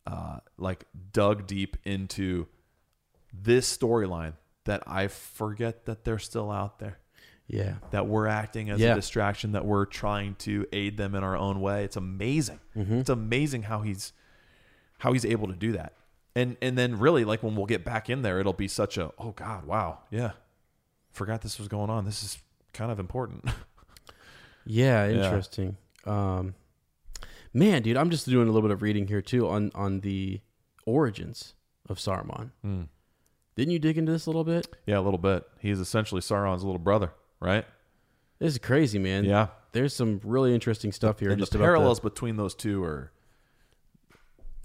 Speaker 1: uh, like dug deep into this storyline that I forget that they're still out there.
Speaker 2: Yeah.
Speaker 1: that we're acting as
Speaker 2: Yeah.
Speaker 1: a distraction, that we're trying to aid them in our own way. It's amazing. It's amazing how he's how he's able to do that. And and then really like when we'll get back in there, it'll be such a oh god, wow, yeah, forgot this was going on. This is kind of important.
Speaker 2: Yeah, interesting. Um, man, dude, I'm just doing a little bit of reading here too on on the origins of Saruman.
Speaker 1: Hmm.
Speaker 2: Didn't you dig into this a little bit?
Speaker 1: yeah, a little bit. He's essentially Sauron's little brother, right?
Speaker 2: This is crazy, man.
Speaker 1: Yeah.
Speaker 2: there's some really interesting stuff here.
Speaker 1: And
Speaker 2: just
Speaker 1: the
Speaker 2: about
Speaker 1: parallels between those two are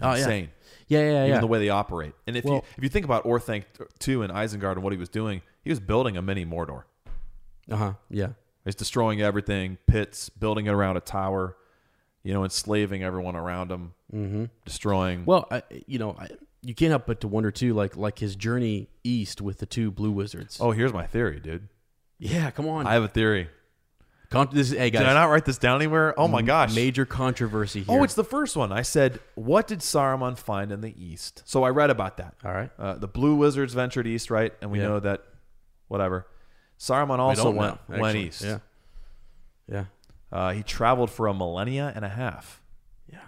Speaker 2: Oh, yeah.
Speaker 1: insane.
Speaker 2: Yeah, yeah,
Speaker 1: even
Speaker 2: yeah.
Speaker 1: the way they operate. And if you
Speaker 2: Well-
Speaker 1: if you think about Orthanc two and Isengard and what he was doing, he was building a mini Mordor.
Speaker 2: uh huh. Yeah.
Speaker 1: He's destroying everything, pits, building it around a tower, you know, enslaving everyone around him, mm-hmm. destroying.
Speaker 2: Well, I, you know, I, you can't help but to wonder too, like like his journey east with the two blue wizards.
Speaker 1: oh, here's my theory, dude.
Speaker 2: yeah, come on.
Speaker 1: I have a theory.
Speaker 2: Con- this is, hey guys,
Speaker 1: Did I not write this down anywhere? Oh my gosh.
Speaker 2: major controversy here.
Speaker 1: Oh, it's the first one. I said, "What did Saruman find in the east?" So I read about that.
Speaker 2: all right.
Speaker 1: Uh, the blue wizards ventured east, right? And we
Speaker 2: Yeah.
Speaker 1: know that, whatever. Saruman
Speaker 2: We
Speaker 1: also
Speaker 2: don't
Speaker 1: went
Speaker 2: know,
Speaker 1: went
Speaker 2: actually.
Speaker 1: east.
Speaker 2: Yeah, yeah,
Speaker 1: Uh, he traveled for a millennia and a half.
Speaker 2: yeah.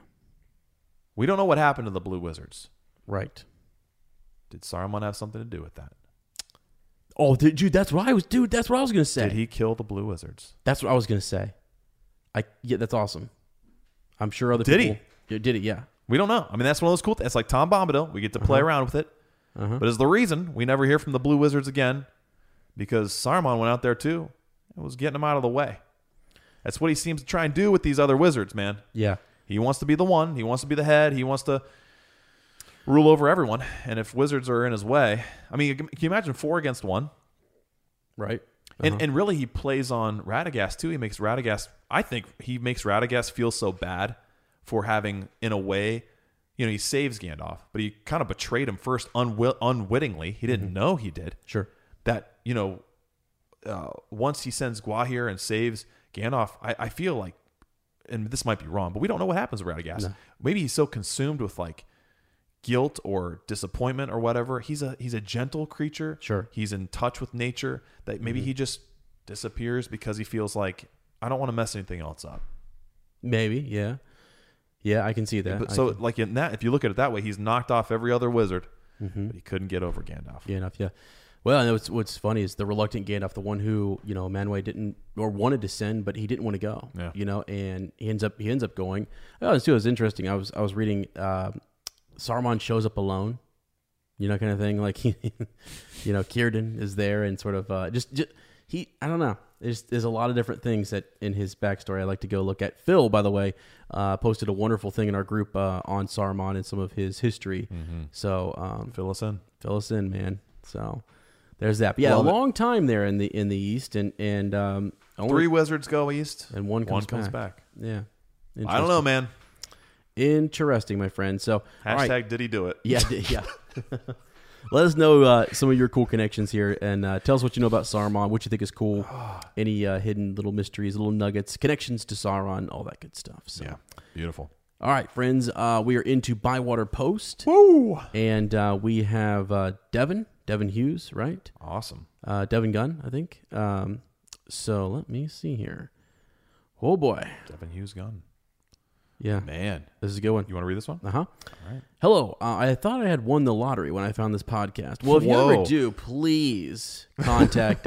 Speaker 1: We don't know what happened to the blue wizards.
Speaker 2: Right.
Speaker 1: Did Saruman have something to do with that?
Speaker 2: Oh, dude, dude, that's what I was, dude. That's what I was gonna say.
Speaker 1: Did he kill the blue wizards?
Speaker 2: That's what I was gonna say. I yeah, that's awesome. I'm sure other
Speaker 1: Did he?
Speaker 2: people Yeah, did it. Yeah,
Speaker 1: We don't know. I mean, that's one of those cool things. It's like Tom Bombadil. We get to
Speaker 2: Uh-huh.
Speaker 1: play around with it. But it's the reason we never hear from the Blue Wizards again because Saruman went out there too and was getting them out of the way. That's what he seems to try and do with these other wizards, man.
Speaker 2: yeah.
Speaker 1: He wants to be the one, he wants to be the head, he wants to rule over everyone. And if wizards are in his way, I mean, can you imagine four against one?
Speaker 2: Right.
Speaker 1: And, and really, he plays on Radagast too. He makes Radagast. I think he makes Radagast feel so bad for having, in a way, you know, he saves Gandalf, but he kind of betrayed him first, unwi- unwittingly. He didn't know he did.
Speaker 2: Sure.
Speaker 1: That you know, uh, once he sends Gwahir and saves Gandalf, I, I feel like, and this might be wrong, but we don't know what happens with Radagast. Maybe he's so consumed with like guilt or disappointment or whatever. He's a he's a gentle creature.
Speaker 2: Sure. Mm-hmm.
Speaker 1: He's in touch with nature that maybe he just disappears because he feels like I don't want to mess anything else up.
Speaker 2: Maybe. Yeah. Yeah, I can see that.
Speaker 1: But
Speaker 2: I
Speaker 1: so
Speaker 2: can-
Speaker 1: like in that if you look at it that way, he's knocked off every other wizard, but he couldn't get over Gandalf.
Speaker 2: Mm-hmm. yeah, enough. Yeah. Well, and what's what's funny is the reluctant Gandalf, the one who you know Manway didn't or wanted to send, but he didn't want to go.
Speaker 1: Yeah.
Speaker 2: You know, and he ends up he ends up going. Oh, this too was interesting. I was I was reading. Uh, Saruman shows up alone. You know, kind of thing. Like he, you know, Kierden is there and sort of uh, just, just he. I don't know. There's there's a lot of different things that in his backstory I like to go look at. Phil, by the way, uh, posted a wonderful thing in our group uh, on Saruman and some of his history. So um,
Speaker 1: Fill us in.
Speaker 2: fill us in, man. So there's that. But yeah,
Speaker 1: Love
Speaker 2: a
Speaker 1: it.
Speaker 2: long time there in the in the East, and and um, only-
Speaker 1: Three wizards go east,
Speaker 2: and one comes
Speaker 1: one comes
Speaker 2: back.
Speaker 1: back.
Speaker 2: yeah.
Speaker 1: I don't know, man.
Speaker 2: Interesting, my friend. So all
Speaker 1: Hashtag
Speaker 2: right.
Speaker 1: did he do it?
Speaker 2: Yeah, d- yeah. Let us know uh, some of your cool connections here, and uh, tell us what you know about Saruman, what you think is cool, any uh, hidden little mysteries, little nuggets, connections to Sauron, all that good stuff. So.
Speaker 1: Yeah. Beautiful.
Speaker 2: All right, friends, uh, we are into Bywater Post,
Speaker 5: Woo!
Speaker 2: and uh, we have uh, Devin, Devin Hughes, right?
Speaker 1: Awesome.
Speaker 2: Uh, Devin Gunn, I think. Um, so let me see here. Oh boy,
Speaker 1: Devin Hughes gun.
Speaker 2: yeah,
Speaker 1: Man.
Speaker 2: this is a good one.
Speaker 1: You want to read this one?
Speaker 2: Uh huh. Hello. Uh, I thought I had won the lottery when I found this podcast. Well, if you
Speaker 1: Whoa.
Speaker 2: ever do, please contact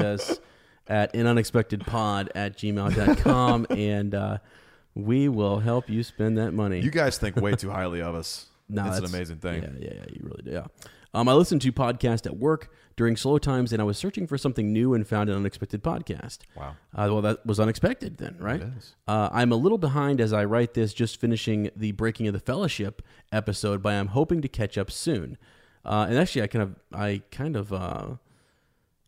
Speaker 2: us at inunexpectedpod at gmail.com and uh, we will help you spend that money.
Speaker 1: You guys think way too highly of us.
Speaker 2: No,
Speaker 1: it's an
Speaker 2: that's-
Speaker 1: amazing thing.
Speaker 2: Yeah, yeah, yeah. You really do. Yeah. Um, I listened to podcast at work during slow times, and I was searching for something new and found an unexpected podcast.
Speaker 1: Wow.
Speaker 2: Uh, well, that was unexpected then, right? Uh, I'm a little behind as I write this, just finishing the Breaking of the Fellowship episode, but I'm hoping to catch up soon. Uh, and actually, I kind of, I kind of. Uh,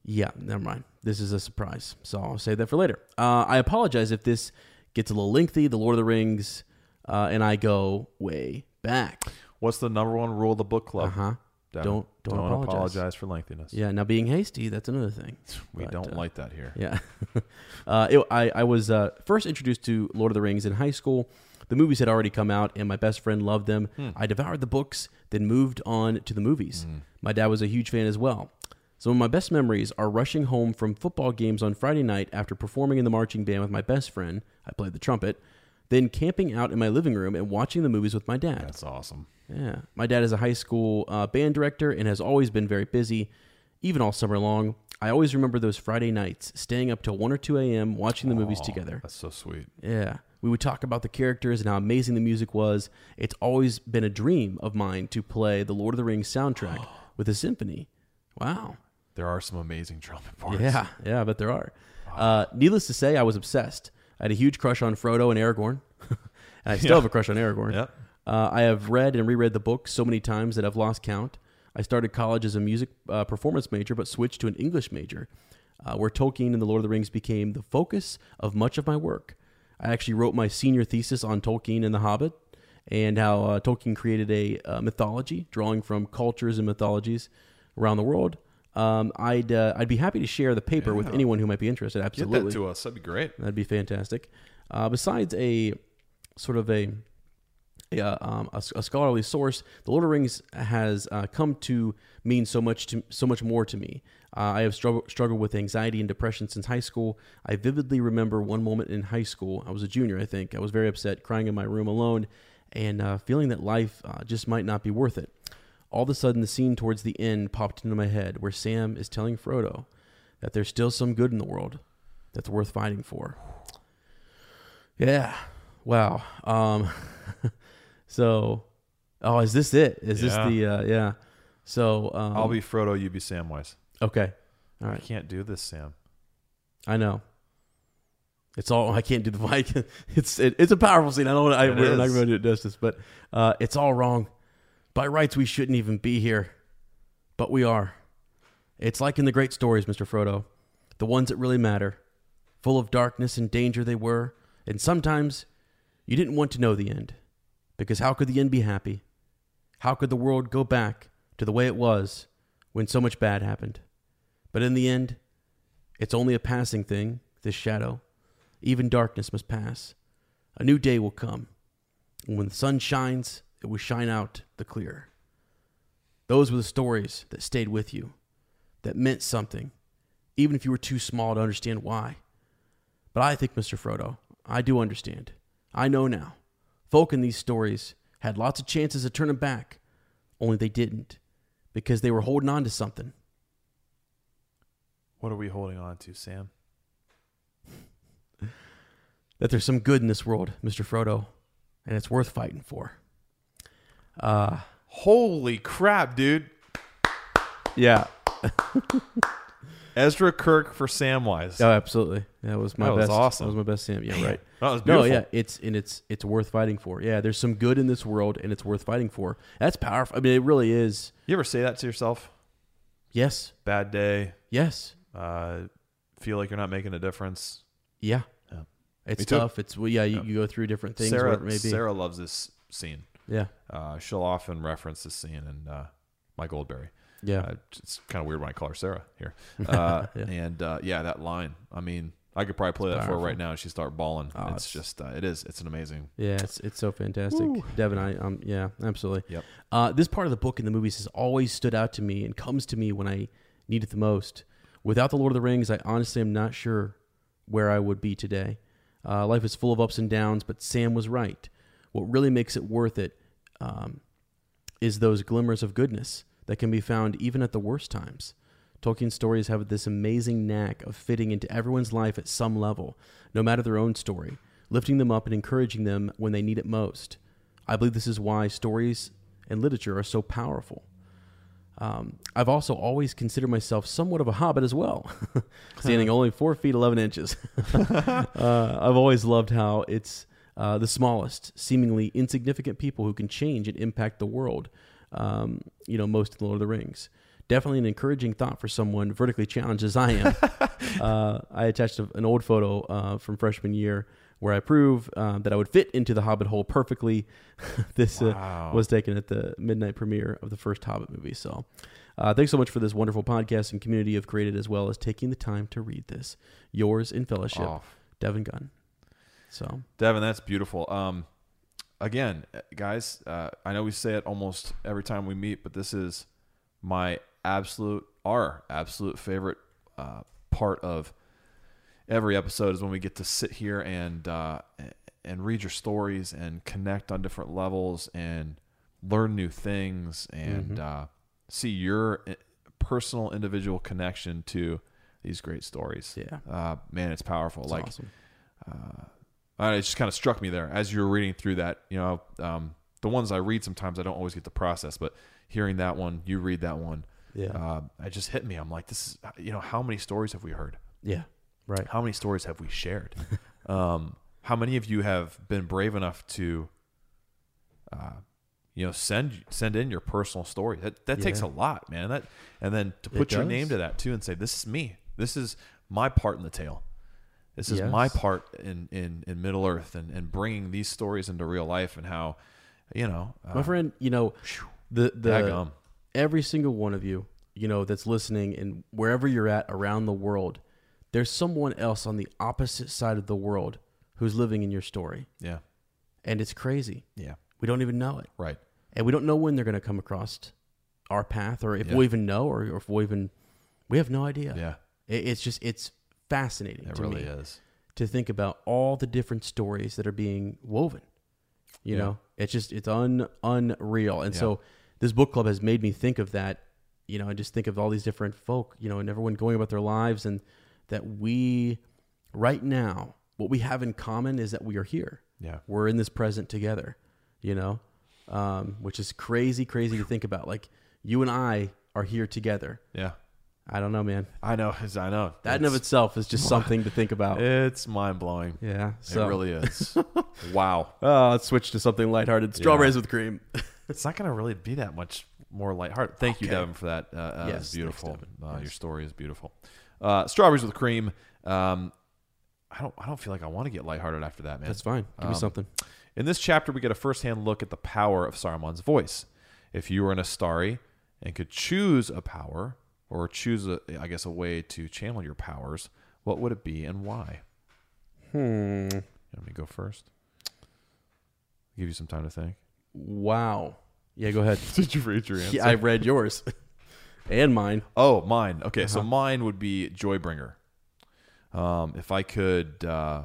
Speaker 2: yeah, never mind. This is a surprise, so I'll save that for later. Uh, I apologize if this gets a little lengthy. The Lord of the Rings, uh, and I go way back.
Speaker 1: What's the number one rule of the book club?
Speaker 2: Uh-huh.
Speaker 1: Devin,
Speaker 2: Don't- don't apologize.
Speaker 1: for lengthiness.
Speaker 2: Yeah, now being hasty, that's another thing.
Speaker 1: We
Speaker 2: But,
Speaker 1: don't
Speaker 2: uh,
Speaker 1: like that here.
Speaker 2: Yeah. uh, it, I, I was uh, first introduced to Lord of the Rings in high school. The movies had already come out, and my best friend loved them. I devoured the books, then moved on to the movies. My dad was a huge fan as well. Some of my best memories are rushing home from football games on Friday night after performing in the marching band with my best friend. I played the trumpet. Then camping out in my living room and watching the movies with my dad.
Speaker 1: That's awesome.
Speaker 2: Yeah. My dad is a high school uh, band director and has always been very busy, even all summer long. I always remember those Friday nights, staying up till 1 or 2 a.m., watching the movies together.
Speaker 1: That's so sweet.
Speaker 2: Yeah. We would talk about the characters and how amazing the music was. It's always been a dream of mine to play the Lord of the Rings soundtrack with a symphony. Wow.
Speaker 1: There are some amazing trumpet parts.
Speaker 2: Yeah, yeah, I bet there are. Uh, needless to say, I was obsessed. I had a huge crush on Frodo and Aragorn, and I still have a crush on Aragorn.
Speaker 1: Yep.
Speaker 2: Uh, I have read and reread the book so many times that I've lost count. I started college as a music uh, performance major, but switched to an English major, uh, where Tolkien and the Lord of the Rings became the focus of much of my work. I actually wrote my senior thesis on Tolkien and the Hobbit, and how uh, Tolkien created a uh, mythology drawing from cultures and mythologies around the world. Um, I'd uh, I'd be happy to share the paper with anyone who might be interested.
Speaker 1: Get
Speaker 2: Absolutely,
Speaker 1: that to us. That'd be great.
Speaker 2: That'd be fantastic. Uh, besides a sort of a a, uh, um, a, s- a scholarly source, The Lord of the Rings has uh, come to mean so much to so much more to me. Uh, I have struggled struggled with anxiety and depression since high school. I vividly remember one moment in high school. I was a junior, I think. I was very upset, crying in my room alone, and uh, feeling that life uh, just might not be worth it. All of a sudden, the scene towards the end popped into my head where Sam is telling Frodo that there's still some good in the world that's worth fighting for. Yeah. Wow. Um so oh, is this it? Is
Speaker 1: Yeah.
Speaker 2: this the uh yeah. So um
Speaker 1: I'll be Frodo. You be Samwise.
Speaker 2: Okay. All
Speaker 1: I
Speaker 2: right.
Speaker 1: can't do this, Sam.
Speaker 2: I know. It's all I can't do the mic. It's it, it's a powerful scene. I don't. I,
Speaker 1: It
Speaker 2: we're not
Speaker 1: is.
Speaker 2: going to do it justice, but uh, it's all wrong. By rights, we shouldn't even be here, but we are. It's like in the great stories, Mister Frodo, the ones that really matter. Full of darkness and danger they were, and sometimes you didn't want to know the end, because how could the end be happy? How could the world go back to the way it was when so much bad happened? But in the end, it's only a passing thing, this shadow. Even darkness must pass. A new day will come. And when the sun shines, it will shine out the clearer. Those were the stories that stayed with you, that meant something, even if you were too small to understand why. But I think, Mr. Frodo, I do understand. I know now. Folk in these stories had lots of chances of turning back, only they didn't, because they were holding on to something.
Speaker 1: What are we holding on to, Sam?
Speaker 2: that there's some good in this world, Mr. Frodo, and it's worth fighting for. Uh,
Speaker 1: Holy crap, dude!
Speaker 2: yeah.
Speaker 1: Ezra Kirk for Samwise.
Speaker 2: Oh, absolutely. That was my
Speaker 1: That was
Speaker 2: best.
Speaker 1: awesome.
Speaker 2: That was my best Sam. Yeah, right.
Speaker 1: That was
Speaker 2: No,
Speaker 1: beautiful.
Speaker 2: yeah, it's and it's it's worth fighting for. Yeah, there's some good in this world, and it's worth fighting for. That's powerful. I mean, it really is.
Speaker 1: You ever say that to yourself?
Speaker 2: Yes,
Speaker 1: Bad day.
Speaker 2: yes,
Speaker 1: Uh, feel like you're not making a difference.
Speaker 2: yeah.
Speaker 1: Yeah.
Speaker 2: It's
Speaker 1: Me too.
Speaker 2: tough. It's well, yeah. You, you go through different things.
Speaker 1: Sarah,
Speaker 2: whatever it may be.
Speaker 1: Sarah loves this scene.
Speaker 2: Yeah,
Speaker 1: Uh, she'll often reference this scene in uh, My Goldberry.
Speaker 2: yeah.
Speaker 1: Uh, it's kind of weird when I call her Sarah here. Uh, And uh, yeah, that line. I mean, I could probably play that for her right now, and she would start bawling.
Speaker 2: Oh,
Speaker 1: it's, just, uh, it is. It's an amazing.
Speaker 2: Yeah, it's it's so fantastic, Devin. I um yeah, absolutely.
Speaker 1: Yep.
Speaker 2: Uh, this part of the book and the movies has always stood out to me and comes to me when I need it the most. Without the Lord of the Rings, I honestly am not sure where I would be today. Uh, life is full of ups and downs, but Sam was right. What really makes it worth it um, is those glimmers of goodness that can be found even at the worst times. Tolkien's stories have this amazing knack of fitting into everyone's life at some level, no matter their own story, lifting them up and encouraging them when they need it most. I believe this is why stories and literature are so powerful. Um, I've also always considered myself somewhat of a hobbit as well, standing only four feet eleven inches. uh, I've always loved how it's uh, the smallest, seemingly insignificant people who can change and impact the world. Um, you know, most in Lord of the Rings. Definitely an encouraging thought for someone vertically challenged as I am. uh, I attached a, an old photo uh, from freshman year where I prove uh, that I would fit into the Hobbit hole perfectly. this uh, was taken at the midnight premiere of the first Hobbit movie. So, uh, thanks so much for this wonderful podcast and community you've created, as well as taking the time to read this. Yours in fellowship,
Speaker 1: Oh.
Speaker 2: Devin Gunn. So,
Speaker 1: Devin, that's beautiful. Um, again, uh, guys, uh, I know we say it almost every time we meet, but this is my absolute our absolute favorite uh, part of every episode is when we get to sit here and uh, and read your stories and connect on different levels and learn new things and
Speaker 2: Mm-hmm.
Speaker 1: uh, see your i- personal individual connection to these great stories.
Speaker 2: Yeah.
Speaker 1: uh, man, it's powerful. like
Speaker 2: awesome.
Speaker 1: uh, it just kind of struck me there as you were reading through that. You know, um, the ones I read sometimes I don't always get the process, but hearing that one, you read that one,
Speaker 2: Yeah.
Speaker 1: uh, it just hit me. I'm like, this is, you know, how many stories have we heard?
Speaker 2: Yeah. Right.
Speaker 1: How many stories have we shared? um, how many of you have been brave enough to, uh, you know, send send in your personal story? That that takes a
Speaker 2: Yeah.
Speaker 1: lot, man. That and then to put your
Speaker 2: does.
Speaker 1: name to that too, and say, this is me. This is my part in the tale. This is
Speaker 2: Yes.
Speaker 1: my part in in in Middle Earth and and bringing these stories into real life and how, you know, uh,
Speaker 2: My friend, you know, the the
Speaker 1: Daggum.
Speaker 2: every single one of you, you know, that's listening and wherever you're at around the world, there's someone else on the opposite side of the world who's living in your story,
Speaker 1: yeah,
Speaker 2: and it's crazy.
Speaker 1: yeah,
Speaker 2: We don't even know it,
Speaker 1: right,
Speaker 2: and we don't know when they're going to come across our path, or if
Speaker 1: Yeah.
Speaker 2: we'll even know, or, or if we'll even we have no idea.
Speaker 1: yeah.
Speaker 2: It, it's just it's fascinating
Speaker 1: It
Speaker 2: to
Speaker 1: really
Speaker 2: me
Speaker 1: is.
Speaker 2: to think about all the different stories that are being woven. You
Speaker 1: Yeah.
Speaker 2: know, it's just it's un unreal. And
Speaker 1: Yeah.
Speaker 2: so this book club has made me think of that. You know, and just think of all these different folk. You know, and everyone going about their lives, and that we right now what we have in common is that we are here.
Speaker 1: Yeah.
Speaker 2: we're in this present together. You know, um, which is crazy, crazy to think about. Like you and I are here together.
Speaker 1: Yeah,
Speaker 2: I don't know, man.
Speaker 1: I know. I know.
Speaker 2: That in of
Speaker 1: It's-
Speaker 2: itself is just something to think about.
Speaker 1: It's mind blowing.
Speaker 2: Yeah, Oh. so
Speaker 1: It really is. wow.
Speaker 2: Oh, let's switch to something lighthearted. Strawberries with cream.
Speaker 1: It's not going to really be that much more lighthearted. Thank you,
Speaker 2: Okay.
Speaker 1: Devin, for that. Uh, uh,
Speaker 2: Yes,
Speaker 1: it's
Speaker 2: thanks,
Speaker 1: beautiful.
Speaker 2: Devin.
Speaker 1: Uh, Your
Speaker 2: Yes.
Speaker 1: story is beautiful. Uh, strawberries with cream. Um, I don't. I don't feel like I want to get lighthearted after that, man.
Speaker 2: That's fine. Give me
Speaker 1: Um,
Speaker 2: something.
Speaker 1: In this chapter, we get a firsthand look at the power of Saruman's voice. If you were an Astari and could choose a power, or choose, a, I guess, a way to channel your powers, what would it be and why?
Speaker 2: Hmm.
Speaker 1: Let me go first. Give you some time to think.
Speaker 2: Wow. Yeah, go ahead.
Speaker 1: Did you read your answer?
Speaker 2: Yeah, I read yours and mine.
Speaker 1: Oh, mine. Okay, so mine would be Joybringer. Um, if I could uh,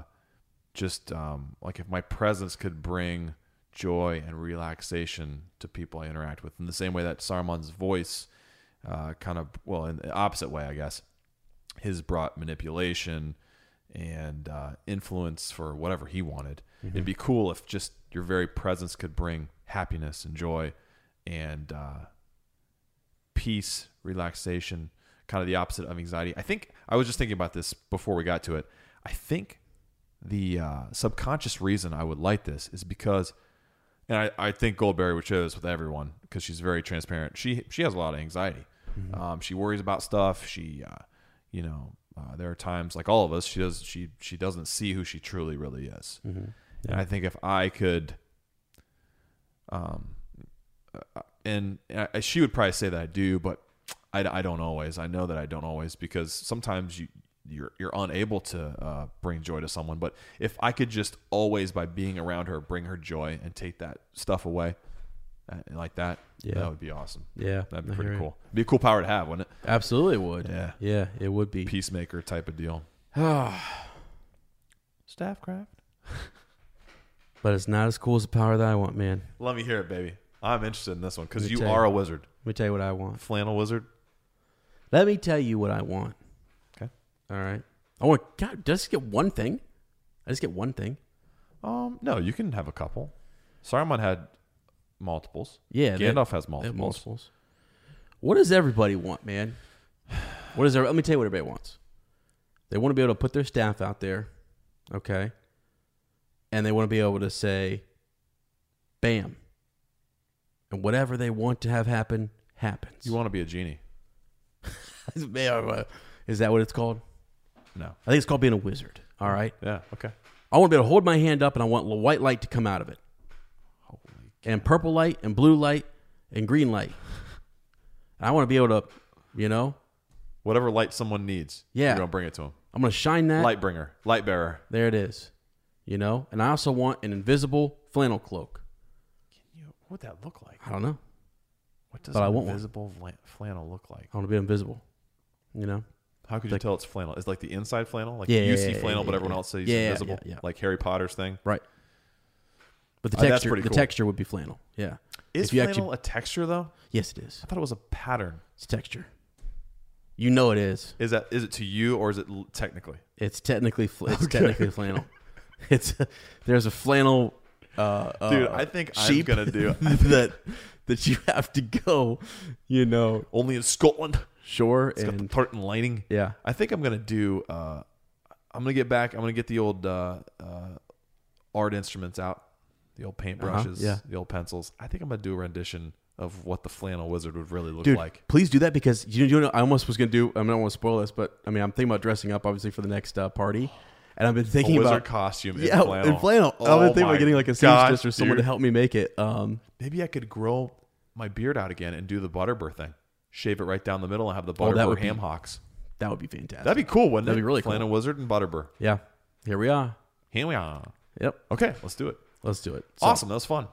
Speaker 1: just um, like if my presence could bring joy and relaxation to people I interact with, in the same way that Saruman's voice, uh, kind of well, in the opposite way, I guess, his brought manipulation and uh, influence for whatever he wanted. It'd be cool if just your very presence could bring happiness and joy and uh, peace, relaxation, kind of the opposite of anxiety. I think I was just thinking about this before we got to it. I think the uh, subconscious reason I would like this is because, and I, I think Goldberry would share this with everyone because she's very transparent. She she has a lot of anxiety. Um, she worries about stuff. She, uh, you know, uh, there are times like all of us. She does she she doesn't see who she truly really is. And I think if I could um, uh, and I, she would probably say that I do, but I, I don't always. I know that I don't always because sometimes you you're you're unable to uh, bring joy to someone. But if I could just always by being around her bring her joy and take that stuff away, uh, like that,
Speaker 2: Yeah.
Speaker 1: that would be awesome.
Speaker 2: Yeah,
Speaker 1: That'd
Speaker 2: I
Speaker 1: be
Speaker 2: hear
Speaker 1: pretty
Speaker 2: you.
Speaker 1: cool. Be a cool power to have, wouldn't it?
Speaker 2: Absolutely would.
Speaker 1: Yeah.
Speaker 2: Yeah, it would be.
Speaker 1: Peacemaker type of deal. Staffcraft.
Speaker 2: But it's not as cool as the power that I want, man.
Speaker 1: Let me hear it, baby. I'm interested in this one because
Speaker 2: Let me
Speaker 1: you
Speaker 2: tell
Speaker 1: are a
Speaker 2: you.
Speaker 1: wizard,
Speaker 2: Let me tell you what I want.
Speaker 1: flannel wizard.
Speaker 2: Let me tell you what I want.
Speaker 1: Okay.
Speaker 2: All right. I want. God, just get one thing. I just get one thing.
Speaker 1: Um, no, you can have a couple. Saruman had multiples.
Speaker 2: Yeah, they-
Speaker 1: Gandalf has
Speaker 2: I have
Speaker 1: multiples.
Speaker 2: multiples. What does everybody want, man? What is every, let me tell you what everybody wants. They want to be able to put their staff out there, okay? And they want to be able to say, "Bam," and whatever they want to have happen happens. uh,
Speaker 1: You want to be a genie?
Speaker 2: is that what it's called?
Speaker 1: No.
Speaker 2: I think it's called being a wizard. All right.
Speaker 1: Yeah. Okay.
Speaker 2: I want to be able to hold my hand up, and I want white light to come out of it, and purple light, and blue light, and green light. And I want to be able to, you know,
Speaker 1: Whatever light someone needs,
Speaker 2: Yeah. Uh,
Speaker 1: you're gonna bring it to them.
Speaker 2: I'm gonna shine that.
Speaker 1: Light bringer, light bearer.
Speaker 2: There it is. You know? And I also want an invisible flannel cloak.
Speaker 5: What would that look like?
Speaker 2: I don't know.
Speaker 1: What does
Speaker 2: But I
Speaker 1: an
Speaker 2: want one.
Speaker 1: invisible flan- flannel look like?
Speaker 2: I want to be invisible. You know?
Speaker 1: How could you tell it's flannel? It's like the inside flannel, like
Speaker 2: Yeah,
Speaker 1: you
Speaker 2: yeah,
Speaker 1: see
Speaker 2: yeah,
Speaker 1: flannel,
Speaker 2: yeah,
Speaker 1: but
Speaker 2: yeah,
Speaker 1: everyone
Speaker 2: yeah.
Speaker 1: else says
Speaker 2: Yeah, yeah,
Speaker 1: invisible,
Speaker 2: yeah, yeah.
Speaker 1: like Harry Potter's thing.
Speaker 2: Right. But the
Speaker 1: Uh, that's
Speaker 2: texture,
Speaker 1: pretty
Speaker 2: the
Speaker 1: cool.
Speaker 2: texture would be flannel. Yeah.
Speaker 1: Is
Speaker 2: if you
Speaker 1: flannel
Speaker 2: actually,
Speaker 1: a texture though?
Speaker 2: yes, it is.
Speaker 1: I thought it was a pattern.
Speaker 2: It's texture. You know it is.
Speaker 1: Is that is it to you or is it l- technically?
Speaker 2: It's technically fl- it's technically flannel. It's there's a flannel. Uh,
Speaker 1: Dude,
Speaker 2: uh,
Speaker 1: I think I'm
Speaker 2: sheep
Speaker 1: gonna do-
Speaker 2: that. That you have to go, you know,
Speaker 1: Only in Scotland.
Speaker 2: shore
Speaker 1: It's got the
Speaker 2: and
Speaker 1: tartan lining.
Speaker 2: yeah,
Speaker 1: I think I'm gonna do. Uh, I'm gonna get back. I'm gonna get the old uh, uh, art instruments out, the old paintbrushes,
Speaker 2: Uh-huh. yeah.
Speaker 1: the old pencils. I think I'm gonna do a rendition of what the flannel wizard would really look
Speaker 2: dude.
Speaker 1: like.
Speaker 2: Please do that because you, you know I almost was gonna do. I mean, I don't want to spoil this, but I mean, I'm thinking about dressing up obviously for the next uh, party, and I've been
Speaker 1: A
Speaker 2: thinking
Speaker 1: wizard
Speaker 2: about
Speaker 1: costume
Speaker 2: yeah,
Speaker 1: in flannel. Oh
Speaker 2: in flannel. I've been thinking
Speaker 1: my
Speaker 2: about getting like a
Speaker 1: God,
Speaker 2: seamstress or someone
Speaker 1: dude.
Speaker 2: to help me make it. Um,
Speaker 1: Maybe I could grow my beard out again and do the butterbur thing. Shave it right down the middle and have the
Speaker 2: Oh,
Speaker 1: butterbur
Speaker 2: that would be-
Speaker 1: ham hocks.
Speaker 2: that would be fantastic.
Speaker 1: That'd be cool, wouldn't
Speaker 2: That'd
Speaker 1: it?
Speaker 2: be really cool.
Speaker 1: flannel wizard and butterbur.
Speaker 2: yeah. Here we are.
Speaker 1: Here we are.
Speaker 2: Yep.
Speaker 1: Okay, let's do it.
Speaker 2: Let's do it. So-
Speaker 1: Awesome, that was fun.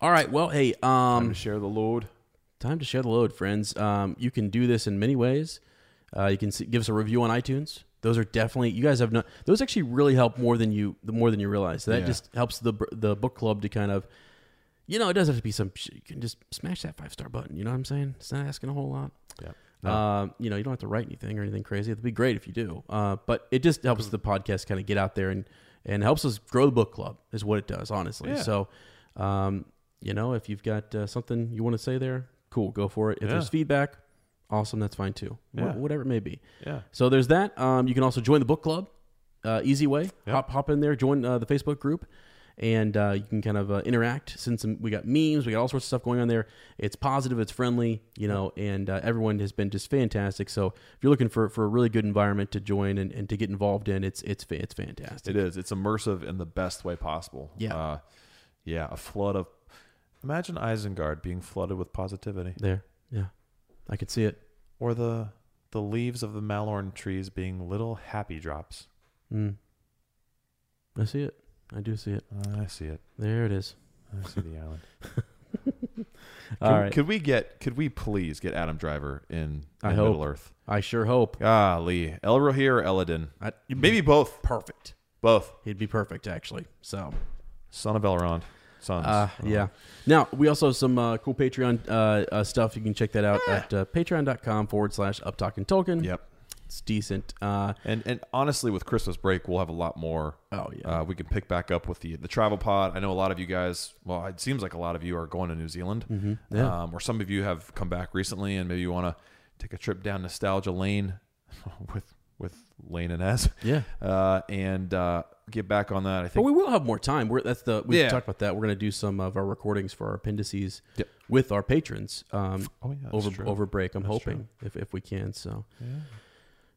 Speaker 2: All right. Well, hey. Um,
Speaker 1: share the load.
Speaker 2: Time to share the load, friends. Um, you can do this in many ways. Uh, you can s give us a review on iTunes. Those are definitely you guys have not. Those actually really help more than you the more than you realize. So that just helps the br- the book club to kind of, you know, it doesn't have to be some. sh- You can just smash that five star button. You know what I'm saying? It's not asking a whole lot. Yeah. Um, you know, you don't have to write anything or anything crazy. It'd be great if you do. Uh, but it just helps the podcast kind of get out there and and helps us grow the book club is what it does, honestly. So, um, you know, if you've got uh, something you want to say there, cool, go for it. If there's feedback, awesome, that's fine too. Wh- whatever it may be.
Speaker 1: Yeah.
Speaker 2: So there's that. Um, you can also join the book club. Uh, easy way. Hop hop in there. Join uh, the Facebook group, and uh, you can kind of uh, interact. Since some, we got memes, we got all sorts of stuff going on there. It's positive. It's friendly. You know, and uh, everyone has been just fantastic. So if you're looking for, for a really good environment to join and, and to get involved in, it's it's fa- it's fantastic.
Speaker 1: It is. It's immersive in the best way possible.
Speaker 2: Yeah.
Speaker 1: Uh, yeah. A flood of. Imagine Isengard being flooded with positivity,
Speaker 2: There. Yeah. I could see it.
Speaker 1: or the the leaves of the Malorn trees being little happy drops.
Speaker 2: Mm. I see it. I do see it.
Speaker 1: Uh, I see it.
Speaker 2: There it is.
Speaker 1: I see the island.
Speaker 2: All
Speaker 1: could,
Speaker 2: right.
Speaker 1: could we get? Could we please get Adam Driver in,
Speaker 2: I
Speaker 1: in
Speaker 2: hope.
Speaker 1: Middle Earth?
Speaker 2: I sure hope.
Speaker 1: Golly, El Rohir or Eladin?
Speaker 2: I,
Speaker 1: Maybe both.
Speaker 2: perfect.
Speaker 1: Both.
Speaker 2: He'd be perfect actually. So.
Speaker 1: Son of Elrond. Sons.
Speaker 2: Uh, yeah. Now we also have some uh, cool Patreon uh, uh, stuff. You can check that out at uh, patreon.com forward slash up talking Tolkien.
Speaker 1: Yep.
Speaker 2: It's decent. Uh,
Speaker 1: And and honestly, with Christmas break, we'll have a lot more.
Speaker 2: Oh, yeah.
Speaker 1: uh, we can pick back up with the the travel pod. I know a lot of you guys. Well, it seems like a lot of you are going to New Zealand,
Speaker 2: Mm-hmm. Yeah.
Speaker 1: um, or some of you have come back recently, and maybe you want to take a trip down nostalgia lane with with Lane and S.
Speaker 2: Yeah.
Speaker 1: uh, and uh, get back on that. I
Speaker 2: but
Speaker 1: think
Speaker 2: we will have more time. We're that's the we
Speaker 1: Yeah.
Speaker 2: have talked about that. We're going to do some of our recordings for our appendices with our patrons. Um,
Speaker 1: Oh, yeah, that's
Speaker 2: over
Speaker 1: true.
Speaker 2: over break. I'm hoping if if we can. So.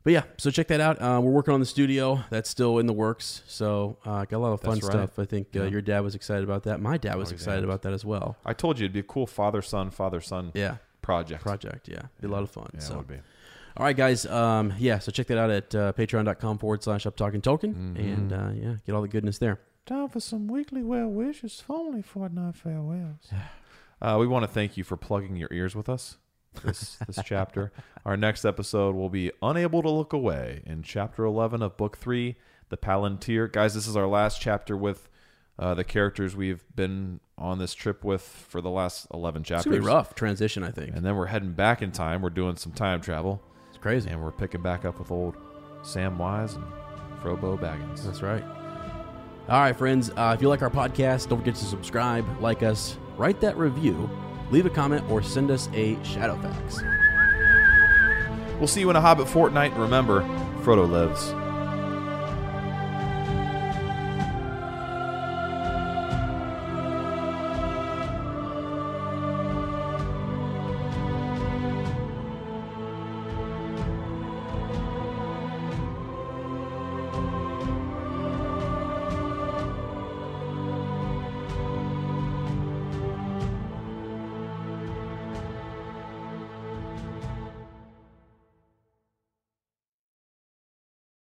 Speaker 2: But yeah, so check that out. Uh, we're working on the studio. That's still in the works. So uh, got a lot of fun
Speaker 1: That's right. Oh,
Speaker 2: stuff. I think uh, your dad was excited about that. My dad was excited about that as well.
Speaker 1: I told you it'd be a cool father son father son
Speaker 2: Yeah.
Speaker 1: project.
Speaker 2: Project, yeah, be a lot of fun.
Speaker 1: Yeah,
Speaker 2: so,
Speaker 1: it would be.
Speaker 2: all right, guys, um, yeah, so check that out at uh, patreon.com forward slash up talking token,
Speaker 1: Mm-hmm.
Speaker 2: and uh, yeah, get all the goodness there.
Speaker 3: Time for some weekly well wishes, only fortnight farewells.
Speaker 1: Uh, we want to thank you for plugging your ears with us this this chapter. Our next episode will be Unable to Look Away in chapter 11 of book 3, The Palantir. Guys, this is our last chapter with uh, the characters we've been on this trip with for the last 11
Speaker 2: It's gonna
Speaker 1: chapters.
Speaker 2: be rough transition, I think.
Speaker 1: And then we're heading back in time. We're doing some time travel
Speaker 2: It's crazy.
Speaker 1: and we're picking back up with old Sam Wise and Frobo Baggins.
Speaker 2: That's right. All right, friends, uh, if you like our podcast, don't forget to subscribe, like us, write that review, leave a comment, or send us a shadow fax.
Speaker 1: We'll see you in a Hobbit fortnight. Remember, Frodo lives.